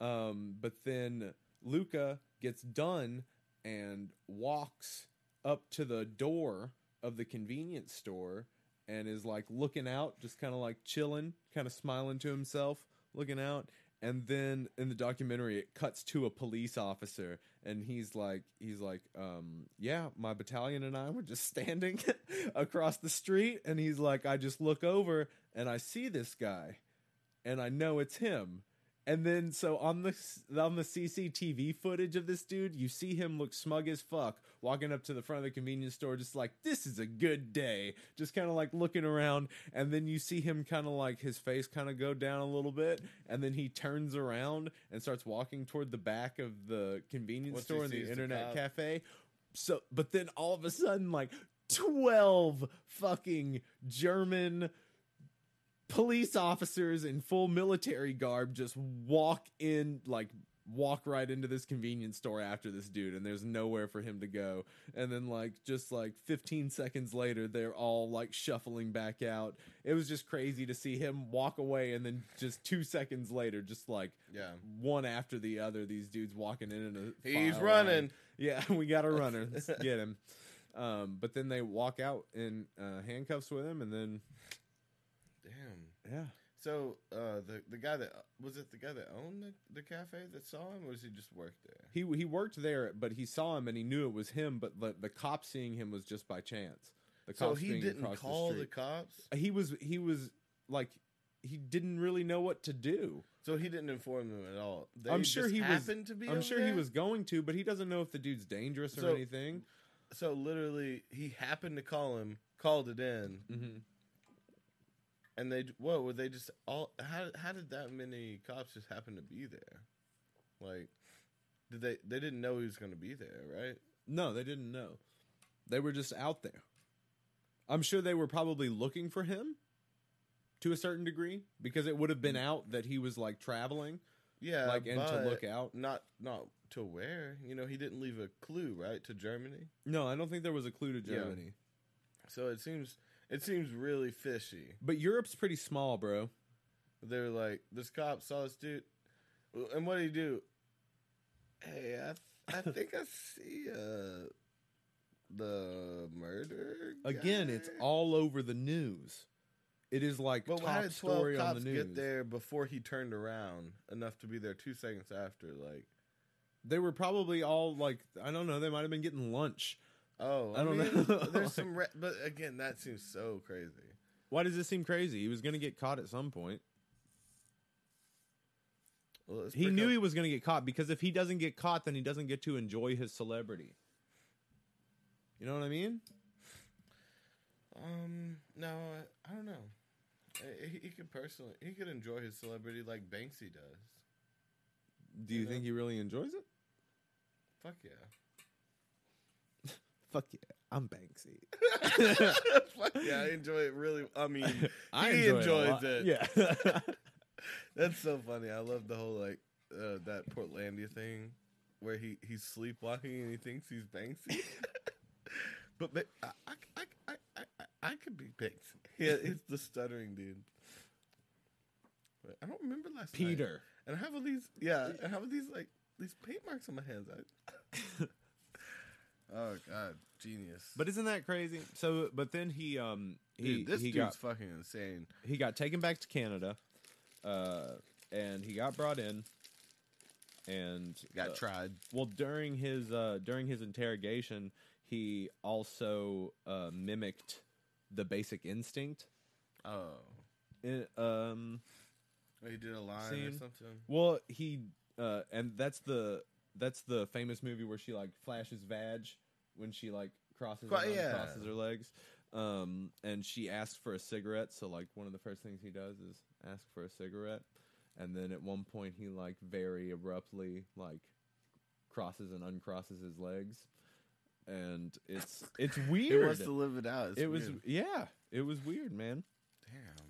S1: Um, but then Luca gets done and walks up to the door of the convenience store and is like looking out, just kind of like chilling, kind of smiling to himself, looking out. And then in the documentary, it cuts to a police officer, and he's like, he's like, um, yeah, my battalion and I were just standing across the street, and he's like, I just look over and I see this guy, and I know it's him. And then so on the s- on the CCTV footage of this dude, you see him look smug as fuck walking up to the front of the convenience store just like this is a good day, just kind of like looking around and then you see him kind of like his face kind of go down a little bit and then he turns around and starts walking toward the back of the convenience
S2: Once he
S1: store and the
S2: sees the
S1: internet
S2: cop.
S1: cafe. So but then all of a sudden like 12 fucking German police officers in full military garb just walk in like walk right into this convenience store after this dude and there's nowhere for him to go and then like just like 15 seconds later they're all like shuffling back out it was just crazy to see him walk away and then just two seconds later just like
S2: Yeah.
S1: one after the other these dudes walking in and
S2: He's running.
S1: yeah, we got a runner. Let's get him. Um, but then they walk out in uh, handcuffs with him, and then
S2: Damn.
S1: yeah,
S2: So uh, the the guy that was it the guy that owned the, the cafe that saw him, or was he just worked there?
S1: he he worked there, but he saw him and he knew it was him. But the, the cop seeing him was just by chance. The
S2: So
S1: cops
S2: he
S1: being
S2: didn't
S1: across
S2: call
S1: the,
S2: the,
S1: street.
S2: cops.
S1: He was he was like he didn't really know what to do.
S2: So he didn't inform them at all. They
S1: I'm sure
S2: just
S1: he was-
S2: happened to be.
S1: I'm
S2: over
S1: sure he
S2: there?
S1: was going to, but he doesn't know if the dude's dangerous or
S2: So-
S1: anything.
S2: So literally, he happened to call him, called it in,
S1: hmm
S2: and they whoa were they just all how how did that many cops just happen to be there? Like, did they they didn't know he was going to be there, right?
S1: No, they didn't know. They were just out there. I'm sure they were probably looking for him to a certain degree because it would have been out that he was like traveling,
S2: Mm. Yeah,
S1: like and to
S2: but
S1: look out.
S2: not not to where you know he didn't leave a clue right to Germany.
S1: No, I don't think there was a clue to
S2: Yeah.
S1: Germany.
S2: So it seems it seems really fishy.
S1: But Europe's pretty small, bro.
S2: They were like, this cop saw this dude, and what did he do? Hey, I I think I see uh the murder
S1: Again, it's
S2: guy."
S1: all over the news. It is like
S2: But how
S1: top
S2: did twelve
S1: story on
S2: cops
S1: the news.
S2: get there before he turned around enough to be there two seconds after? Like,
S1: They were probably all like I don't know. They might have been getting lunch.
S2: oh,
S1: I don't
S2: mean,
S1: know.
S2: there's some, re- but again, that seems so crazy.
S1: Why does this seem crazy? He was going to get caught at some point.
S2: Well, let's
S1: He
S2: break
S1: knew
S2: up-
S1: he was going to get caught because if he doesn't get caught, then he doesn't get to enjoy his celebrity. You know what I mean?
S2: Um, no, I, I don't know. I- He, he could personally, he could enjoy his celebrity like Banksy does.
S1: Do you
S2: You know?
S1: think he really enjoys it?
S2: Fuck yeah.
S1: Fuck yeah, I'm Banksy.
S2: Fuck yeah, I enjoy it really. I mean,
S1: I
S2: He
S1: enjoy
S2: enjoys
S1: lot.
S2: it.
S1: Yeah.
S2: that's so funny. I love the whole like uh, that Portlandia thing where he he's sleepwalking and he thinks he's Banksy. but ba- I, I, I, I, I, I could be Banksy. Yeah, it's the stuttering dude. But I don't remember last night.
S1: Peter.
S2: And how about these? Yeah, and how about these like these paint marks on my hands? I... oh God, genius!
S1: But isn't that crazy? So, but then he um he
S2: Dude, this
S1: he
S2: dude's
S1: got
S2: fucking insane.
S1: he got taken back to Canada, uh, and he got brought in, and
S2: Got
S1: uh,
S2: tried.
S1: Well, during his uh, during his interrogation, he also uh, mimicked the Basic Instinct.
S2: Oh,
S1: In, um,
S2: he did a line or
S1: Scene.
S2: something.
S1: well, he uh, and that's the that's the famous movie where she like flashes vag when she like crosses
S2: Cro-
S1: her arms,
S2: yeah.
S1: crosses her legs. Um, and she asks for a cigarette, so like one of the first things he does is ask for a cigarette, and then at one point he like very abruptly like crosses and uncrosses his legs, and it's it's
S2: He
S1: weird.
S2: wants to live it out. It's
S1: it was
S2: weird.
S1: yeah, it was weird, man.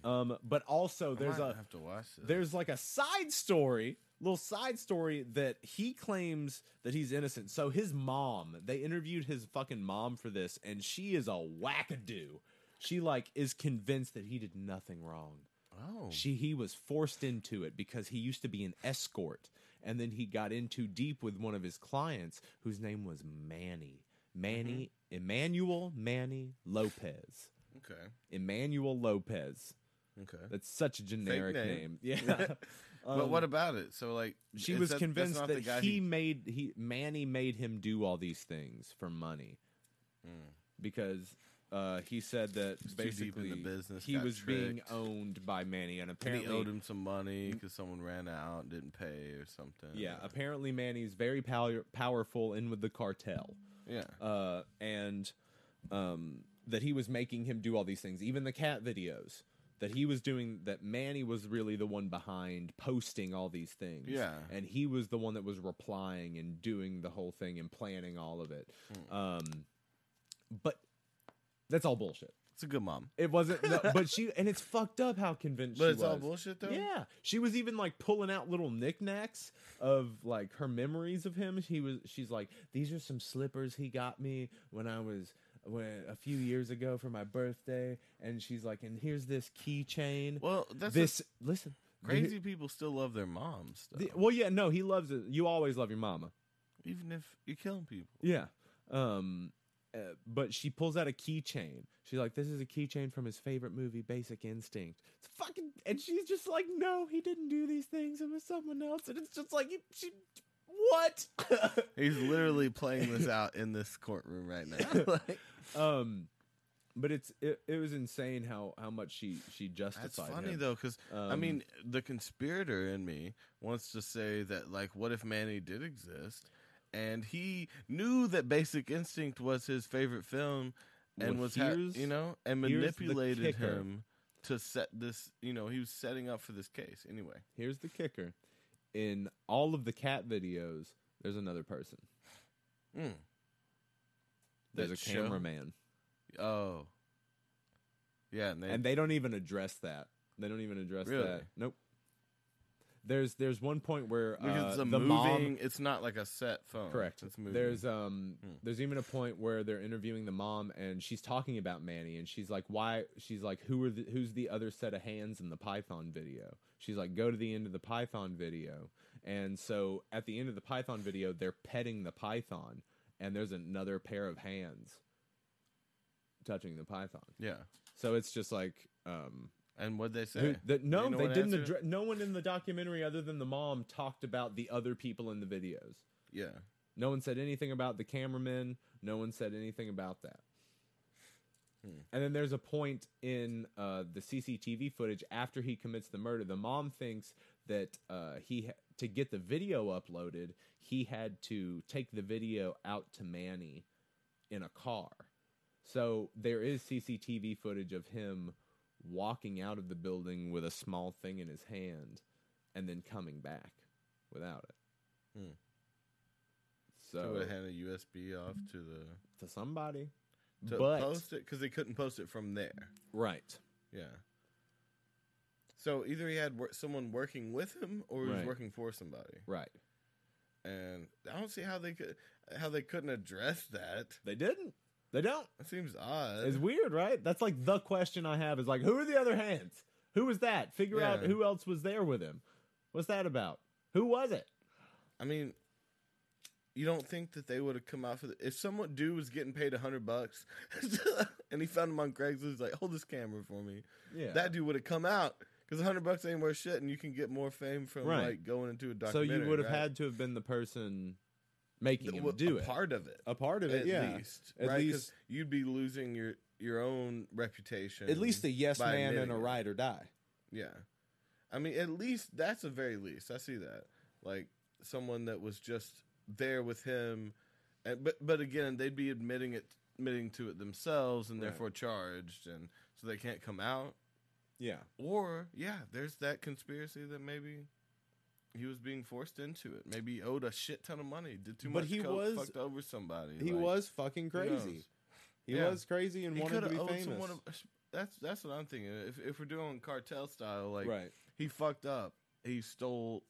S2: damn.
S1: Um, but also there's
S2: I
S1: a
S2: might have to watch this.
S1: there's like a side story little side story that he claims that he's innocent so his mom they interviewed his fucking mom for this and she is a wackadoo she like is convinced that he did nothing wrong
S2: oh
S1: she he was forced into it because he used to be an escort and then he got in too deep with one of his clients whose name was manny manny
S2: Mm-hmm.
S1: emmanuel manny lopez
S2: okay
S1: emmanuel lopez
S2: okay.
S1: that's such a generic
S2: name.
S1: name. yeah
S2: but what about it? So like
S1: Um, she
S2: is
S1: was
S2: that- that's
S1: convinced
S2: not
S1: that
S2: the guy
S1: he made he Manny made him do all these things for money
S2: Mm.
S1: because uh, he said that
S2: He's too
S1: basically
S2: deep in the business,
S1: he
S2: got
S1: was being
S2: tricked.
S1: owned by Manny, and
S2: And
S1: apparently
S2: he owed him some money because someone ran out and didn't pay or something.
S1: yeah, apparently Manny's very pow- powerful in with the cartel,
S2: yeah.
S1: uh, and um, that he was making him do all these things, even the cat videos. That he was doing that Manny was really the one behind posting all these things.
S2: Yeah.
S1: and he was the one that was replying and doing the whole thing and planning all of it.
S2: Hmm.
S1: Um, but that's all bullshit.
S2: It's a good mom.
S1: It wasn't, no, but she and it's fucked up how convinced
S2: But
S1: she
S2: it's all
S1: was.
S2: bullshit though.
S1: Yeah, she was even like pulling out little knickknacks of like her memories of him. She was, she's like, these are some slippers he got me when I was when a few years ago for my birthday, and she's like, and here's this keychain.
S2: Well, that's
S1: This listen, the-
S2: crazy people still love their moms though.
S1: the- well, yeah, no, he loves it. You always love your mama.
S2: even if you're killing people.
S1: Yeah. Um, uh, but she pulls out a keychain. She's like, "This is a keychain from his favorite movie, Basic Instinct." It's fucking, and she's just like, "No, he didn't do these things. It was someone else." And it's just like, you- she, what?
S2: He's literally playing this out in this courtroom right now. Like,
S1: um, but it's it, it was insane how how much she she justified.
S2: that's funny
S1: him.
S2: though, because I
S1: Um,
S2: mean, the conspirator in me wants to say that, like, what if Manny did exist and he knew that Basic Instinct was his favorite film and
S1: Well,
S2: was, ha-
S1: here's-
S2: you know, and
S1: here's the
S2: manipulated
S1: kicker.
S2: him to set this, you know, he was setting up for this case anyway.
S1: here's the kicker: in all of the cat videos, there's another person.
S2: Mm.
S1: There's
S2: That
S1: a
S2: show?
S1: cameraman,
S2: Oh. Yeah, and they,
S1: and they don't even address that. They don't even address
S2: Really?
S1: that. Nope. There's there's one point where
S2: because
S1: uh,
S2: it's a
S1: the
S2: moving,
S1: mom
S2: it's not like a set phone.
S1: correct.
S2: It's moving.
S1: There's um
S2: Hmm.
S1: there's even a point where they're interviewing the mom and she's talking about Manny and she's like why she's like who are the, who's the other set of hands in the Python video? She's like go to the end of the Python video. And so at the end of the Python video they're petting the python and there's another pair of hands touching the python.
S2: yeah.
S1: So it's just like um
S2: And what'd they say?
S1: Who- that- no,
S2: You know
S1: they
S2: what
S1: didn't.
S2: answer?
S1: Address, no one in the documentary, other than the mom, talked about the other people in the videos.
S2: yeah.
S1: No one said anything about the cameramen. No one said anything about that.
S2: Hmm.
S1: And then there's a point in uh, the CCTV footage after he commits the murder. The mom thinks that uh, he ha- to get the video uploaded, he had to take the video out to Manny in a car. So there is CCTV footage of him walking out of the building with a small thing in his hand and then coming back without it.
S2: Hmm. They
S1: So
S2: would have handed a USB off to the
S1: to somebody.
S2: to
S1: but
S2: post it because they couldn't post it from there.
S1: right.
S2: Yeah. So either he had wor- someone working with him, or he was
S1: Right.
S2: working for somebody,
S1: Right.
S2: and I don't see how they could how they couldn't address that.
S1: They didn't. They don't.
S2: That seems odd.
S1: It's weird, right? That's like the question I have is like, who are the other hands? Who was that? Figure out
S2: Yeah.
S1: who else was there with him. What's that about? Who was it?
S2: I mean, you don't think that they would have come out for the, if someone dude was getting paid a hundred bucks, and he found him on Craigslist, like hold this camera for me.
S1: Yeah.
S2: That dude would have come out because a hundred bucks ain't worth shit, and you can get more fame from
S1: Right.
S2: like going into a
S1: so
S2: documentary.
S1: you would have
S2: right?
S1: had to have been the person making
S2: Th-
S1: him
S2: well,
S1: do
S2: a
S1: it.
S2: part of it.
S1: a part of
S2: at
S1: it, yeah.
S2: least,
S1: At
S2: right? 'Cause
S1: least-
S2: you'd be losing your your own reputation.
S1: At least a yes
S2: by
S1: man and
S2: admitting
S1: a
S2: it.
S1: ride or die.
S2: Yeah, I mean, at least that's the very least. I see that, like someone that was just there with him, and, but but again, they'd be admitting it, admitting to it themselves, and
S1: Right.
S2: therefore charged, and so they can't come out.
S1: Yeah.
S2: Or yeah, there's that conspiracy that maybe he was being forced into it. Maybe he owed a shit ton of money, did too
S1: But
S2: much,
S1: he
S2: coke,
S1: was-
S2: fucked over somebody.
S1: He
S2: like,
S1: was fucking
S2: who knows?
S1: crazy. He
S2: Yeah.
S1: was crazy and
S2: He
S1: wanted to
S2: coulda
S1: be
S2: owed
S1: famous.
S2: someone a- that's that's what I'm thinking. If if we're doing cartel style, like
S1: right.
S2: he fucked up. He stole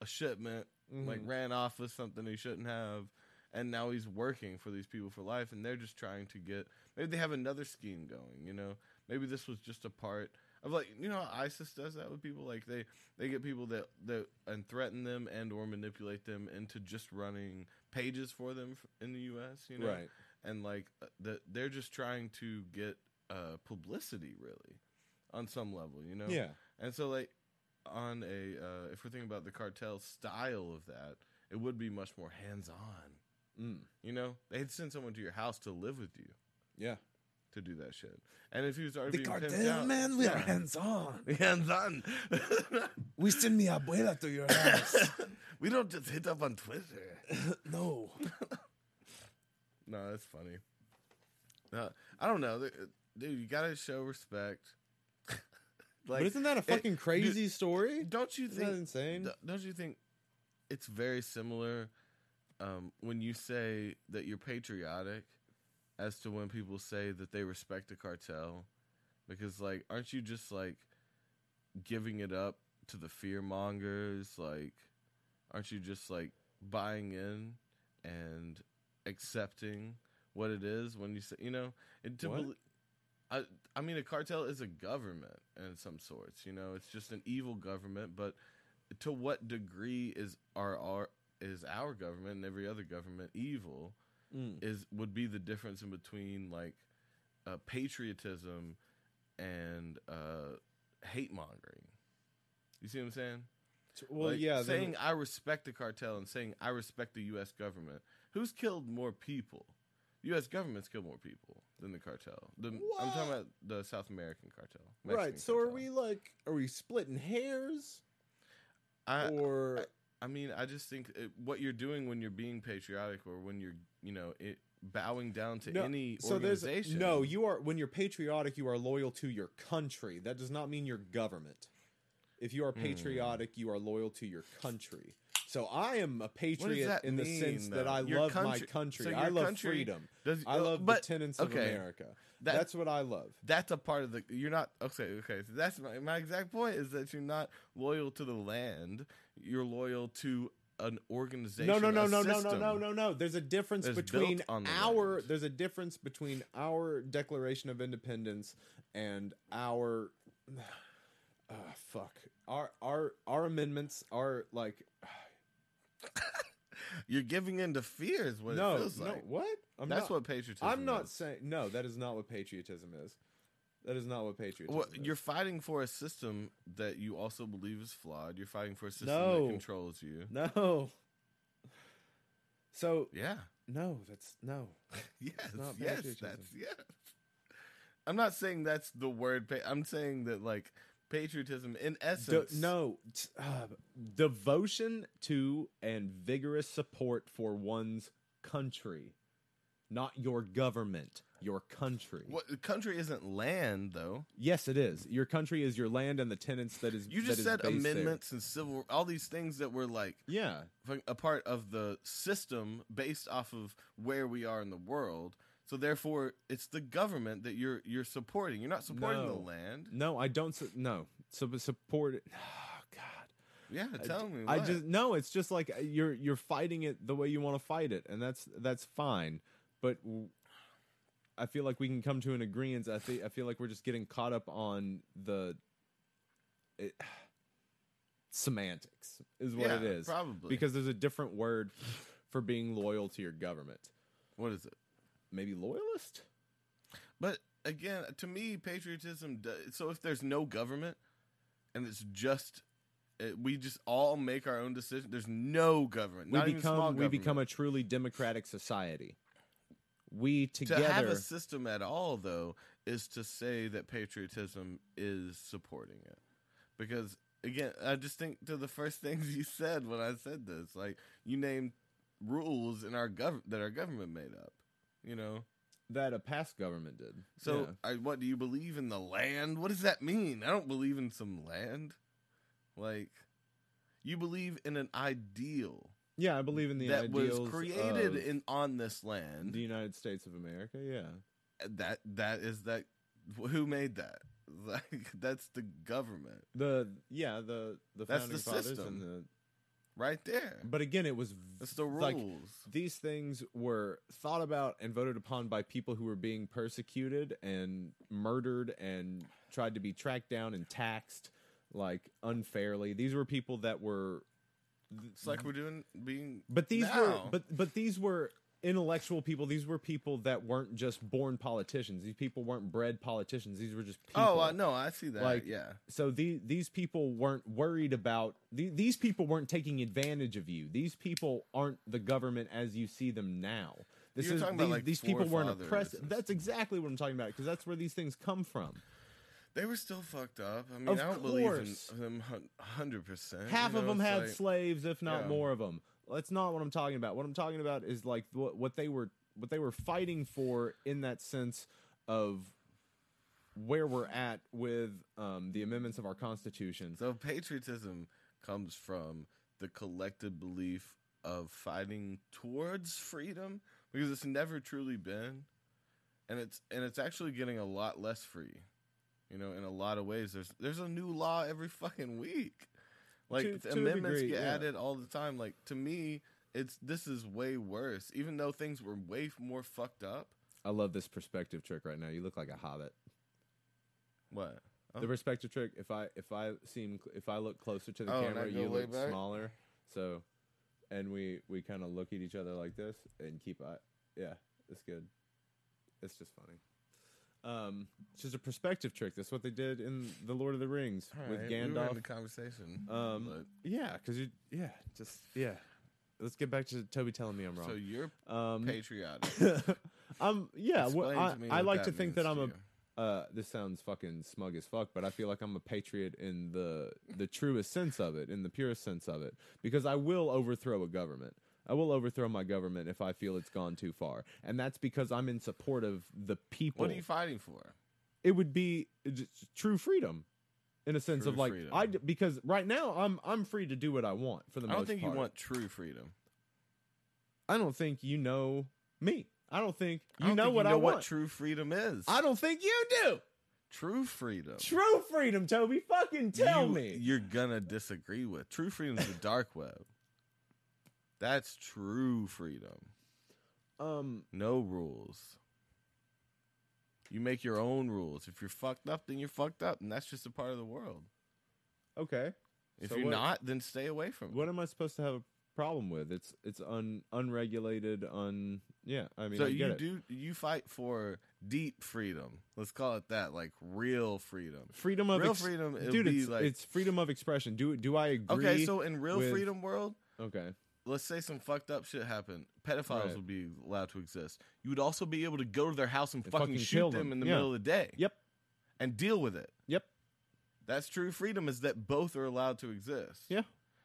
S2: a shipment, like
S1: Mhm.
S2: ran off with something he shouldn't have, and now he's working for these people for life, and they're just trying to get. Maybe they have another scheme going. You know, maybe this was just a part of like you know how ISIS does that with people. Like they they get people that that and threaten them and or manipulate them into just running pages for them f- in the U.S. You know,
S1: right.
S2: and like uh, that they're just trying to get uh publicity really on some level you know
S1: Yeah.
S2: and so like on a uh if we're thinking about the cartel style of that it would be much more hands on
S1: Mm.
S2: you know they'd send someone to your house to live with you
S1: Yeah.
S2: to do that shit and if he was already being pimped out- Yeah.
S3: hands on.
S2: hands on
S3: We send mi abuela to your house.
S2: we don't just hit up on twitter
S3: no.
S2: No, that's funny. Uh, I don't know, Th- dude. You gotta show respect.
S1: but isn't that a fucking crazy story?
S2: Don't you
S1: Isn't that
S2: think?
S1: insane?
S2: d- Don't you think it's very similar um, when you say that you're patriotic, as to when people say that they respect the cartel, because like, aren't you just like giving it up to the fear mongers? Like, aren't you just like buying in and accepting what it is when you say you know and to
S1: What?
S2: belie- I, I mean a cartel is a government in some sorts you know it's just an evil government but to what degree is our, our is our government and every other government evil
S1: Mm.
S2: is would be the difference in between like uh, patriotism and uh, hate mongering you see what i'm saying
S1: Well,
S2: like,
S1: yeah. then-
S2: saying I respect the cartel and saying I respect the U.S. government. Who's killed more people? The U.S. government's killed more people than the cartel. The, I'm talking
S1: What?
S2: about the South American cartel. Mexican
S1: right. So are
S2: cartel.
S1: we like, are we splitting hairs?
S2: I,
S1: or
S2: I mean, I just think it, what you're doing when you're being patriotic or when you're, you know, it, bowing down to
S1: No,
S2: any
S1: so there's
S2: organization.
S1: no you are when you're patriotic you are loyal to your country that does not mean your government if you are
S2: Hmm.
S1: patriotic you are loyal to your country so i am a patriot
S2: that
S1: in the
S2: mean,
S1: sense that
S2: though?
S1: i
S2: Your
S1: love my
S2: country-
S1: country
S2: so
S1: i
S2: your
S1: love
S2: country-
S1: freedom
S2: Does-
S1: i
S2: uh,
S1: love
S2: but
S1: the tenets of
S2: okay,
S1: america
S2: that-
S1: that's what i love
S2: that's a part of the you're not okay okay so that's my, my exact point is that you're not loyal to the land you're loyal to an organization
S1: no no
S2: a
S1: no no no no
S2: system.
S1: no no no there's a difference
S2: that's
S1: between
S2: built on the
S1: our
S2: land.
S1: there's a difference between our declaration of independence and our Ah, fuck our our our amendments are like
S2: you're giving in to fear is what
S1: no
S2: it feels
S1: no
S2: like
S1: what I'm
S2: that's
S1: not,
S2: what patriotism
S1: i'm not
S2: is.
S1: saying no that is not what patriotism is that is not what patriotism
S2: Well,
S1: is.
S2: you're fighting for a system that you also believe is flawed you're fighting for a system
S1: No.
S2: that controls you
S1: no so
S2: yeah
S1: no that's no
S2: yes
S1: not
S2: yes
S1: patriotism.
S2: that's yes i'm not saying that's the word pa- i'm saying that like patriotism in
S1: De-
S2: essence
S1: no, t- uh, devotion to and vigorous support for one's country, not your government, your country.
S2: What the country isn't land though.
S1: Yes, it is. Your country is your land and the tenants that is.
S2: You
S1: that
S2: just
S1: is
S2: said
S1: based there.
S2: amendments and civil all these things that were like
S1: Yeah,
S2: fuck- a part of the system based off of where we are in the world. So therefore, it's the government that you're you're supporting. You're not supporting
S1: No.
S2: the land.
S1: no, I don't. Su- no, so support. it- Oh, God.
S2: Yeah, tell me.
S1: I
S2: what.
S1: just no. It's just like uh, you're you're fighting it the way you want to fight it, and that's that's fine. But w- I feel like we can come to an agreement. I think I feel like we're just getting caught up on the it, semantics, is what
S2: yeah,
S1: it is.
S2: probably
S1: Because there's a different word for being loyal to your government.
S2: what is it?
S1: Maybe loyalist.
S2: But again, to me, patriotism. Does, so if there's no government, and it's just it, we just all make our own decision. There's no government.
S1: We
S2: not even small
S1: become we
S2: government.
S1: become a truly democratic society. We
S2: to
S1: together.
S2: have a system at all though is to say that patriotism is supporting it because again i just think to the first things you said when i said this like you named rules in our gov that our government made up. You know.
S1: that a past government did.
S2: So,
S1: Yeah.
S2: I, what do you believe in the land? What does that mean? I don't believe in some land. Like, you believe in an ideal
S1: yeah, I believe in the
S2: that was
S1: ideals
S2: created
S1: of
S2: in on this land.
S1: the United States of America. Yeah,
S2: that that is that. Who made that? Like, that's the government
S1: the yeah the the
S2: That's
S1: founding
S2: the
S1: fathers
S2: system.
S1: and the.
S2: right there.
S1: But again, it was
S2: That's the rules.
S1: like, these things were thought about and voted upon by people who were being persecuted and murdered and tried to be tracked down and taxed like unfairly these were people that were
S2: it's like we're doing being.
S1: but these were
S2: now.
S1: but but these were intellectual people these were people that weren't just born politicians these people weren't bred politicians these were just people
S2: oh uh, no, I see that.
S1: Like-
S2: yeah,
S1: so the, these people weren't worried about the, these people weren't taking advantage of you these people aren't the government as you see them now this
S2: You're
S1: is
S2: talking
S1: these,
S2: about, like,
S1: these people weren't
S2: forefathers
S1: oppressed
S2: and
S1: that's exactly what i'm talking about because that's where these things come from
S2: they were still fucked up. I mean,
S1: Of
S2: I don't believe
S1: course.
S2: in them hundred percent.
S1: half of them had
S2: like,
S1: slaves if not
S2: yeah.
S1: more of them that's not what i'm talking about what i'm talking about is like what, what they were what they were fighting for in that sense of where we're at with um, the amendments of our constitution
S2: So patriotism comes from the collective belief of fighting towards freedom because it's never truly been and it's and it's actually getting a lot less free. You know, in a lot of ways there's there's a new law every fucking week. Like
S1: To-
S2: the
S1: to a
S2: amendments
S1: degree,
S2: get
S1: yeah.
S2: added all the time like to me it's this is way worse even though things were way more fucked up.
S1: i love this perspective trick right now you look like a hobbit
S2: What?
S1: The
S2: Oh.
S1: perspective trick. If I if I seem cl- if I look closer to the
S2: Oh, and
S1: camera,
S2: I go
S1: you
S2: way
S1: look
S2: back?
S1: smaller. So, and we we kind of look at each other like this and keep eye. Yeah, it's good. It's just funny. Um, it's just a perspective trick. That's what they did in the Lord of the Rings
S2: All
S1: with
S2: right, we were in
S1: Gandalf.
S2: the conversation.
S1: um, yeah, because you yeah just yeah. Let's get back to Toby telling me I'm
S2: but-
S1: wrong.
S2: so you're
S1: um,
S2: patriotic.
S1: I'm yeah. Well,
S2: Explain
S1: I,
S2: to me
S1: I
S2: what
S1: like
S2: that
S1: to think
S2: means
S1: that
S2: to
S1: I'm a.
S2: you.
S1: Uh, this sounds fucking smug as fuck, but I feel like I'm a patriot in the the truest sense of it, in the purest sense of it, because I will overthrow a government. I will overthrow my government if I feel it's gone too far, and that's because I'm in support of the people.
S2: What are you fighting for?
S1: it would be uh, j- true freedom, in a sense
S2: True
S1: of like
S2: freedom.
S1: I d- because right now I'm I'm free to do what I want for the
S2: I
S1: most
S2: don't think
S1: part.
S2: you want true freedom.
S1: I don't think you know me. I don't think
S2: I
S1: you
S2: don't
S1: know
S2: think
S1: what
S2: you
S1: I
S2: know
S1: want.
S2: what true freedom is.
S1: I don't think you do.
S2: true freedom.
S1: True freedom, Toby. Fucking tell
S2: You-
S1: me.
S2: You're gonna disagree with true freedom's the dark web. That's true freedom.
S1: um,
S2: No rules. You make your own rules. If you're fucked up, then you're fucked up, and that's just a part of the world.
S1: okay.
S2: If
S1: So
S2: you're
S1: what-
S2: not, then stay away from
S1: What
S2: it.
S1: am I supposed to have a problem with? It's it's un unregulated, un yeah. I mean,
S2: so
S1: I
S2: you
S1: get it.
S2: do you fight for deep freedom. Let's call it that, like real freedom.
S1: freedom of
S2: real
S1: ex-
S2: freedom, it'd
S1: dude.
S2: be
S1: it's
S2: like-
S1: it's freedom of expression. Do do I agree?
S2: Okay, so in real
S1: with-
S2: freedom world,
S1: okay.
S2: let's say some fucked up shit happened. Pedophiles
S1: Right.
S2: would be allowed to exist. You would also be able to go to their house and
S1: And
S2: fucking,
S1: fucking
S2: shoot
S1: kill
S2: them,
S1: them.
S2: in the
S1: Yeah.
S2: middle of the day.
S1: Yep.
S2: And deal with it.
S1: Yep.
S2: That's true freedom is that both are allowed to exist.
S1: Yeah.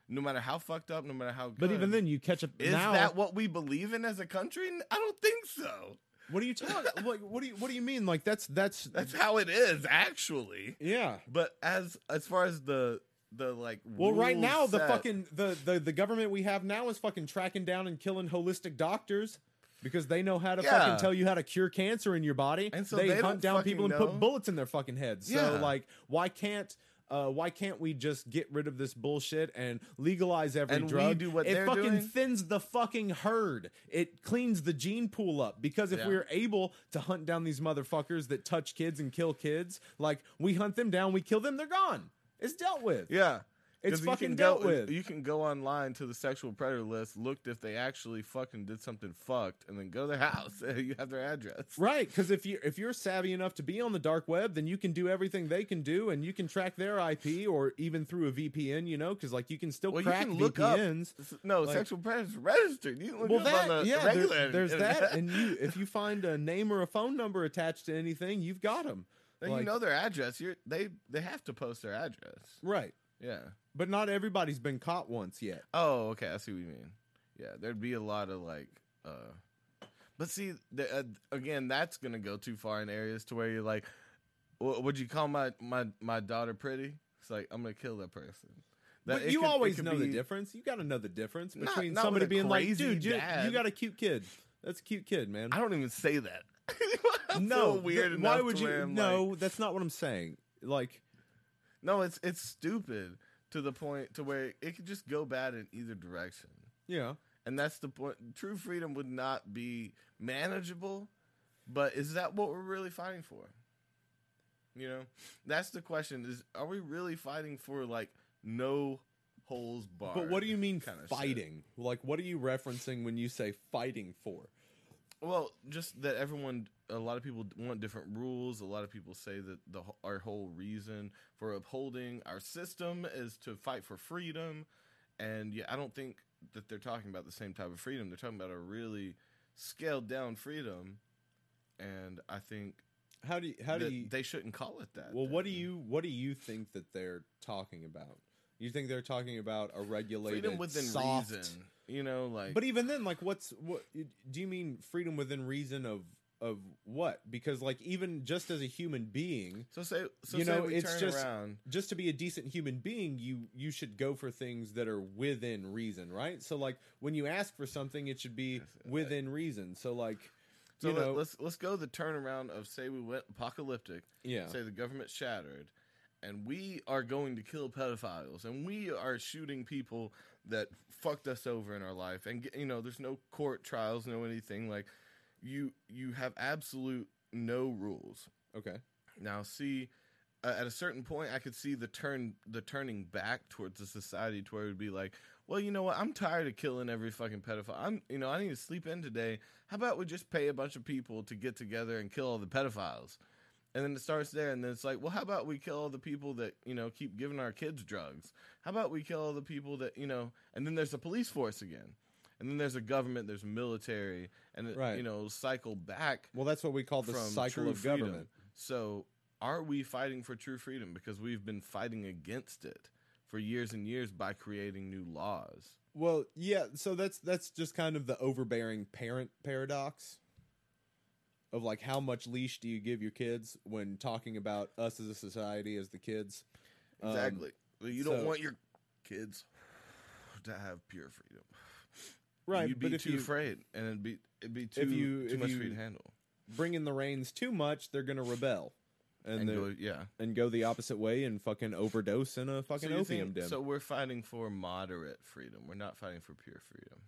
S2: No matter how fucked up, no matter how good.
S1: But even then, you catch up.
S2: is
S1: now,
S2: that what we believe in as a country? N- I don't think so.
S1: what are you talking? like, what do you what do you mean? Like that's that's
S2: That's how it is actually.
S1: yeah.
S2: But as as far as the the like
S1: Well, right
S2: rule
S1: now the
S2: set-
S1: fucking the, the the government we have now is fucking tracking down and killing holistic doctors because they know how to
S2: Yeah.
S1: fucking tell you how to cure cancer in your body.
S2: And so
S1: they,
S2: they don't
S1: hunt down
S2: fucking
S1: people and
S2: know.
S1: put bullets in their fucking heads.
S2: Yeah.
S1: So like, why can't? Uh, why can't we just get rid of this bullshit and legalize every
S2: And we
S1: drug?
S2: do what
S1: it
S2: they're
S1: fucking
S2: doing?
S1: thins the fucking herd. It cleans the gene pool up because if
S2: Yeah.
S1: we're able to hunt down these motherfuckers that touch kids and kill kids, like we hunt them down, we kill them, they're gone. It's dealt with.
S2: Yeah.
S1: It's
S2: 'Cause you
S1: fucking
S2: can
S1: dealt
S2: go,
S1: with.
S2: You can go online to the sexual predator list, looked if they actually fucking did something fucked, and then go to their house. you have their address.
S1: Right, because if you if you're savvy enough to be on the dark web, then you can do everything they can do, and you can track their IP or even through a VPN, you know, because like you can still
S2: Well, you
S1: crack
S2: can look up
S1: VPNs.
S2: S- No,
S1: Like-
S2: sexual predators registered. You can look
S1: Well,
S2: up
S1: that
S2: on the
S1: yeah,
S2: regular.
S1: there- there's
S2: internet.
S1: that, and you if you find a name or a phone number attached to anything, you've got them.
S2: Then you
S1: like-
S2: know their address. You're, they they have to post their address.
S1: Right,
S2: Yeah.
S1: but not everybody's been caught once yet.
S2: Oh, okay. I see what you mean. Yeah, there'd be a lot of like, uh, but see, the, uh, again, that's gonna go too far in areas to where you're like, "Wo- would you call my my my daughter pretty? It's like I'm gonna kill that person. That,
S1: but
S2: it
S1: you
S2: could- it
S1: always
S2: could
S1: know the
S2: be-
S1: difference. You got to know the difference
S2: Not-
S1: between
S2: not with
S1: somebody
S2: a
S1: being like,
S2: crazy
S1: "Dude, you, you
S2: dad."
S1: got a cute kid. That's a cute kid, man."
S2: I don't even say that. I
S1: no,
S2: feel weird.
S1: th-
S2: enough
S1: why
S2: to
S1: would
S2: where
S1: you?
S2: I'm
S1: No,
S2: like-
S1: that's not what I'm saying. Like,
S2: no, it's it's stupid to the point to where it could just go bad in either direction.
S1: yeah,
S2: And that's the point. True freedom would not be manageable, but is that what we're really fighting for? You know, that's the question: is are we really fighting for like no holes barred?
S1: but what do you mean
S2: kinda shit?
S1: fighting? Like, what are you referencing when you say fighting for?
S2: Well, just that everyone, a lot of people want different rules. A lot of people say that the wh- our whole reason for upholding our system is to fight for freedom, and yeah, I don't think that they're talking about the same type of freedom. They're talking about a really scaled down freedom, and I think
S1: How do you? How do
S2: that
S1: you?
S2: they shouldn't call it that.
S1: well, what do
S2: then.
S1: you? What do you think that they're talking about? You think they're talking about a regulated,
S2: freedom within
S1: soft,
S2: reason? You know, like
S1: But even then, like, what's what? Do you mean freedom within reason of of what? Because like, even just as a human being,
S2: so say so
S1: you
S2: say
S1: know,
S2: we
S1: it's
S2: turn
S1: just-
S2: around.
S1: just to be a decent human being, you you should go for things that are within reason, right? So like, when you ask for something, it should be
S2: Yes, uh,
S1: within reason. So like,
S2: So
S1: you
S2: let,
S1: know,
S2: let's let's go the turnaround of say we went apocalyptic.
S1: yeah,
S2: say the government shattered and we are going to kill pedophiles and we are shooting people that fucked us over in our life and you know there's no court trials no anything like you you have absolute no rules
S1: okay,
S2: now see uh, at a certain point i could see the turn the turning back towards the society to where it would be like well you know what i'm tired of killing every fucking pedophile i'm you know i need to sleep in today how about we just pay a bunch of people to get together and kill all the pedophiles and then it starts there and then it's like well how about we kill all the people that you know keep giving our kids drugs how about we kill all the people that you know and then there's a police force again and then there's a government there's military and it,
S1: Right.
S2: you know cycle back
S1: well, that's what we call the
S2: from
S1: cycle
S2: true
S1: of
S2: freedom.
S1: government.
S2: So, are we fighting for true freedom because we've been fighting against it for years and years by creating new laws?
S1: Well, yeah, so that's that's just kind of the overbearing parent paradox of like how much leash do you give your kids when talking about us as a society as the kids. Um,
S2: Exactly. Well, you don't
S1: so-
S2: want your kids to have pure freedom,
S1: right,
S2: You'd
S1: but
S2: be
S1: if
S2: too
S1: you
S2: afraid, and it'd be it'd be too
S1: you-
S2: too
S1: if
S2: much
S1: you-
S2: for you to handle.
S1: bring in the reins too much, they're going to rebel and
S2: And
S1: and
S2: go,
S1: go,
S2: yeah.
S1: and go the opposite way and fucking overdose in a
S2: So,
S1: fucking
S2: you
S1: opium
S2: think,
S1: den.
S2: so we're fighting for moderate freedom. We're not fighting for pure freedom.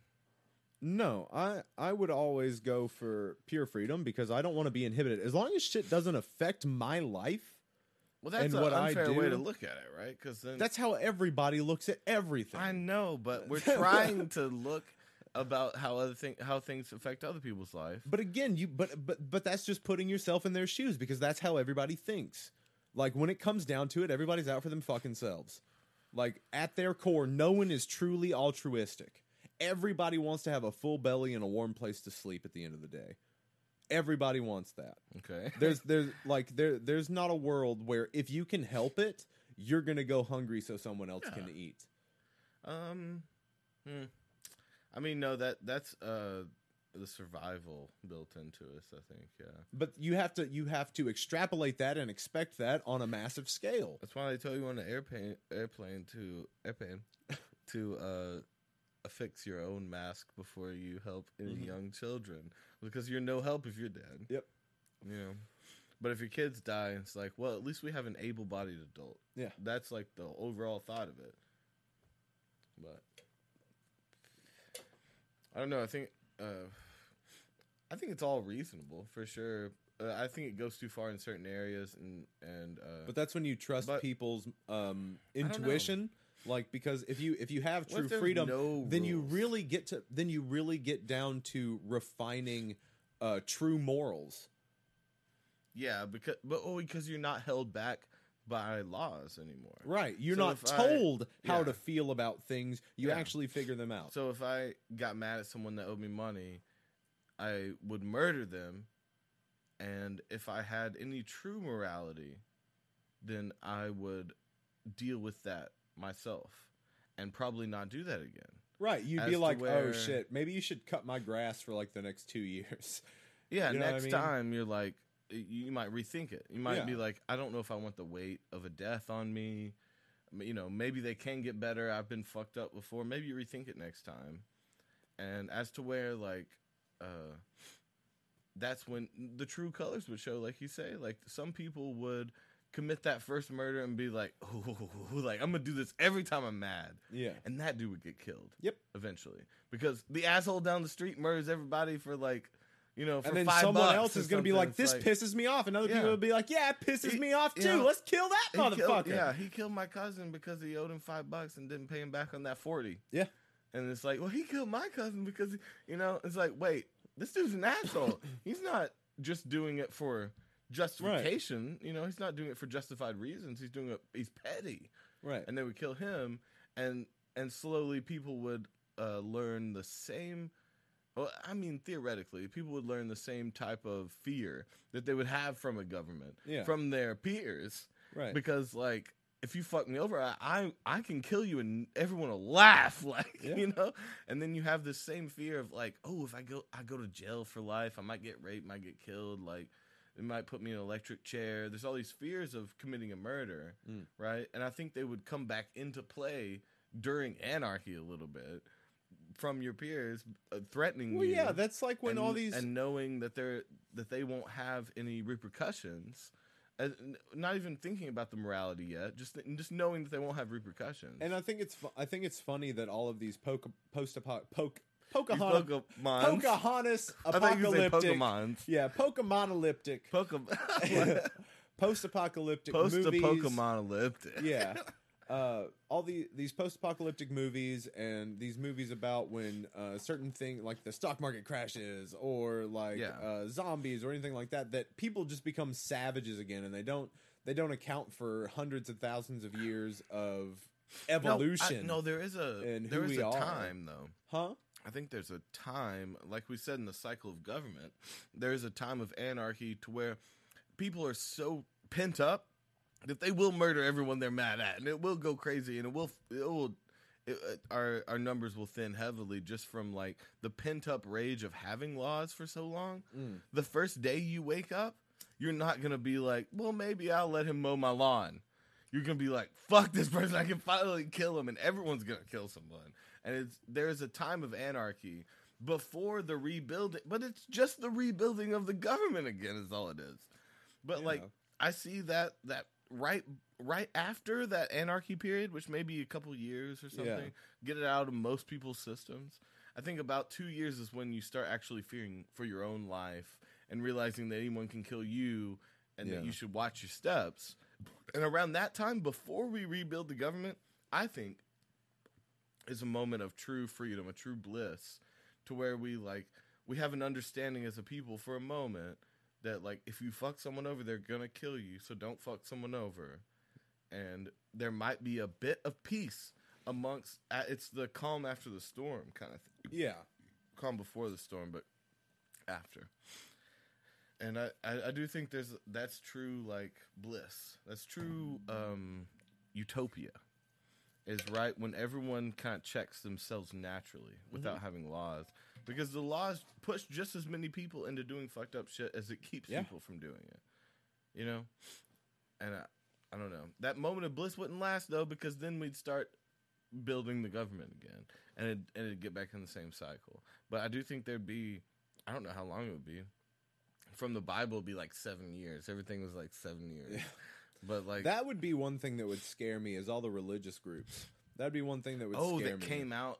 S1: No, I I would always go for pure freedom because I don't want to be inhibited. As long as shit doesn't affect my life,
S2: Well, that's
S1: And
S2: an
S1: what I
S2: unfair way to
S1: do-
S2: look at it, right? Because then
S1: that's how everybody looks at everything.
S2: I know, but we're trying to look about how other thing how things affect other people's life.
S1: But again, you but but but that's just putting yourself in their shoes because that's how everybody thinks. Like when it comes down to it, everybody's out for them fucking selves. Like at their core, no one is truly altruistic. Everybody wants to have a full belly and a warm place to sleep at the end of the day. Everybody wants that.
S2: Okay.
S1: There's there's like there there's not a world where if you can help it, you're going to go hungry so someone else can eat.
S2: Um hmm. I mean no that that's uh the survival built into us, I think, yeah.
S1: But you have to you have to extrapolate that and expect that on a massive scale.
S2: That's why they tell you on the airplane airplane to airplane to uh affix your own mask before you help any
S1: Mhm.
S2: young children. Because you're no help if you're dead.
S1: Yep.
S2: You know. But if your kids die, it's like, well, at least we have an able bodied adult.
S1: Yeah.
S2: That's like the overall thought of it. But I don't know. I think uh, I think it's all reasonable for sure. Uh, I think it goes too far in certain areas, and and uh,
S1: But that's when you trust
S2: But-
S1: people's um,
S2: don't know.
S1: intuition, like because if you if you have
S2: what if
S1: true
S2: there's
S1: freedom,
S2: no
S1: then you
S2: rules?
S1: really get to then you really get down to refining uh, true morals.
S2: yeah, because but oh, because you're not held back by laws anymore.
S1: Right, you're
S2: So
S1: not
S2: if I-
S1: told how
S2: yeah.
S1: to feel about things; you
S2: Yeah.
S1: actually figure them out.
S2: So if I got mad at someone that owed me money, I would murder them. And if I had any true morality, then I would deal with that myself and probably not do that again.
S1: Right. You'd
S2: as
S1: be
S2: to
S1: like, oh
S2: where-
S1: shit, maybe you should cut my grass for like the next two years.
S2: Yeah,
S1: You know what I
S2: next
S1: mean?
S2: time you're like, you might rethink it. You might
S1: Yeah.
S2: be like, I don't know if I want the weight of a death on me. M- You know, maybe they can get better. I've been fucked up before. Maybe you rethink it next time. And as to where, like, uh, that's when the true colors would show, like you say. Like, some people would commit that first murder and be like, oh, like, I'm going to do this every time I'm mad.
S1: Yeah.
S2: And that dude would get killed.
S1: Yep.
S2: Eventually. Because the asshole down the street murders everybody for like, you know, for
S1: And then
S2: five
S1: someone
S2: bucks
S1: else
S2: or
S1: is going to be
S2: something.
S1: like,
S2: It's
S1: this pisses me off. And other people
S2: Yeah.
S1: will be like, yeah, it pisses
S2: He-
S1: me off too.
S2: yeah.
S1: Let's kill that
S2: he
S1: motherfucker.
S2: Killed, yeah, he killed my cousin because he owed him five bucks and didn't pay him back on that 40.
S1: Yeah.
S2: And it's like, well, he killed my cousin because, he- you know, it's like, wait, this dude's an asshole. he's not just doing it for justification. You know, he's not doing it for justified reasons. He's doing it, he's petty.
S1: Right.
S2: and they would kill him and and slowly people would uh, learn the same well i mean theoretically people would learn the same type of fear that they would have from a government
S1: Yeah.
S2: from their peers
S1: right.
S2: because like if you fuck me over I, I i can kill you and everyone will laugh like
S1: Yeah.
S2: you know and then you have this same fear of like oh if i go i go to jail for life i might get raped might get killed like it might put me in an electric chair there's all these fears of committing a murder
S1: Mm.
S2: right and i think they would come back into play during anarchy a little bit from your peers uh, threatening
S1: well,
S2: you
S1: yeah, that's like when all
S2: and-
S1: these.
S2: and knowing that they're that they won't have any repercussions and n- not even thinking about the morality yet just th- just knowing that they won't have repercussions
S1: And I think it's fu- I think it's funny that all of these poke, post apoc poke
S2: You
S1: Pocahontas
S2: Pokemons.
S1: Pocahontas
S2: I thought you said
S1: apocalyptic
S2: Pokemons.
S1: yeah Pokemonalyptic
S2: Pokemon.
S1: post apocalyptic
S2: Post a
S1: movies
S2: Pokemon lift.
S1: yeah uh, all the these post apocalyptic movies and these movies about when uh, certain thing like the stock market crashes or like
S2: Yeah.
S1: uh, zombies or anything like that that people just become savages again and they don't they don't account for hundreds of thousands of years of evolution
S2: No, I- no, there is a
S1: and who
S2: there is
S1: we
S2: a
S1: are.
S2: time though.
S1: huh
S2: I think there's a time, like we said in the cycle of government, there is a time of anarchy to where people are so pent up that they will murder everyone they're mad at, and it will go crazy, and it will it will it, uh, our our numbers will thin heavily just from like the pent up rage of having laws for so long.
S1: Mm.
S2: The first day you wake up, you're not gonna be like, well, maybe I'll let him mow my lawn. You're gonna be like, fuck this person, I can finally kill him, and everyone's gonna kill someone. And it's there is a time of anarchy before the rebuilding, but it's just the rebuilding of the government again is all it is. But like
S1: Yeah.
S2: I see that that right right after that anarchy period, which may be a couple years or something, get it out of most people's systems. I think about two years is when you start actually fearing for your own life and realizing that anyone can kill you and
S1: Yeah.
S2: that you should watch your steps. And around that time, before we rebuild the government, I think is a moment of true freedom, a true bliss, to where we like we have an understanding as a people for a moment that like if you fuck someone over, they're gonna kill you, so don't fuck someone over. And there might be a bit of peace amongst uh, it's the calm after the storm kind of thing
S1: yeah
S2: calm before the storm, but after. And I, I, I do think there's that's true like bliss. That's true um, utopia. Is right when everyone kind of checks themselves naturally without having laws, because the laws push just as many people into doing fucked up shit as it keeps
S1: Yeah.
S2: people from doing it. You know, and I, I don't know. That moment of bliss wouldn't last though, because then we'd start building the government again, and it and it'd get back in the same cycle. But I do think there'd be, I don't know how long it would be. From the Bible, it'd be like seven years. Everything was like seven years.
S1: Yeah.
S2: But like
S1: that would be one thing that would scare me is all the religious groups that'd be one thing that would
S2: oh,
S1: scare
S2: that
S1: me
S2: came out.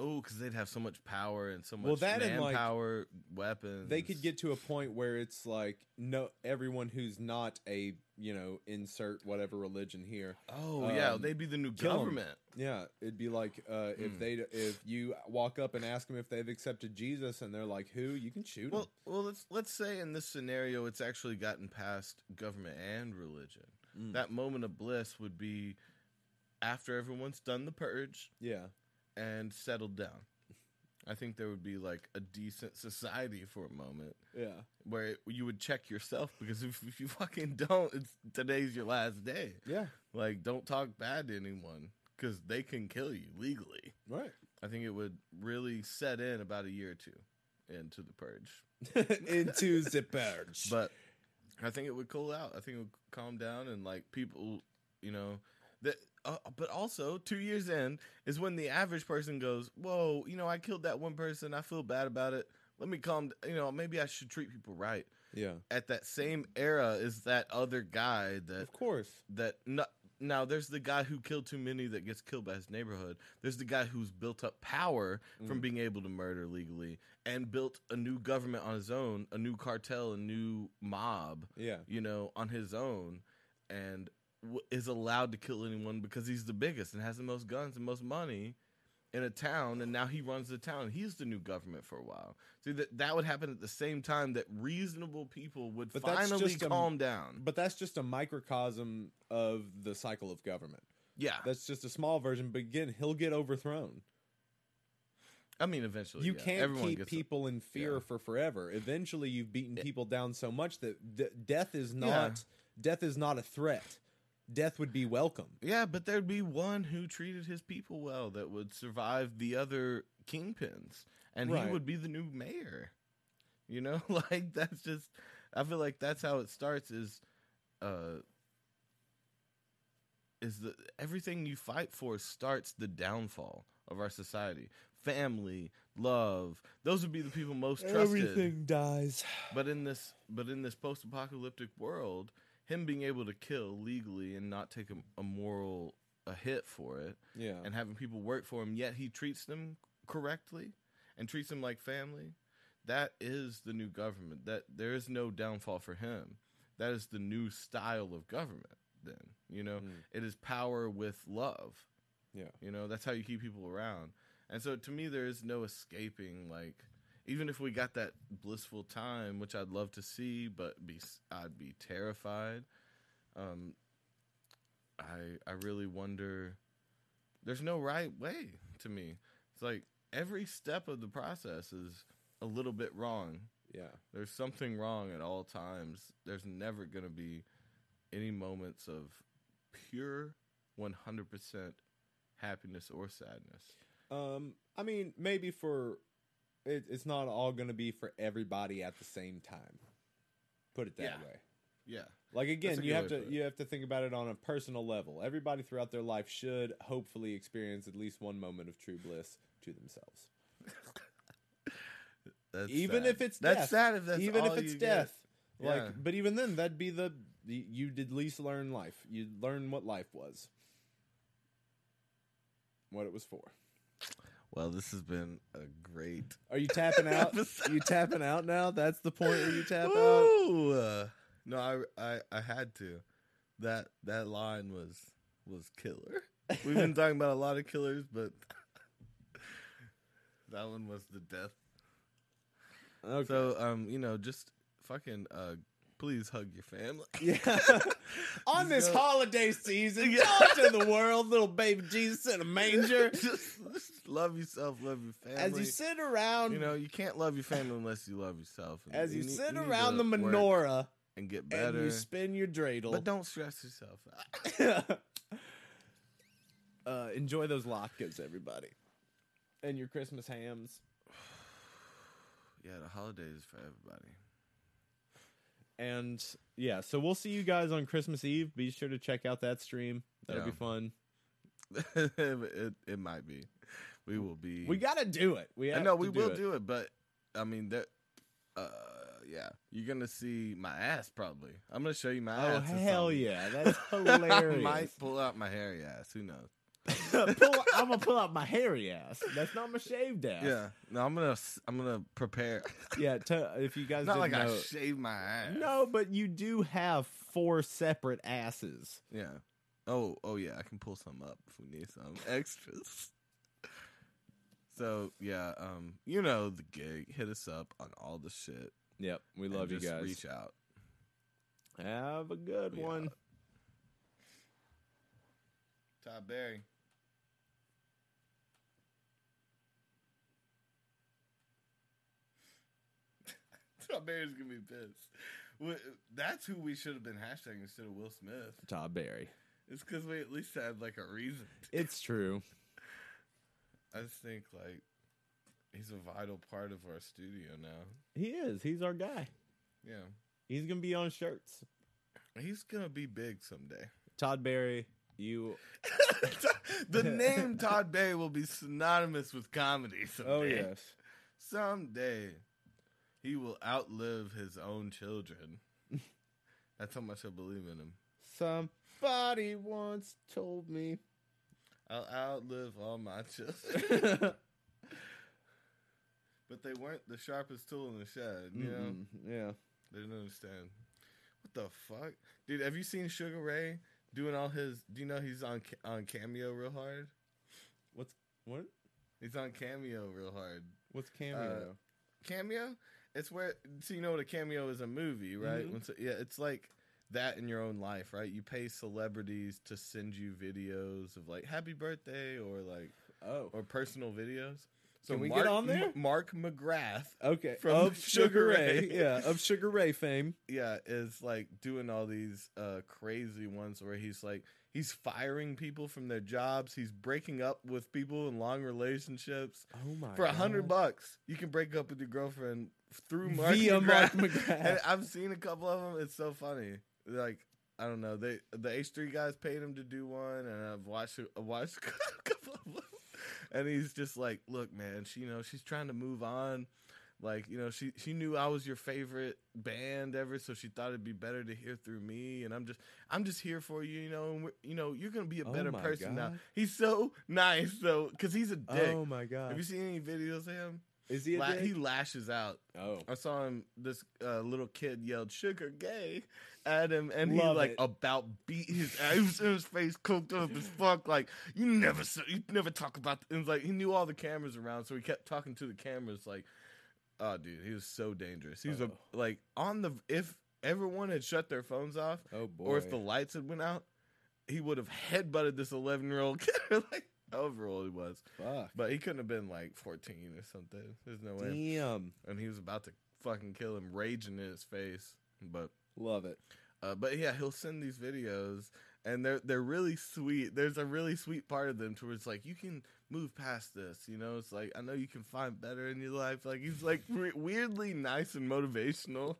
S2: Oh, because they'd have so much power and so much
S1: Well, that and, like,
S2: manpower, weapons.
S1: they could get to a point where it's like no everyone who's not a you know insert whatever religion here
S2: Oh yeah,
S1: um,
S2: they'd be the new
S1: kill 'em.
S2: government.
S1: yeah it'd be like uh, if
S2: Hmm.
S1: they if you walk up and ask them if they've accepted jesus and they're like who you can shoot 'em.
S2: Well, well, let's let's say in this scenario, it's actually gotten past government and religion.
S1: Mm.
S2: That moment of bliss would be after everyone's done the purge
S1: yeah
S2: and settled down. I think there would be like a decent society for a moment
S1: yeah
S2: where you would check yourself because if, if you fucking don't, it's today's your last day.
S1: yeah
S2: Like, don't talk bad to anyone because they can kill you legally.
S1: right
S2: I think it would really set in about a year or two into the purge.
S1: into the purge.
S2: But I think it would cool out. I think it would calm down and like people, you know, that. Uh, but also, two years in is when the average person goes, "Whoa, you know, I killed that one person. I feel bad about it. Let me calm. d- You know, maybe I should treat people right."
S1: yeah,
S2: At that same era is that other guy that
S1: of course.
S2: that no, now there's the guy who killed too many that gets killed by his neighborhood. There's the guy who's built up power from
S1: Mm.
S2: being able to murder legally and built a new government on his own, a new cartel, a new mob,
S1: Yeah,
S2: you know, on his own and w- is allowed to kill anyone because he's the biggest and has the most guns and most money in a town and now he runs the town. He's the new government for a while. See that that would happen at the same time that reasonable people would
S1: But that's
S2: finally
S1: just a-
S2: calm down.
S1: but that's just a microcosm of the cycle of government.
S2: Yeah.
S1: That's just a small version. But again, he'll get overthrown.
S2: I mean, eventually
S1: You
S2: yeah.
S1: can't
S2: Everyone
S1: keep
S2: gets
S1: people in fear
S2: yeah.
S1: for forever. Eventually, you've beaten people down so much that d- death is not death is not a threat. Death would be welcome.
S2: Yeah, but there'd be one who treated his people well that would survive the other kingpins, and
S1: Right.
S2: he would be the new mayor. You know, like that's just. I feel like that's how it starts. Is, uh, is the everything you fight for starts the downfall of our society. Family, love, those would be the people most trusted.
S3: dies.
S2: But in this, but in this post-apocalyptic world, him being able to kill legally and not take a, a moral a hit for it,
S1: Yeah,
S2: and having people work for him, yet he treats them correctly and treats them like family. That is the new government. That there is no downfall for him. That is the new style of government. Then you know
S1: Mm.
S2: it is power with love.
S1: Yeah.
S2: you know that's how you keep people around. And so to me, there is no escaping. Like even if we got that blissful time, which I'd love to see, but be I'd be terrified. Um, I I really wonder. There's no right way to me. It's like every step of the process is a little bit wrong.
S1: yeah.
S2: There's something wrong at all times. There's never going to be any moments of pure 100% happiness or sadness.
S1: Um, I mean, maybe for it, it's not all going to be for everybody at the same time. Put it that
S2: Yeah.
S1: way.
S2: Yeah.
S1: Like
S2: That's
S1: again,
S2: a
S1: you
S2: good
S1: have
S2: way to
S1: to
S2: put it.
S1: you have to think about it on a personal level. Everybody throughout their life should hopefully experience at least one moment of true bliss to themselves.
S2: That's
S1: Even
S2: sad.
S1: if it's
S2: that's
S1: death,
S2: sad if that's
S1: even if
S2: all
S1: it's
S2: you get.
S1: death.
S2: Yeah.
S1: Like, but even then, that'd be the you you did least learn life. You learn what life was, what it was for.
S2: Well, this has been a great
S1: Are you tapping out?
S2: episode.
S1: you tapping out now? That's the point where you tap out.
S2: Ooh, uh, no, I, I I had to. That that line was was killer. We've been talking about a lot of killers, but that one was the death.
S1: Okay.
S2: So um, you know, just fucking uh, please hug your family.
S1: yeah. On this
S2: So-
S1: holiday season,
S2: Yeah.
S1: go to the world, little baby Jesus in a manger.
S2: just, just love yourself, love your
S1: As
S2: family.
S1: you sit around,
S2: you know, you can't love your family unless you love yourself. And
S1: as you,
S2: need-
S1: sit
S2: need
S1: around the
S2: to work
S1: menorah
S2: and get
S1: and
S2: better,
S1: you spin your dreidel,
S2: but don't stress yourself out.
S1: uh, enjoy those latkes, everybody, and your Christmas hams.
S2: Yeah, the holidays for everybody.
S1: And yeah, so we'll see you guys on Christmas Eve. Be sure to check out that stream. That'll
S2: Yeah.
S1: be fun.
S2: it it might be. We will be.
S1: We gotta do it. We
S2: I
S1: have
S2: know
S1: to
S2: we
S1: do
S2: will
S1: it.
S2: do it, but I mean that. Uh, yeah, you're gonna see my ass probably. I'm gonna show you my
S1: Oh
S2: ass. or
S1: hell
S2: something.
S1: yeah, that's
S2: I
S1: hilarious.
S2: might pull out my hairy ass. Who knows?
S1: Pull- I'm gonna pull out my hairy ass. That's not my shaved ass.
S2: Yeah. No, I'm gonna s- I'm gonna prepare.
S1: yeah. To, if you guys
S2: Not
S1: didn't
S2: like
S1: know,
S2: I shave my ass.
S1: no, but you do have four separate asses.
S2: Yeah. Oh, oh yeah, I can pull some up if we need some extras. So yeah, um, you know the gig. Hit us up on all the shit.
S1: Yep, we
S2: and
S1: love you
S2: just
S1: guys.
S2: Reach out.
S1: Have a good
S2: We
S1: one.
S2: out. Todd Barry. Todd Barry's gonna be pissed. Wh- That's who we should have been hashtagging instead of Will Smith.
S1: Todd Barry.
S2: It's because we at least had like a reason.
S1: It's true.
S2: I just think like he's a vital part of our studio now.
S1: He is. He's our guy.
S2: Yeah,
S1: He's gonna be on shirts.
S2: he's gonna be big someday.
S1: Todd Barry, you.
S2: the name Todd Bay will be synonymous with comedy. Someday.
S1: Oh yes.
S2: someday he will outlive his own children. That's how much I believe in him.
S1: Somebody once told me.
S2: I'll outlive all my children.
S1: Mm-mm.
S2: But they weren't the sharpest tool in the shed. You know,
S1: yeah.
S2: they didn't understand. What the fuck, dude? Have you seen Sugar Ray doing all his? Do you know he's on Ca- on Cameo real hard?
S1: What's what?
S2: He's on Cameo real hard.
S1: What's cameo?
S2: Cameo? It's where so you know what a cameo is a movie, right?
S1: Mhm.
S2: When so- yeah, it's like that in your own life, right? You pay celebrities to send you videos of like happy birthday or like
S1: oh.
S2: or personal videos.
S1: Can we get on there?
S2: Mark McGrath
S1: Okay.
S2: From
S1: of Sugar
S2: Sugar
S1: Ray.
S2: Ray.
S1: yeah, of Sugar Ray fame.
S2: yeah is like doing all these uh crazy ones where he's like he's firing people from their jobs he's breaking up with people in long relationships
S1: Oh my
S2: for a hundred bucks you can break up with your girlfriend through mark
S1: Via Mark
S2: McGrath.
S1: McGrath.
S2: and i've seen a couple of them it's so funny like i don't know they the h3 guys paid him to do one and i've watched i watched a couple of them and he's just like look man she you know she's trying to move on like you know she she knew i was your favorite band ever so she thought it'd be better to hear through me and i'm just i'm just here for you you know and we're, you know you're gonna be a
S1: Oh
S2: better
S1: my
S2: person now
S1: God.
S2: he's so nice though because he's a dick
S1: Oh my god.
S2: have you seen any videos of him
S1: Is he a
S2: La-
S1: dick?
S2: he lashes out
S1: oh.
S2: i saw him this uh, little kid yelled sugar gay at him and he
S1: Love
S2: like
S1: it.
S2: about beat his he was in his face cooked up as fuck like you never s- you never talk about th-" it was like he knew all the cameras around so he kept talking to the cameras like oh dude he was so dangerous he was
S1: Oh.
S2: a, like on the if everyone had shut their phones off
S1: Oh boy.
S2: or if the lights had went out he would have headbutted this 11 year old kid like however old he was
S1: fuck.
S2: but he couldn't have been like 14 or something. There's no way.
S1: Damn.
S2: And he was about to fucking kill him, raging in his face. But
S1: Love it.
S2: uh, but yeah, he'll send these videos, and they're they're really sweet. There's a really sweet part of them to where it's like you can move past this. You know, it's like I know you can find better in your life. Like he's like re- weirdly nice and motivational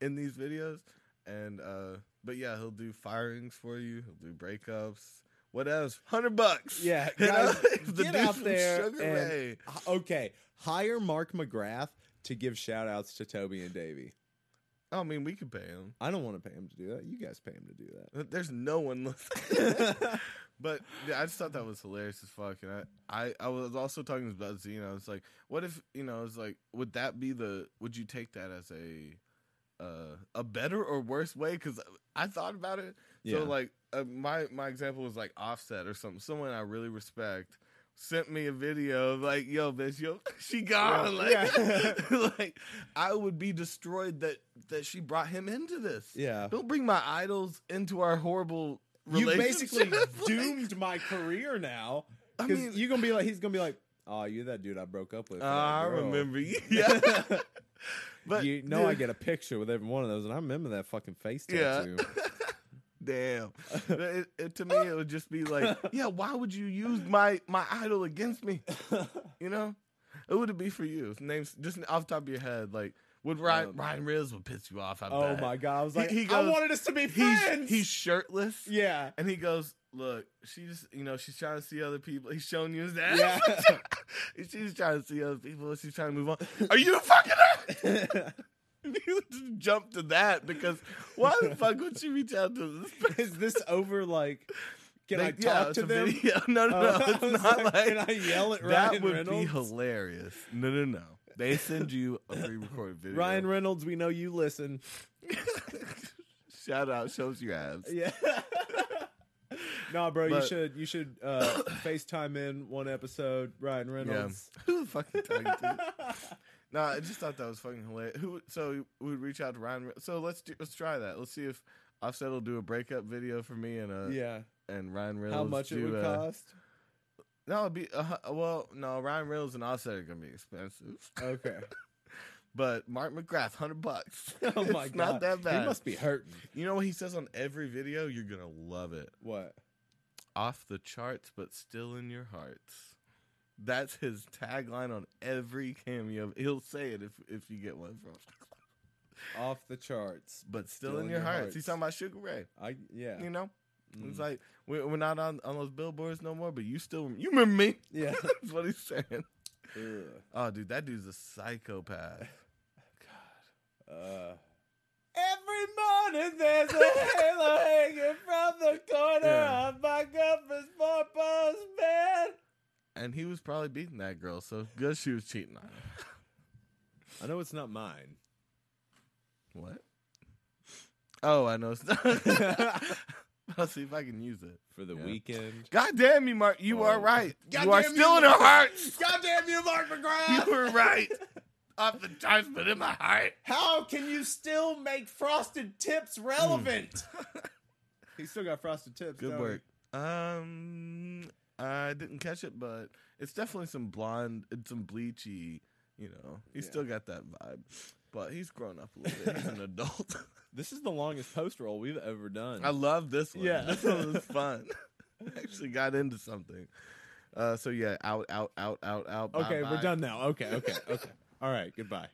S2: in these videos. And uh, but yeah, he'll do firings for you. He'll do breakups. What else? Hundred bucks.
S1: Yeah,
S2: You know,
S1: guys,
S2: if
S1: get
S2: dude
S1: out
S2: from
S1: there
S2: Sugar
S1: and-
S2: Ray-
S1: H- Okay. Hire Mark McGrath to give shout outs to Toby and Davey.
S2: I mean, we could pay him.
S1: I don't want to pay him to do that. You guys pay him to do that.
S2: There's no one listening. but yeah, I just thought that was hilarious as fuck. And I, I, I was also talking about Zeno. It's like, what if you know? It's like, would that be the? Would you take that as a, uh, a better or worse way? Because I thought about it.
S1: Yeah.
S2: So like, uh, my my example was like Offset or something. Someone I really respect sent me a video of like, yo, bitch, yo, she gone. Like,
S1: Yeah.
S2: like I would be destroyed that that she brought him into this.
S1: yeah.
S2: Don't bring my idols into our horrible relationship. Like,
S1: my career now.
S2: I
S1: 'Cause
S2: mean,
S1: you're gonna be like, he's gonna be like, "Oh, you're that dude I broke up with." for that
S2: Ah, I
S1: girl."
S2: remember you. Yeah. but
S1: you know, I get a picture with every one of those, and I remember that fucking face
S2: Yeah.
S1: tattoo.
S2: Damn. But it, it, to me, it would just be like, yeah. Why would you use my my idol against me? You know, it would it be for you? Names just off the top of your head, like would Ryan
S1: Um,
S2: Ryan Riz would piss you off? I
S1: oh
S2: bet.
S1: my god! I was
S2: He-
S1: like,
S2: he
S1: I
S2: goes-
S1: wanted us to be
S2: He's
S1: friends.
S2: he's shirtless.
S1: yeah,
S2: And he goes, look, she's you know she's trying to see other people. He's showing you his ass.
S1: yeah.
S2: she's trying to see other people. She's trying to move on. Are you fucking her? You just jump to that because why the fuck would she reach out to this? person?
S1: Is this over? Like, can I
S2: Like, yeah,
S1: talk
S2: it's
S1: to
S2: a
S1: them?
S2: video. No, no,
S1: Uh,
S2: no.
S1: I
S2: It's
S1: was
S2: not
S1: like,
S2: like,
S1: can I yell at
S2: that
S1: Ryan
S2: would
S1: Reynolds?
S2: be hilarious. No, no, no. They send you a pre-recorded video.
S1: Ryan Reynolds, we know you listen.
S2: shout out shows your abs.
S1: Yeah. nah, bro, you
S2: But-
S1: should you should uh, FaceTime in one episode, Ryan Reynolds.
S2: Who the fuck are you talking to? No, I just thought that was fucking hilarious. Who? So we would reach out to Ryan. Re- So let's do, let's try that. Let's see if Offset will do a breakup video for me and uh
S1: yeah.
S2: and Ryan Reynolds.
S1: How much it
S2: do,
S1: would
S2: uh,
S1: cost?
S2: No, it'd be uh, hu- well, no, Ryan Reynolds and Offset are gonna be expensive,
S1: Okay.
S2: but Mark McGrath, hundred bucks.
S1: Oh my
S2: it's
S1: god.
S2: not that bad.
S1: He must be hurting.
S2: You know what he says on every video? You're gonna love it.
S1: What?
S2: Off the charts, but still in your hearts. That's his tagline on every cameo. He'll say it if if you get one from. him.
S1: Off the charts.
S2: But still, in, your, hearts. He's talking about Sugar Ray.
S1: I yeah.
S2: You know,
S1: Mm.
S2: it's like we're, we're not on on those billboards no more. But you still you remember me.
S1: yeah.
S2: That's what he's saying.
S1: Ugh.
S2: Oh, dude, that dude's a psychopath.
S1: Uh, Every morning there's a halo hanging from the corner
S2: Yeah.
S1: of my girlfriend's four-post bed.
S2: And he was probably beating that girl, so good she was cheating on him.
S1: I know it's not mine.
S2: What? Oh, I know. It's not. I'll see if I can use it.
S1: For the
S2: Yeah.
S1: weekend.
S2: God damn you, Mark. You
S1: Oh.
S2: are right. you
S1: Goddamn
S2: are
S1: you,
S2: still in our hearts.
S1: Goddamn you, Mark
S2: You
S1: McGrath!
S2: were right. Off the charts, but in my heart.
S1: How can you still make frosted tips relevant? he Hmm. still got frosted tips.
S2: Good
S1: don't
S2: work. Um, I didn't catch it, but it's definitely some blonde and some bleachy. You know, he's
S1: Yeah.
S2: still got that vibe, but he's grown up a little bit. He's an adult.
S1: he? This is the longest post roll we've ever done.
S2: I love this one.
S1: Yeah.
S2: this one was fun. Actually, got into something. Uh, so yeah, out, out, out, out, out.
S1: okay,
S2: bye,
S1: we're
S2: bye.
S1: done now. Okay, okay, okay. All right, goodbye.